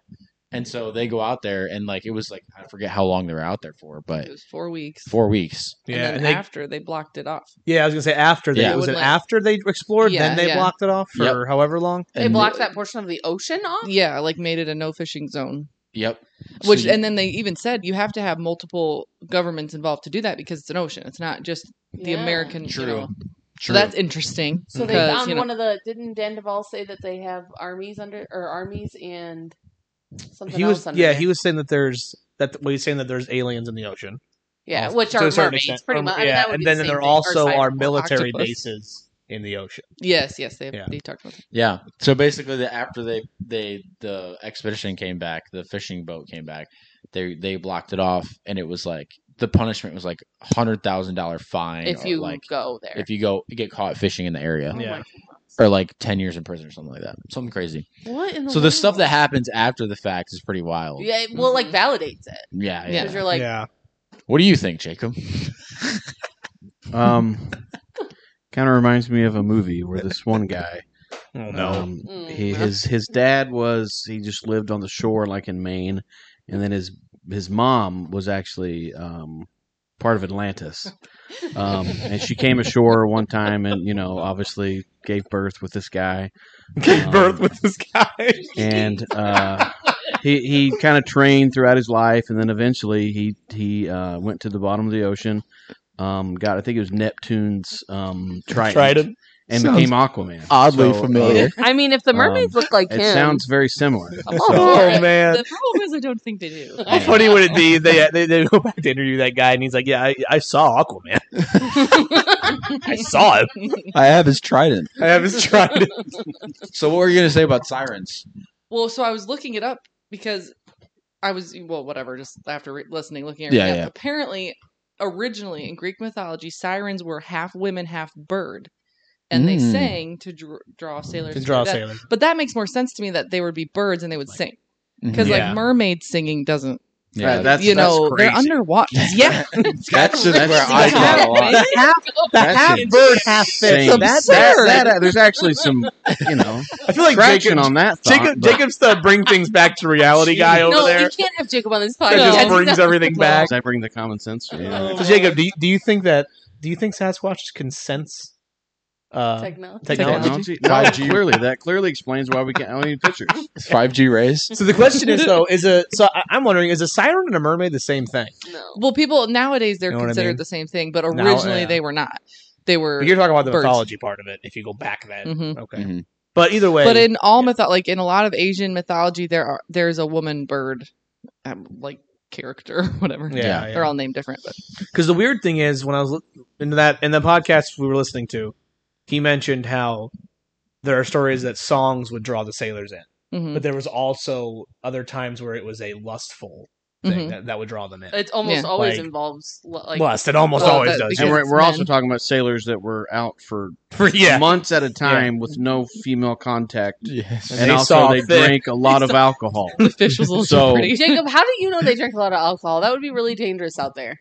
[SPEAKER 2] And so they go out there, and like it was like I forget how long they were out there for, but
[SPEAKER 5] It was four weeks.
[SPEAKER 2] four weeks.
[SPEAKER 1] Yeah,
[SPEAKER 5] and then
[SPEAKER 1] and they-
[SPEAKER 5] after they blocked it off.
[SPEAKER 1] yeah, I was gonna say after they
[SPEAKER 2] Yeah.
[SPEAKER 1] was it
[SPEAKER 5] Woodland.
[SPEAKER 1] after they explored,
[SPEAKER 5] Yeah,
[SPEAKER 1] then they
[SPEAKER 5] yeah.
[SPEAKER 1] blocked it off for
[SPEAKER 2] Yep.
[SPEAKER 1] however long.
[SPEAKER 4] they
[SPEAKER 2] And-
[SPEAKER 4] blocked that portion of the ocean off.
[SPEAKER 5] Yeah, like made it a no fishing zone.
[SPEAKER 2] Yep. So
[SPEAKER 5] Which
[SPEAKER 2] you-
[SPEAKER 5] and then they even said you have to have multiple governments involved to do that because it's an ocean. It's not just the
[SPEAKER 4] Yeah.
[SPEAKER 5] American. you
[SPEAKER 2] True.
[SPEAKER 5] know. So
[SPEAKER 2] True.
[SPEAKER 5] that's interesting.
[SPEAKER 4] So they
[SPEAKER 5] because,
[SPEAKER 4] found
[SPEAKER 5] you know,
[SPEAKER 4] one of the. Didn't Dandoval say that they have armies under or armies and something
[SPEAKER 1] he
[SPEAKER 4] else
[SPEAKER 1] was
[SPEAKER 4] under?
[SPEAKER 1] yeah
[SPEAKER 4] there?
[SPEAKER 1] he was saying that there's that well, he's saying that there's aliens in the ocean
[SPEAKER 4] Yeah,
[SPEAKER 1] Oh,
[SPEAKER 4] which
[SPEAKER 1] to
[SPEAKER 4] are
[SPEAKER 1] a certain
[SPEAKER 4] mermaids,
[SPEAKER 1] extent.
[SPEAKER 4] pretty
[SPEAKER 1] Or-
[SPEAKER 4] much. I mean,
[SPEAKER 1] yeah
[SPEAKER 4] that would
[SPEAKER 1] and
[SPEAKER 4] be
[SPEAKER 1] then
[SPEAKER 4] the same
[SPEAKER 1] there
[SPEAKER 4] thing. Or
[SPEAKER 1] also
[SPEAKER 4] cyborg.
[SPEAKER 1] are military
[SPEAKER 5] octopus.
[SPEAKER 1] bases in the ocean
[SPEAKER 5] yes, yes, they
[SPEAKER 1] Yeah.
[SPEAKER 5] they talked about that.
[SPEAKER 2] Yeah. So basically, the, after they they the expedition came back, the fishing boat came back. They they blocked it off, and it was like the punishment was like hundred thousand dollar fine.
[SPEAKER 4] If
[SPEAKER 2] or,
[SPEAKER 4] you
[SPEAKER 2] like
[SPEAKER 4] go there,
[SPEAKER 2] if you go you get caught fishing in the area,
[SPEAKER 4] Oh my
[SPEAKER 1] Yeah.
[SPEAKER 4] goodness.
[SPEAKER 2] or like ten years in prison or something like that, something crazy.
[SPEAKER 4] what in the
[SPEAKER 2] So the stuff
[SPEAKER 4] world?
[SPEAKER 2] that happens after the fact is pretty wild. Yeah,
[SPEAKER 4] Yeah, it- well, like validates it
[SPEAKER 2] yeah.
[SPEAKER 5] Yeah.
[SPEAKER 4] because you're like,
[SPEAKER 1] yeah
[SPEAKER 2] What do you think, Jacob?
[SPEAKER 3] Um, kind of reminds me of a movie where this one guy,
[SPEAKER 1] oh, no
[SPEAKER 3] um,
[SPEAKER 4] Mm.
[SPEAKER 3] he, his his dad was he just lived on the shore like in Maine, and then his his mom was actually um, part of Atlantis. Um, and she came ashore one time, and you know, obviously gave birth with this guy.
[SPEAKER 2] Oh,
[SPEAKER 1] Gave
[SPEAKER 3] Um,
[SPEAKER 1] birth with this guy.
[SPEAKER 3] and uh, he he kind of trained throughout his life, and then eventually he he uh, went to the bottom of the ocean. Um, got I think it was Neptune's um, trident,
[SPEAKER 1] Trident.
[SPEAKER 3] and
[SPEAKER 6] Sounds
[SPEAKER 3] became Aquaman.
[SPEAKER 6] Oddly
[SPEAKER 3] So, uh,
[SPEAKER 6] familiar.
[SPEAKER 4] I mean, if the mermaids
[SPEAKER 3] Um,
[SPEAKER 4] look like
[SPEAKER 3] it
[SPEAKER 4] him,
[SPEAKER 3] sounds very similar.
[SPEAKER 5] I'm
[SPEAKER 3] So-
[SPEAKER 5] all for
[SPEAKER 1] Oh
[SPEAKER 5] it.
[SPEAKER 1] man.
[SPEAKER 5] The problem is, I don't think they do.
[SPEAKER 1] How funny would it be if they, they they go back to interview that guy and he's like, "Yeah, I, I saw Aquaman. I saw him.
[SPEAKER 6] I have his trident.
[SPEAKER 1] I have his trident."
[SPEAKER 2] So what were you gonna say about sirens?
[SPEAKER 5] Well, so I was looking it up because I was well, whatever. Just after re- listening, looking at
[SPEAKER 2] Yeah,
[SPEAKER 5] yeah,
[SPEAKER 2] yeah.
[SPEAKER 5] Apparently, originally in Greek mythology, sirens were half women, half bird, and they
[SPEAKER 2] Mm.
[SPEAKER 5] sang to dr- draw sailors.
[SPEAKER 1] To
[SPEAKER 5] to
[SPEAKER 1] draw
[SPEAKER 5] their death.
[SPEAKER 1] sailors.
[SPEAKER 5] But that makes more sense to me that they would be birds and they would sing
[SPEAKER 2] Mm-hmm.
[SPEAKER 5] because
[SPEAKER 1] Yeah.
[SPEAKER 5] like mermaid singing doesn't.
[SPEAKER 2] Yeah,
[SPEAKER 3] That- that's
[SPEAKER 5] you
[SPEAKER 3] that's
[SPEAKER 5] know
[SPEAKER 3] crazy.
[SPEAKER 5] they're underwater. Yeah,
[SPEAKER 2] that's just
[SPEAKER 5] That's
[SPEAKER 2] where I
[SPEAKER 5] the
[SPEAKER 2] draw a
[SPEAKER 5] half-
[SPEAKER 2] lot.
[SPEAKER 1] The
[SPEAKER 2] That's
[SPEAKER 1] half bird, half fish.
[SPEAKER 3] insane.
[SPEAKER 1] That, that,
[SPEAKER 5] Absurd.
[SPEAKER 1] that-
[SPEAKER 3] That- there's actually some you know
[SPEAKER 1] I feel like
[SPEAKER 3] traction
[SPEAKER 1] Jacob,
[SPEAKER 3] on that. Thought,
[SPEAKER 1] Jacob
[SPEAKER 3] but-
[SPEAKER 1] Jacob's the bring things back to reality guy over
[SPEAKER 4] no,
[SPEAKER 1] there.
[SPEAKER 4] we can't have Jacob on this
[SPEAKER 1] That
[SPEAKER 4] podcast.
[SPEAKER 1] just
[SPEAKER 5] No.
[SPEAKER 1] brings everything back.
[SPEAKER 3] Does that bring the common sense? Yeah.
[SPEAKER 1] So Jacob, do you, do you think that do you think Sasquatch can sense uh,
[SPEAKER 4] Techno.
[SPEAKER 1] technology?
[SPEAKER 3] Technology?
[SPEAKER 2] 5G.
[SPEAKER 3] No, clearly that clearly explains why we can't. I need pictures.
[SPEAKER 2] Five G rays.
[SPEAKER 1] So the question is though, is a so I, I'm wondering, is a siren and a mermaid the same thing?
[SPEAKER 4] No.
[SPEAKER 5] well, people nowadays they're
[SPEAKER 1] Know what I
[SPEAKER 5] considered
[SPEAKER 1] mean?
[SPEAKER 5] the same thing, but
[SPEAKER 1] Now,
[SPEAKER 5] originally
[SPEAKER 1] yeah.
[SPEAKER 5] they were not. They were.
[SPEAKER 1] But you're talking about the
[SPEAKER 5] Birds.
[SPEAKER 1] mythology part of it. If you go back then,
[SPEAKER 5] Mhm.
[SPEAKER 1] okay.
[SPEAKER 2] Mhm.
[SPEAKER 1] But either way,
[SPEAKER 5] But in all myth, like in a lot of Asian mythology, there are there's a woman bird, um, like character, whatever.
[SPEAKER 1] yeah,
[SPEAKER 5] they're all named different. But
[SPEAKER 1] Because the weird thing is, when I was li- in that in the podcast we were listening to, he mentioned how there are stories that songs would draw the sailors in,
[SPEAKER 5] mhm,
[SPEAKER 1] but there was also other times where it was a lustful thing
[SPEAKER 5] mhm.
[SPEAKER 1] that, that would draw them in.
[SPEAKER 4] It almost
[SPEAKER 5] Yeah.
[SPEAKER 4] always
[SPEAKER 1] Like-
[SPEAKER 4] involves lo- like
[SPEAKER 1] Lust. It almost
[SPEAKER 5] Well,
[SPEAKER 1] always
[SPEAKER 5] that-
[SPEAKER 1] does.
[SPEAKER 3] And
[SPEAKER 5] because
[SPEAKER 3] we're,
[SPEAKER 5] it's
[SPEAKER 3] we're also
[SPEAKER 5] men.
[SPEAKER 3] talking about sailors that were out for
[SPEAKER 1] yeah.
[SPEAKER 3] months at a time with no female contact,
[SPEAKER 2] Yes.
[SPEAKER 3] and
[SPEAKER 1] They
[SPEAKER 3] also
[SPEAKER 1] saw
[SPEAKER 3] they
[SPEAKER 1] thick.
[SPEAKER 3] drank a lot of alcohol.
[SPEAKER 5] the fish was a little
[SPEAKER 3] So-
[SPEAKER 5] pretty.
[SPEAKER 4] Jacob, how do you know they drink a lot of alcohol? That would be really dangerous out there.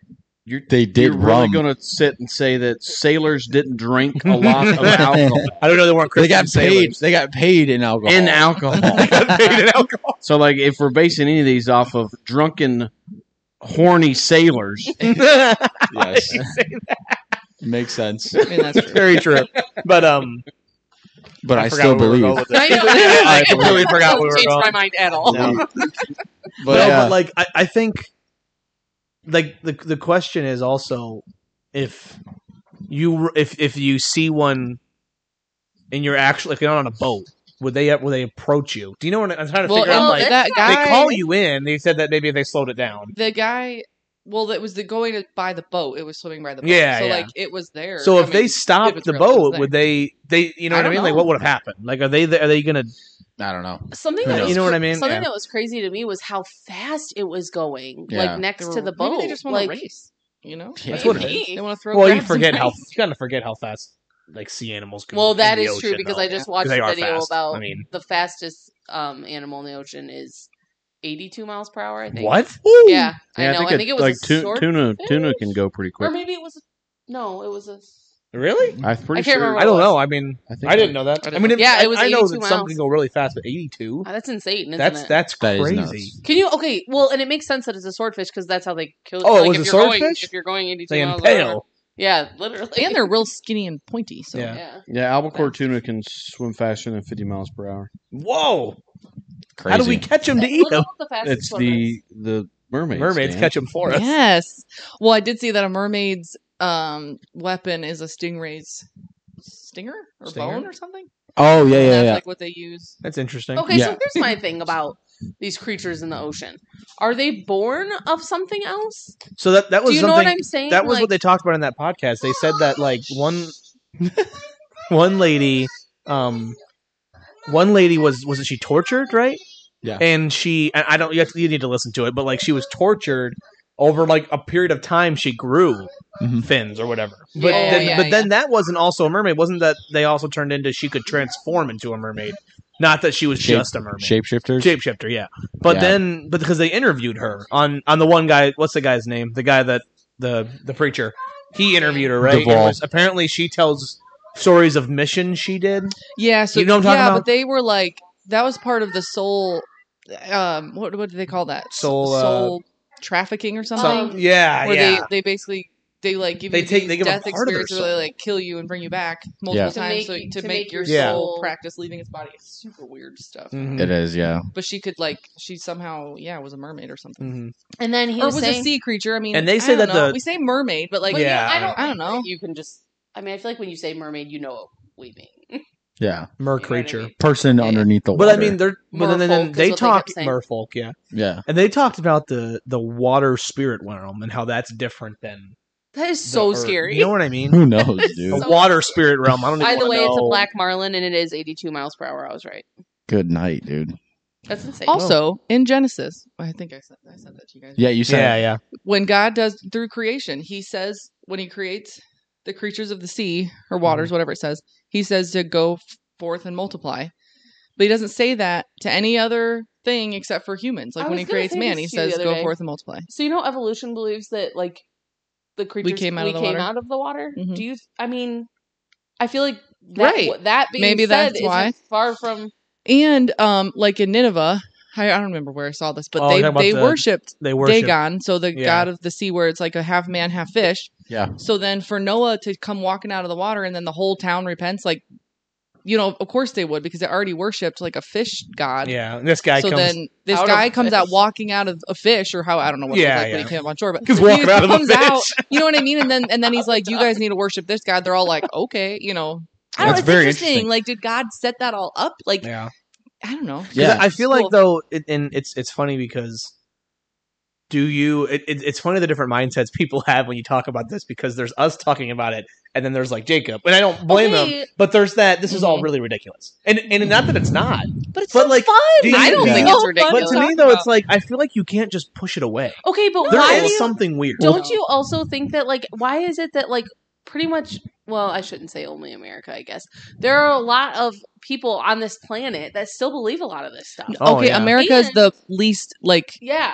[SPEAKER 3] You're,
[SPEAKER 6] They did
[SPEAKER 3] you're really
[SPEAKER 6] rum.
[SPEAKER 3] going to sit and say that sailors didn't drink a lot of alcohol
[SPEAKER 1] I don't know. They weren't.
[SPEAKER 6] they
[SPEAKER 1] Christian
[SPEAKER 6] got paid.
[SPEAKER 1] sailors.
[SPEAKER 6] They got paid in alcohol.
[SPEAKER 3] in alcohol?
[SPEAKER 1] They got paid in alcohol.
[SPEAKER 3] So, like, if we're basing any of these off of drunken, horny sailors,
[SPEAKER 6] Yes. Makes sense.
[SPEAKER 5] I mean, that's true.
[SPEAKER 1] Very true. But um,
[SPEAKER 6] But I,
[SPEAKER 1] forgot
[SPEAKER 6] still
[SPEAKER 1] where
[SPEAKER 6] believe.
[SPEAKER 1] we were going with this.
[SPEAKER 4] I know.
[SPEAKER 1] I completely forgot where we were
[SPEAKER 4] changed
[SPEAKER 1] going.
[SPEAKER 4] my mind at all.
[SPEAKER 1] No.
[SPEAKER 6] But,
[SPEAKER 1] no,
[SPEAKER 6] yeah,
[SPEAKER 1] but like I, I think like the the question is also if you if if you see one and you're actually if you're not on a boat would they will they approach you do you know what i'm trying to
[SPEAKER 5] Well,
[SPEAKER 1] figure out
[SPEAKER 5] and
[SPEAKER 4] no,
[SPEAKER 1] like
[SPEAKER 5] that guy,
[SPEAKER 1] they call you in they said that maybe if they slowed it down
[SPEAKER 5] the guy. Well, that was the going by the boat. It was swimming by the boat.
[SPEAKER 1] Yeah,
[SPEAKER 5] so
[SPEAKER 1] yeah.
[SPEAKER 5] like it was there.
[SPEAKER 1] so
[SPEAKER 5] I
[SPEAKER 1] if they
[SPEAKER 5] mean,
[SPEAKER 1] stopped the
[SPEAKER 5] real, it was
[SPEAKER 1] boat
[SPEAKER 5] there.
[SPEAKER 1] would they they you know what
[SPEAKER 5] I
[SPEAKER 1] i
[SPEAKER 5] don't
[SPEAKER 1] mean like
[SPEAKER 5] know.
[SPEAKER 1] what would have happened like are they are they gonna
[SPEAKER 2] I don't know.
[SPEAKER 4] Something
[SPEAKER 2] Who
[SPEAKER 4] that
[SPEAKER 2] knows?
[SPEAKER 4] was,
[SPEAKER 1] You know what I mean?
[SPEAKER 4] Something
[SPEAKER 1] Yeah.
[SPEAKER 4] that was crazy to me was how fast it was going,
[SPEAKER 2] Yeah.
[SPEAKER 4] like
[SPEAKER 5] they
[SPEAKER 4] next to
[SPEAKER 5] were-
[SPEAKER 4] the boat.
[SPEAKER 5] maybe they just want
[SPEAKER 4] like,
[SPEAKER 5] to race. You know,
[SPEAKER 2] Yeah. That's
[SPEAKER 1] what it
[SPEAKER 4] maybe.
[SPEAKER 5] they want to throw.
[SPEAKER 1] well you
[SPEAKER 5] grabs and
[SPEAKER 1] forget how
[SPEAKER 5] race.
[SPEAKER 1] you gotta forget how fast like sea animals can
[SPEAKER 4] Well,
[SPEAKER 1] in
[SPEAKER 4] that
[SPEAKER 1] the
[SPEAKER 4] is true
[SPEAKER 1] ocean,
[SPEAKER 4] because
[SPEAKER 1] though.
[SPEAKER 4] I just watched
[SPEAKER 1] they
[SPEAKER 4] a
[SPEAKER 1] are
[SPEAKER 4] video
[SPEAKER 1] fast.
[SPEAKER 4] about
[SPEAKER 1] I mean
[SPEAKER 4] the fastest um, animal in the ocean is 82 miles per hour. I think.
[SPEAKER 1] what
[SPEAKER 4] Yeah, I know. I think,
[SPEAKER 3] it-
[SPEAKER 4] it was
[SPEAKER 3] like
[SPEAKER 4] a
[SPEAKER 3] tu-
[SPEAKER 4] sword-
[SPEAKER 3] tuna. Tuna
[SPEAKER 4] fish?
[SPEAKER 3] can go pretty
[SPEAKER 4] or
[SPEAKER 3] quick.
[SPEAKER 4] maybe it was. A, no, it was a.
[SPEAKER 1] really
[SPEAKER 3] I'm pretty
[SPEAKER 4] I can't
[SPEAKER 3] sure.
[SPEAKER 4] remember.
[SPEAKER 1] I don't
[SPEAKER 4] was.
[SPEAKER 1] know. I mean,
[SPEAKER 2] I
[SPEAKER 1] I,
[SPEAKER 2] think
[SPEAKER 1] didn't know that. I,
[SPEAKER 5] I didn't
[SPEAKER 1] mean,
[SPEAKER 4] know. Yeah,
[SPEAKER 1] I,
[SPEAKER 4] it was
[SPEAKER 1] I know that
[SPEAKER 4] 82
[SPEAKER 1] some
[SPEAKER 4] miles.
[SPEAKER 1] can go really fast, but 82?
[SPEAKER 4] Ah, that's insane. Isn't
[SPEAKER 1] That's
[SPEAKER 4] it?
[SPEAKER 1] that's
[SPEAKER 2] That is
[SPEAKER 1] crazy.
[SPEAKER 2] nuts.
[SPEAKER 4] Can you? Okay. Well, and it makes sense that it's a swordfish because that's how they kill.
[SPEAKER 1] Oh, it
[SPEAKER 4] like,
[SPEAKER 1] was
[SPEAKER 4] if
[SPEAKER 1] a
[SPEAKER 4] you're going-
[SPEAKER 1] swordfish?
[SPEAKER 4] If you're going 82
[SPEAKER 1] They
[SPEAKER 4] miles an hour.
[SPEAKER 1] impale.
[SPEAKER 4] Yeah, literally.
[SPEAKER 5] and they're real skinny and pointy. So
[SPEAKER 1] Yeah.
[SPEAKER 4] Yeah.
[SPEAKER 3] Yeah, albacore tuna can swim faster than 50 miles per hour.
[SPEAKER 1] Whoa!
[SPEAKER 2] Crazy.
[SPEAKER 1] How do we catch them to eat
[SPEAKER 4] Look
[SPEAKER 1] them?
[SPEAKER 4] up the fastest
[SPEAKER 3] It's
[SPEAKER 4] one is.
[SPEAKER 3] the the mermaids.
[SPEAKER 1] Mermaids
[SPEAKER 3] Dan.
[SPEAKER 1] catch them for us.
[SPEAKER 5] yes. Well, I did see that a mermaid's um, weapon is a stingray's stinger or
[SPEAKER 1] Stinger?
[SPEAKER 5] bone or something.
[SPEAKER 6] Oh yeah, yeah,
[SPEAKER 5] that's
[SPEAKER 6] yeah.
[SPEAKER 5] like what they use.
[SPEAKER 1] That's interesting.
[SPEAKER 4] Okay, so
[SPEAKER 6] Yeah.
[SPEAKER 4] here's my thing about these creatures in the ocean. Are they born of something else?
[SPEAKER 1] So that that was
[SPEAKER 4] Do you know
[SPEAKER 1] Oh, something
[SPEAKER 4] what I'm saying?
[SPEAKER 1] that was
[SPEAKER 4] Like,
[SPEAKER 1] what they talked about in that podcast. They said that like one one lady um one lady was wasn't she tortured, right?
[SPEAKER 6] Yeah.
[SPEAKER 1] And she and I don't you, have to, you need to listen to it, but like she was tortured over like a period of time she grew
[SPEAKER 6] Mhm.
[SPEAKER 1] fins or whatever.
[SPEAKER 4] Yeah,
[SPEAKER 1] But
[SPEAKER 4] yeah,
[SPEAKER 1] then,
[SPEAKER 5] yeah,
[SPEAKER 1] but then that wasn't also a mermaid. Wasn't that they also turned into she could transform into a mermaid? Not that she was
[SPEAKER 6] Shape-
[SPEAKER 1] just a mermaid.
[SPEAKER 6] Shapeshifters.
[SPEAKER 1] Shapeshifter, yeah. But
[SPEAKER 6] Yeah.
[SPEAKER 1] then, but because they interviewed her on on the one guy, what's the guy's name? The guy that the the preacher, he interviewed her, right?
[SPEAKER 6] Duvall.
[SPEAKER 1] It was- apparently, she tells stories of missions she did.
[SPEAKER 5] Yeah. So
[SPEAKER 1] You know what I'm talking
[SPEAKER 5] yeah,
[SPEAKER 1] about?
[SPEAKER 5] but they were like that was part of the soul. Um, what what do they call that? S-
[SPEAKER 1] Soul, uh,
[SPEAKER 5] soul trafficking or something.
[SPEAKER 4] Um,
[SPEAKER 1] yeah,
[SPEAKER 5] where
[SPEAKER 1] yeah.
[SPEAKER 5] they, they basically they like give
[SPEAKER 1] They
[SPEAKER 5] you
[SPEAKER 1] take-
[SPEAKER 5] these
[SPEAKER 1] they give a
[SPEAKER 5] death
[SPEAKER 1] part of their
[SPEAKER 5] experiences where they
[SPEAKER 1] soul.
[SPEAKER 5] like kill you and bring you back multiple
[SPEAKER 2] Yeah.
[SPEAKER 4] To
[SPEAKER 5] times
[SPEAKER 4] make
[SPEAKER 5] so,
[SPEAKER 4] you-
[SPEAKER 5] to, make, your
[SPEAKER 1] Yeah.
[SPEAKER 5] soul
[SPEAKER 4] soul-
[SPEAKER 5] practice leaving its body. It's super weird stuff.
[SPEAKER 1] Mhm,
[SPEAKER 2] It is, yeah.
[SPEAKER 5] But she could like she somehow yeah was a mermaid or something
[SPEAKER 1] mhm.
[SPEAKER 4] And then he
[SPEAKER 5] or
[SPEAKER 4] was,
[SPEAKER 5] was
[SPEAKER 4] saying,
[SPEAKER 5] a sea creature. I mean,
[SPEAKER 1] And they
[SPEAKER 5] I
[SPEAKER 1] say
[SPEAKER 5] don't
[SPEAKER 1] that
[SPEAKER 5] know.
[SPEAKER 1] the-
[SPEAKER 5] we say mermaid, but like
[SPEAKER 4] But, you know,
[SPEAKER 1] Yeah.
[SPEAKER 4] I don't.
[SPEAKER 5] I don't know.
[SPEAKER 4] You can just. I mean, I feel like when you say mermaid, you know what we mean.
[SPEAKER 2] Yeah.
[SPEAKER 1] Mer
[SPEAKER 4] You know what I
[SPEAKER 1] creature.
[SPEAKER 4] mean?
[SPEAKER 2] Person
[SPEAKER 4] Yeah.
[SPEAKER 2] underneath the water.
[SPEAKER 1] But I mean, they're but then, then- then
[SPEAKER 4] Merfolk
[SPEAKER 1] they
[SPEAKER 4] is what they kept
[SPEAKER 1] talk
[SPEAKER 4] saying.
[SPEAKER 1] merfolk, yeah,
[SPEAKER 2] yeah.
[SPEAKER 1] and they talked about the the water spirit realm and how that's different than
[SPEAKER 4] That is
[SPEAKER 1] the
[SPEAKER 4] so
[SPEAKER 1] Earth.
[SPEAKER 4] scary.
[SPEAKER 1] You know what I mean?
[SPEAKER 2] Who knows, dude?
[SPEAKER 1] The
[SPEAKER 4] So-
[SPEAKER 1] water spirit realm. I don't.
[SPEAKER 4] By
[SPEAKER 1] even
[SPEAKER 4] the
[SPEAKER 1] wanna
[SPEAKER 4] way, it's a
[SPEAKER 1] know.
[SPEAKER 4] black marlin, and it is 82 miles per hour. I was right.
[SPEAKER 2] Good night, dude.
[SPEAKER 4] That's insane.
[SPEAKER 5] Also in Genesis, I think I said I said that to you guys.
[SPEAKER 2] Yeah, you said
[SPEAKER 1] Yeah, yeah.
[SPEAKER 5] When God does through creation, He says when He creates the creatures of the sea or waters, whatever it says, He says to go forth and multiply. But He doesn't say that to any other thing except for humans. Like
[SPEAKER 4] I
[SPEAKER 5] when
[SPEAKER 4] was
[SPEAKER 5] He
[SPEAKER 4] gonna
[SPEAKER 5] creates
[SPEAKER 4] say
[SPEAKER 5] man,
[SPEAKER 4] this
[SPEAKER 5] He
[SPEAKER 4] to you the
[SPEAKER 5] says
[SPEAKER 4] other
[SPEAKER 5] go
[SPEAKER 4] day.
[SPEAKER 5] forth and multiply.
[SPEAKER 4] so you know, evolution believes that like the creatures
[SPEAKER 5] came out of the water?
[SPEAKER 4] out of the water?
[SPEAKER 5] Mhm.
[SPEAKER 4] Do you? I mean, I feel like that.
[SPEAKER 5] Right.
[SPEAKER 4] That being
[SPEAKER 5] Maybe
[SPEAKER 4] said,
[SPEAKER 5] that's why.
[SPEAKER 4] isn't far from
[SPEAKER 5] And um, like in Nineveh, I, I don't remember where I saw this, but
[SPEAKER 1] Oh,
[SPEAKER 5] they
[SPEAKER 1] you're talking
[SPEAKER 5] they
[SPEAKER 1] about the
[SPEAKER 5] worshipped
[SPEAKER 1] They worship.
[SPEAKER 5] Dagon, so the
[SPEAKER 1] Yeah.
[SPEAKER 5] god of the sea, where it's like a half man, half fish.
[SPEAKER 2] Yeah.
[SPEAKER 5] So then for Noah to come walking out of the water and then the whole town repents, like, you know, of course they would because they already worshipped like a fish god.
[SPEAKER 1] Yeah, this guy
[SPEAKER 5] so
[SPEAKER 1] comes.
[SPEAKER 5] then this
[SPEAKER 4] out of
[SPEAKER 5] guy
[SPEAKER 4] a
[SPEAKER 5] comes out
[SPEAKER 4] fish.
[SPEAKER 5] walking out of a fish or how I don't know what it
[SPEAKER 1] Yeah,
[SPEAKER 5] was like when
[SPEAKER 1] yeah.
[SPEAKER 5] he came up on shore, but
[SPEAKER 1] He's
[SPEAKER 5] he
[SPEAKER 1] walking
[SPEAKER 5] just
[SPEAKER 1] out of the
[SPEAKER 5] comes
[SPEAKER 1] fish.
[SPEAKER 5] out, you know what I mean? And then and then he's like, You guys need to worship this god. They're all like, Okay, you know. I don't
[SPEAKER 2] That's
[SPEAKER 5] know, it's
[SPEAKER 2] very
[SPEAKER 5] interesting.
[SPEAKER 2] interesting.
[SPEAKER 5] Like, did God set that all up? Like,
[SPEAKER 1] yeah,
[SPEAKER 5] I don't know.
[SPEAKER 2] Yeah.
[SPEAKER 1] I feel
[SPEAKER 5] Cool.
[SPEAKER 1] like though, it, and it's it's funny because do you? It, it, it's funny the different mindsets people have when you talk about this because there's us talking about it, and then there's like Jacob, and I don't blame him,
[SPEAKER 4] Okay,
[SPEAKER 1] but there's that. This is all
[SPEAKER 5] Mhm.
[SPEAKER 1] really ridiculous, and and not that it's not,
[SPEAKER 4] but it's
[SPEAKER 1] but
[SPEAKER 4] so
[SPEAKER 1] like,
[SPEAKER 4] fun.
[SPEAKER 1] do you-
[SPEAKER 5] I don't
[SPEAKER 1] yeah.
[SPEAKER 5] think
[SPEAKER 4] So
[SPEAKER 5] it's
[SPEAKER 4] fun
[SPEAKER 5] ridiculous.
[SPEAKER 1] But to me though, it's like I feel like you can't just push it away.
[SPEAKER 4] Okay, but
[SPEAKER 1] There
[SPEAKER 4] why do
[SPEAKER 1] is
[SPEAKER 4] you,
[SPEAKER 1] something weird.
[SPEAKER 4] don't you also think that like why is it that like pretty much well I shouldn't say only America I guess there are a lot of people on this planet that still believe a lot of this stuff.
[SPEAKER 1] Oh,
[SPEAKER 5] okay,
[SPEAKER 1] yeah.
[SPEAKER 5] America is
[SPEAKER 4] And-
[SPEAKER 5] the least like
[SPEAKER 4] Yeah,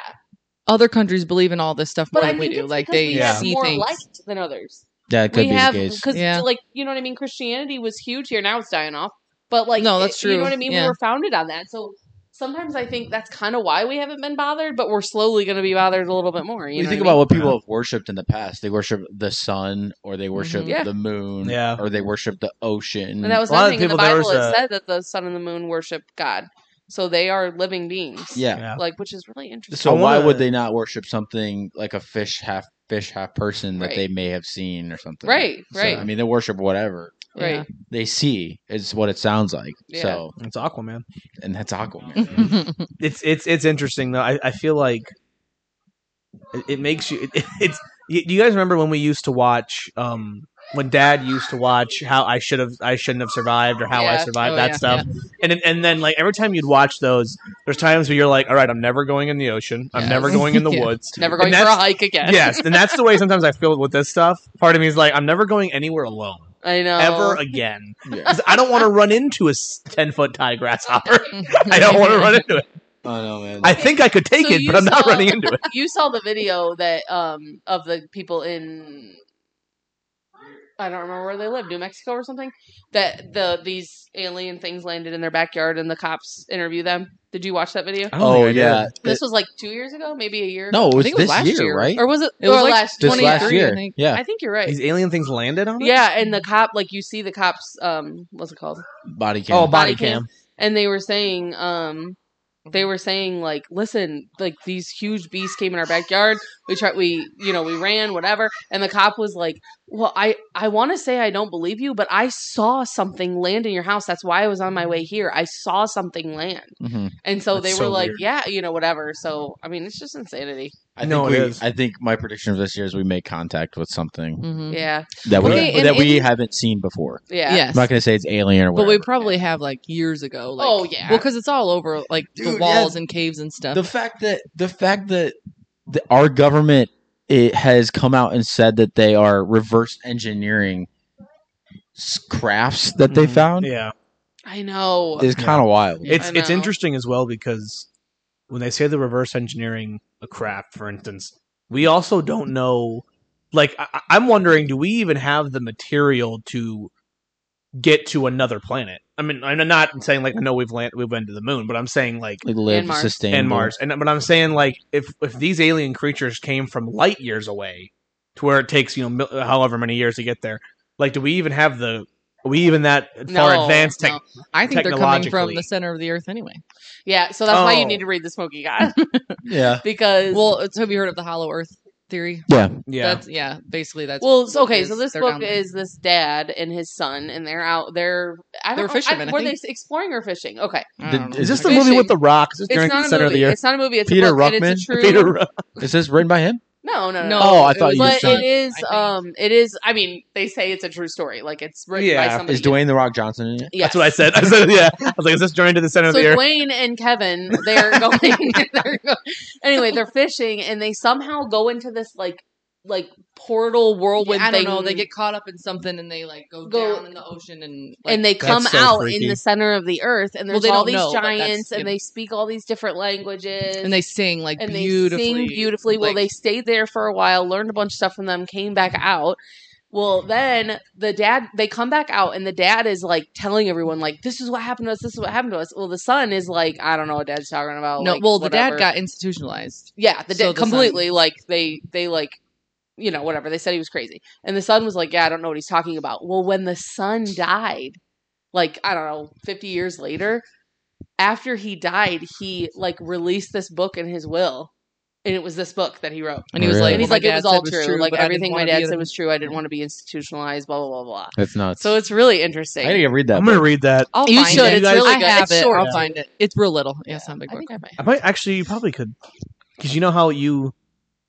[SPEAKER 5] other countries believe in all this stuff more
[SPEAKER 4] but I
[SPEAKER 5] than
[SPEAKER 4] think
[SPEAKER 5] we do.
[SPEAKER 4] it's
[SPEAKER 5] Like
[SPEAKER 4] because
[SPEAKER 5] they
[SPEAKER 4] we
[SPEAKER 1] Yeah.
[SPEAKER 4] have
[SPEAKER 5] see
[SPEAKER 4] more
[SPEAKER 5] things.
[SPEAKER 4] liked than others.
[SPEAKER 2] that could
[SPEAKER 4] we
[SPEAKER 2] be
[SPEAKER 4] have
[SPEAKER 2] the case.
[SPEAKER 4] because
[SPEAKER 5] Yeah.
[SPEAKER 4] like you know what I mean. Christianity was huge here. Now it's dying off, but like
[SPEAKER 5] No, that's
[SPEAKER 4] it- You know
[SPEAKER 5] true.
[SPEAKER 4] what I mean.
[SPEAKER 5] Yeah.
[SPEAKER 4] We were founded on that, so. Sometimes I think that's kind of why we haven't been bothered, but we're slowly going to be bothered a little bit more. You,
[SPEAKER 2] You,
[SPEAKER 4] know
[SPEAKER 2] think
[SPEAKER 4] what I
[SPEAKER 2] about
[SPEAKER 4] mean?
[SPEAKER 2] what people have worshipped in the past. They worship the sun, or they worship
[SPEAKER 5] Mhm.
[SPEAKER 4] Yeah.
[SPEAKER 2] the moon,
[SPEAKER 1] Yeah.
[SPEAKER 2] or they worship the ocean.
[SPEAKER 4] And that was
[SPEAKER 1] A lot
[SPEAKER 4] another
[SPEAKER 1] of
[SPEAKER 4] thing in the
[SPEAKER 1] people, there
[SPEAKER 4] Bible.
[SPEAKER 1] was
[SPEAKER 4] It
[SPEAKER 1] a-
[SPEAKER 4] said that the sun and the moon worship God, so they are living beings.
[SPEAKER 2] yeah.
[SPEAKER 1] Yeah.
[SPEAKER 4] like which is really interesting.
[SPEAKER 2] So
[SPEAKER 1] I
[SPEAKER 2] why
[SPEAKER 1] wanna-
[SPEAKER 2] would they not worship something like a fish half fish half person that
[SPEAKER 4] Right.
[SPEAKER 2] they may have seen or something?
[SPEAKER 4] Right,
[SPEAKER 2] So,
[SPEAKER 4] right.
[SPEAKER 2] I mean, they worship whatever
[SPEAKER 4] Right?
[SPEAKER 2] they see is what it sounds like.
[SPEAKER 4] Yeah.
[SPEAKER 2] So
[SPEAKER 1] It's Aquaman.
[SPEAKER 2] and that's Aquaman.
[SPEAKER 1] it's it's it's interesting though. I, I feel like it, it makes you. It, it's you, you guys remember when we used to watch um when Dad used to watch how I should have I shouldn't have survived or how I
[SPEAKER 4] Yeah.
[SPEAKER 1] survived
[SPEAKER 5] Oh,
[SPEAKER 1] that
[SPEAKER 5] yeah,
[SPEAKER 1] stuff. And then- and then like every time you'd watch those, there's times where you're like, all right, I'm never going in the ocean. I'm
[SPEAKER 5] Yes.
[SPEAKER 1] never going in the
[SPEAKER 5] Yeah.
[SPEAKER 1] woods.
[SPEAKER 4] Never
[SPEAKER 1] And
[SPEAKER 4] going for a
[SPEAKER 1] that's-
[SPEAKER 4] hike again.
[SPEAKER 1] Yes, and that's the way sometimes I feel with this stuff. Part of me is like, I'm never going anywhere alone
[SPEAKER 4] I
[SPEAKER 5] Oh.
[SPEAKER 4] know.
[SPEAKER 1] ever again
[SPEAKER 2] yeah.
[SPEAKER 1] because I don't want to run into a ten foot high grasshopper. I don't want to run into it.
[SPEAKER 2] I know, man.
[SPEAKER 1] I think I could take
[SPEAKER 4] So
[SPEAKER 1] it,
[SPEAKER 4] you
[SPEAKER 1] but I'm not
[SPEAKER 4] saw-
[SPEAKER 1] running into it.
[SPEAKER 4] you saw the video that um of the people in I don't remember where they lived, New Mexico or something. That the these alien things landed in their backyard and the cops interview them. Did you watch that video?
[SPEAKER 1] I don't
[SPEAKER 2] oh
[SPEAKER 1] think I did.
[SPEAKER 2] yeah.
[SPEAKER 4] This
[SPEAKER 2] It-
[SPEAKER 4] was like two years ago, maybe a year.
[SPEAKER 2] no, it was
[SPEAKER 5] think it was
[SPEAKER 2] this
[SPEAKER 5] last
[SPEAKER 2] year,
[SPEAKER 5] year.
[SPEAKER 2] right?
[SPEAKER 4] or was it?
[SPEAKER 5] It was
[SPEAKER 4] or
[SPEAKER 5] like
[SPEAKER 4] last
[SPEAKER 2] This
[SPEAKER 4] year.
[SPEAKER 2] last
[SPEAKER 5] 23, I
[SPEAKER 2] year.
[SPEAKER 5] think.
[SPEAKER 2] Yeah.
[SPEAKER 4] I think you're right.
[SPEAKER 1] These alien things landed on us?
[SPEAKER 4] Yeah, and the cop, like you see the cops, um, what's it called?
[SPEAKER 2] Body cam.
[SPEAKER 1] Oh,
[SPEAKER 4] Body
[SPEAKER 1] body,
[SPEAKER 4] cam.
[SPEAKER 1] cam.
[SPEAKER 4] And they were saying, um,
[SPEAKER 1] Mm-hmm.
[SPEAKER 4] they were saying like, listen, like these huge beasts came in our backyard. We tried, we, you know, we ran, whatever. And the cop was like, well, I, I want to say I don't believe you, but I saw something land in your house. That's why I was on my way here. I saw something land,
[SPEAKER 2] Mhm.
[SPEAKER 4] and so
[SPEAKER 1] That's
[SPEAKER 4] they
[SPEAKER 1] so
[SPEAKER 4] were like,
[SPEAKER 1] weird.
[SPEAKER 4] yeah, you know, whatever. So I mean, it's just insanity.
[SPEAKER 2] I
[SPEAKER 1] No,
[SPEAKER 2] think
[SPEAKER 1] it
[SPEAKER 2] we,
[SPEAKER 1] is.
[SPEAKER 2] I think my prediction of this year is we make contact with something
[SPEAKER 1] Mm-hmm.
[SPEAKER 5] Mhm.
[SPEAKER 4] Yeah,
[SPEAKER 2] that we
[SPEAKER 5] Okay, and-
[SPEAKER 2] that we
[SPEAKER 5] and-
[SPEAKER 2] haven't seen before.
[SPEAKER 4] yeah.
[SPEAKER 5] Yes.
[SPEAKER 2] I'm not going to say it's alien or
[SPEAKER 5] but
[SPEAKER 2] whatever.
[SPEAKER 5] we probably have like years ago. Like,
[SPEAKER 4] Oh, yeah.
[SPEAKER 5] Well, because it's all over like the
[SPEAKER 2] Dude,
[SPEAKER 5] walls
[SPEAKER 2] yeah.
[SPEAKER 5] and caves and stuff.
[SPEAKER 2] the fact that the fact that the, our government it has come out and said that they are reverse engineering s- crafts that they
[SPEAKER 1] Mhm.
[SPEAKER 2] found
[SPEAKER 1] Yeah.
[SPEAKER 4] I know.
[SPEAKER 2] is kind of wild.
[SPEAKER 5] Yeah.
[SPEAKER 1] It's
[SPEAKER 4] I
[SPEAKER 1] it's
[SPEAKER 4] know.
[SPEAKER 1] interesting as well because when they say the reverse engineering a craft, for instance, we also don't know like I, I- I'm wondering, do we even have the material to get to another planet. I mean, I'm not saying like I know we've land, we've been to the moon, but I'm saying like
[SPEAKER 2] Like live
[SPEAKER 4] And Mars.
[SPEAKER 2] sustainable.
[SPEAKER 1] and Mars. And but I'm saying like if if these alien creatures came from light years away to where it takes you know mil- however many years to get there, like do we even have the are we even that far
[SPEAKER 4] No,
[SPEAKER 1] advanced tech?
[SPEAKER 4] no.
[SPEAKER 5] I think they're coming from
[SPEAKER 1] Technologically.
[SPEAKER 5] the center of the earth anyway.
[SPEAKER 4] Yeah, so that's why you
[SPEAKER 1] Oh.
[SPEAKER 4] need to read the Smoky God
[SPEAKER 6] Yeah.
[SPEAKER 4] because well,
[SPEAKER 5] Well, it's, have you heard of the hollow earth theory?
[SPEAKER 6] Yeah.
[SPEAKER 1] Yeah,
[SPEAKER 5] That's yeah, basically that's
[SPEAKER 4] well, so- okay. So this
[SPEAKER 5] they're
[SPEAKER 4] book
[SPEAKER 5] down there.
[SPEAKER 4] is this dad and his son, and they're out. They're I don't
[SPEAKER 5] They're
[SPEAKER 4] know,
[SPEAKER 5] fishermen, I
[SPEAKER 4] were
[SPEAKER 5] think.
[SPEAKER 4] they exploring or fishing? Okay,
[SPEAKER 5] I
[SPEAKER 2] the-
[SPEAKER 5] don't know.
[SPEAKER 1] is this the
[SPEAKER 4] Fishing.
[SPEAKER 1] movie with the rocks? Is this
[SPEAKER 4] Mm. it's
[SPEAKER 1] during
[SPEAKER 4] not
[SPEAKER 1] the
[SPEAKER 4] a
[SPEAKER 1] center
[SPEAKER 4] movie.
[SPEAKER 1] of the earth?
[SPEAKER 4] It's not a movie. It's
[SPEAKER 2] Peter
[SPEAKER 4] a book, and
[SPEAKER 2] Ruckman?
[SPEAKER 4] it's a true.
[SPEAKER 1] Peter Ru-
[SPEAKER 2] Is this written by him?
[SPEAKER 4] no, no, no.
[SPEAKER 5] No,
[SPEAKER 6] Oh, I thought you
[SPEAKER 4] but
[SPEAKER 6] just
[SPEAKER 4] it
[SPEAKER 6] said
[SPEAKER 4] is.
[SPEAKER 5] I think.
[SPEAKER 4] Um, it is. I mean, they say it's a true story. Like it's written by
[SPEAKER 1] Yeah.
[SPEAKER 4] somebody.
[SPEAKER 2] Is Dwayne the Rock Johnson in it?
[SPEAKER 4] Yes.
[SPEAKER 1] That's what I said. I said yeah. I was like, is this journey to the center
[SPEAKER 4] So
[SPEAKER 1] of the earth?
[SPEAKER 4] Dwayne and Kevin, they're going. they're go- anyway, they're fishing, and they somehow go into this like like portal whirlwind.
[SPEAKER 5] I don't
[SPEAKER 4] thing.
[SPEAKER 5] know. They get caught up in something and they like go,
[SPEAKER 4] Go-
[SPEAKER 5] down in the ocean and like,
[SPEAKER 4] and they come
[SPEAKER 6] so
[SPEAKER 4] out
[SPEAKER 6] freaky.
[SPEAKER 4] in the center of the earth, and
[SPEAKER 5] Well,
[SPEAKER 4] there's
[SPEAKER 5] they
[SPEAKER 4] all
[SPEAKER 5] don't
[SPEAKER 4] these
[SPEAKER 5] know, but that's,
[SPEAKER 4] giants,
[SPEAKER 5] you
[SPEAKER 4] and
[SPEAKER 5] know.
[SPEAKER 4] they speak all these different languages,
[SPEAKER 5] and they sing like
[SPEAKER 4] and they
[SPEAKER 5] beautifully,
[SPEAKER 4] sing beautifully. Well,
[SPEAKER 5] like-
[SPEAKER 4] they stayed there for a while, learned a bunch of stuff from them, came back out. Well, then the dad they come back out, and the dad is like telling everyone like, "This is what happened to us. This is what happened to us." Well, the son is like, "I don't know what dad's talking about."
[SPEAKER 5] no.
[SPEAKER 4] like,
[SPEAKER 5] well, the
[SPEAKER 4] whatever.
[SPEAKER 5] dad got institutionalized.
[SPEAKER 4] yeah, the
[SPEAKER 5] So
[SPEAKER 4] dad
[SPEAKER 5] the son-
[SPEAKER 4] completely like they they like you know whatever they said he was crazy, and the son was like, "Yeah, I don't know what he's talking about." Well, when the son died, like I don't know, fifty years later, after he died, he like released this book in his will, and it was this book that he wrote.
[SPEAKER 5] And he was
[SPEAKER 2] Really?
[SPEAKER 5] like,
[SPEAKER 4] And he's
[SPEAKER 5] "Well, my
[SPEAKER 4] like, it
[SPEAKER 5] dad
[SPEAKER 4] was
[SPEAKER 5] said
[SPEAKER 4] all true. Like
[SPEAKER 5] but I didn't
[SPEAKER 4] everything my
[SPEAKER 5] wanna be
[SPEAKER 4] dad
[SPEAKER 5] in-
[SPEAKER 4] said was true. I didn't want to be institutionalized. Blah blah blah blah.
[SPEAKER 2] That's nuts.
[SPEAKER 4] So it's really interesting.
[SPEAKER 2] I need to read that.
[SPEAKER 1] I'm gonna
[SPEAKER 2] book.
[SPEAKER 1] read that.
[SPEAKER 5] I'll
[SPEAKER 4] you
[SPEAKER 5] find
[SPEAKER 4] should.
[SPEAKER 5] It.
[SPEAKER 1] You
[SPEAKER 4] It's
[SPEAKER 1] guys-
[SPEAKER 4] really
[SPEAKER 5] I
[SPEAKER 4] good.
[SPEAKER 5] have
[SPEAKER 4] it's
[SPEAKER 5] it.
[SPEAKER 4] short.
[SPEAKER 5] I'll find it. It's real little. Yeah, it's not a big
[SPEAKER 4] I
[SPEAKER 5] book.
[SPEAKER 4] think I might.
[SPEAKER 1] I might actually you probably could because you know how you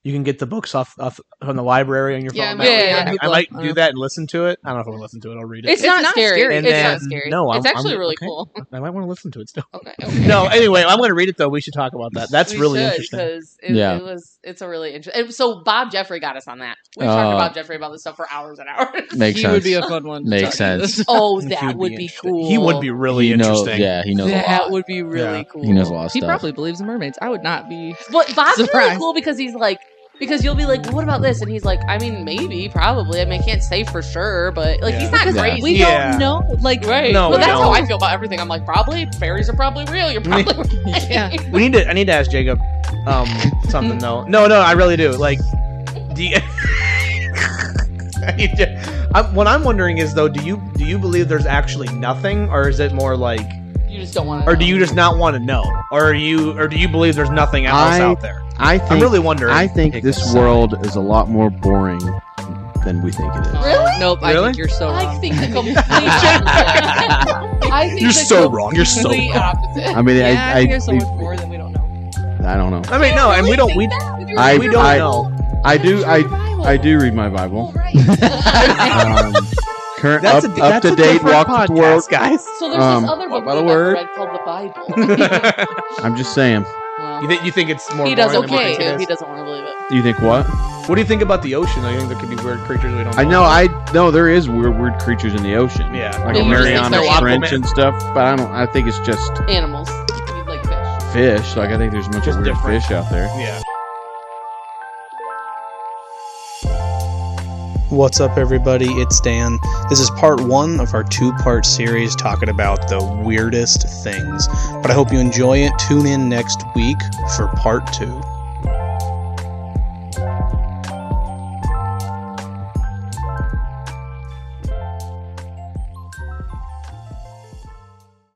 [SPEAKER 1] you can get the books off, off from the library on your
[SPEAKER 5] Yeah,
[SPEAKER 1] phone.
[SPEAKER 5] I
[SPEAKER 1] now?
[SPEAKER 4] might- yeah,
[SPEAKER 1] I-
[SPEAKER 5] yeah.
[SPEAKER 1] I might do
[SPEAKER 5] Uh.
[SPEAKER 1] that and listen to it. I don't know if I'm gonna listen to it. I'll read it.
[SPEAKER 4] It's,
[SPEAKER 5] It's
[SPEAKER 4] not,
[SPEAKER 5] not
[SPEAKER 4] scary.
[SPEAKER 5] scary.
[SPEAKER 1] And
[SPEAKER 4] It's
[SPEAKER 1] then-
[SPEAKER 4] not scary.
[SPEAKER 1] no, I'm-
[SPEAKER 4] it's actually
[SPEAKER 1] I'm-
[SPEAKER 4] really
[SPEAKER 1] okay.
[SPEAKER 4] cool.
[SPEAKER 1] I might want to listen to it still.
[SPEAKER 4] Okay. okay.
[SPEAKER 1] No, anyway, I'm going to read it though. We should talk about that. That's
[SPEAKER 4] We
[SPEAKER 1] really
[SPEAKER 4] should,
[SPEAKER 1] interesting.
[SPEAKER 4] 'cause It,
[SPEAKER 2] Yeah.
[SPEAKER 4] it was. It's a really interesting. So Bob Jeffrey got us on that. We talked
[SPEAKER 2] Uh,
[SPEAKER 4] to Bob Jeffrey about this stuff for hours and hours.
[SPEAKER 2] Makes
[SPEAKER 5] he
[SPEAKER 2] sense.
[SPEAKER 5] would be a fun one. to
[SPEAKER 2] Makes
[SPEAKER 5] talk to.
[SPEAKER 2] sense.
[SPEAKER 4] oh,
[SPEAKER 1] He
[SPEAKER 4] that would be,
[SPEAKER 1] interesting.
[SPEAKER 4] cool.
[SPEAKER 1] He would be really
[SPEAKER 2] He knows-
[SPEAKER 1] interesting.
[SPEAKER 2] yeah, he knows a lot.
[SPEAKER 4] That would be really
[SPEAKER 1] Yeah.
[SPEAKER 4] cool.
[SPEAKER 2] He knows a lot of
[SPEAKER 5] He
[SPEAKER 2] stuff.
[SPEAKER 5] probably believes in mermaids. I would not be.
[SPEAKER 4] But Bob's really
[SPEAKER 5] Surprise.
[SPEAKER 4] cool because he's like, because you'll be like, well, what about this? And he's like, I mean, maybe, probably. I mean, I can't say for sure, but like, he's not
[SPEAKER 5] Because
[SPEAKER 2] Yeah.
[SPEAKER 4] crazy.
[SPEAKER 5] we
[SPEAKER 1] Yeah. Oh,
[SPEAKER 5] don't know. Like,
[SPEAKER 4] Right.
[SPEAKER 1] No,
[SPEAKER 4] but
[SPEAKER 1] we
[SPEAKER 4] that's
[SPEAKER 1] don't.
[SPEAKER 4] how I feel about everything. I'm like, probably fairies are probably real. You're probably right.
[SPEAKER 5] Yeah.
[SPEAKER 1] We need to. I need to ask Jacob um, something though. No, no, I really do. Like, do you, I need to- I'm- what I'm wondering is though, do you do you believe there's actually nothing, or is it more like,
[SPEAKER 4] You just don't want to.
[SPEAKER 1] or do you just not want to know, or are you, or do you believe there's nothing else
[SPEAKER 3] I
[SPEAKER 1] out there?
[SPEAKER 3] I think
[SPEAKER 1] I'm really wondering.
[SPEAKER 3] I think
[SPEAKER 2] Pick
[SPEAKER 3] this
[SPEAKER 2] a
[SPEAKER 3] world is a lot more boring than we think it is.
[SPEAKER 4] Really?
[SPEAKER 5] Nope. I
[SPEAKER 1] Really?
[SPEAKER 5] think you're so
[SPEAKER 4] I
[SPEAKER 5] wrong.
[SPEAKER 4] think the complete opposite. I think
[SPEAKER 1] You're
[SPEAKER 4] the
[SPEAKER 1] so wrong. You're so
[SPEAKER 4] complete
[SPEAKER 1] wrong.
[SPEAKER 4] opposite.
[SPEAKER 3] I mean,
[SPEAKER 5] yeah, I,
[SPEAKER 3] I, I,
[SPEAKER 5] think there's so
[SPEAKER 3] we-
[SPEAKER 5] much more than we don't know.
[SPEAKER 3] I don't know.
[SPEAKER 1] I mean, no, and we don't. We
[SPEAKER 3] I-
[SPEAKER 1] we don't
[SPEAKER 3] I-
[SPEAKER 1] know.
[SPEAKER 3] I do. I I do read my Bible. Um, current
[SPEAKER 1] That's
[SPEAKER 3] up,
[SPEAKER 1] a di-
[SPEAKER 3] up
[SPEAKER 1] that's
[SPEAKER 3] to
[SPEAKER 1] a
[SPEAKER 3] date
[SPEAKER 1] different
[SPEAKER 3] walk with the world.
[SPEAKER 1] podcast, guys.
[SPEAKER 4] So there's
[SPEAKER 3] Um,
[SPEAKER 4] this other
[SPEAKER 2] what
[SPEAKER 4] book
[SPEAKER 2] about
[SPEAKER 4] that
[SPEAKER 2] a
[SPEAKER 4] I
[SPEAKER 2] word?
[SPEAKER 4] read called the Bible.
[SPEAKER 3] I'm just saying.
[SPEAKER 4] Well,
[SPEAKER 1] You, think you think it's more
[SPEAKER 4] he doesn't
[SPEAKER 1] boring than
[SPEAKER 4] want
[SPEAKER 1] we think
[SPEAKER 4] to.
[SPEAKER 1] it
[SPEAKER 4] He
[SPEAKER 1] is?
[SPEAKER 4] doesn't want to believe it.
[SPEAKER 3] You think what?
[SPEAKER 1] What do you think about the ocean? I think there could be weird creatures we don't.
[SPEAKER 3] I know. I know there is weird, weird creatures in the ocean.
[SPEAKER 1] Yeah.
[SPEAKER 3] like
[SPEAKER 4] No,
[SPEAKER 3] a
[SPEAKER 4] you just think
[SPEAKER 3] Mariana
[SPEAKER 4] they're
[SPEAKER 3] Trench
[SPEAKER 1] Aquaman.
[SPEAKER 3] and stuff. But I don't. I think it's just
[SPEAKER 4] Animals, He'd like fish.
[SPEAKER 3] fish. Like I think there's a bunch
[SPEAKER 1] Just
[SPEAKER 3] of weird
[SPEAKER 1] different.
[SPEAKER 3] fish out there.
[SPEAKER 1] Yeah.
[SPEAKER 7] What's up, everybody? It's Dan. This is part one of our two part series talking about the weirdest things. But I hope you enjoy it. Tune in next week for part two.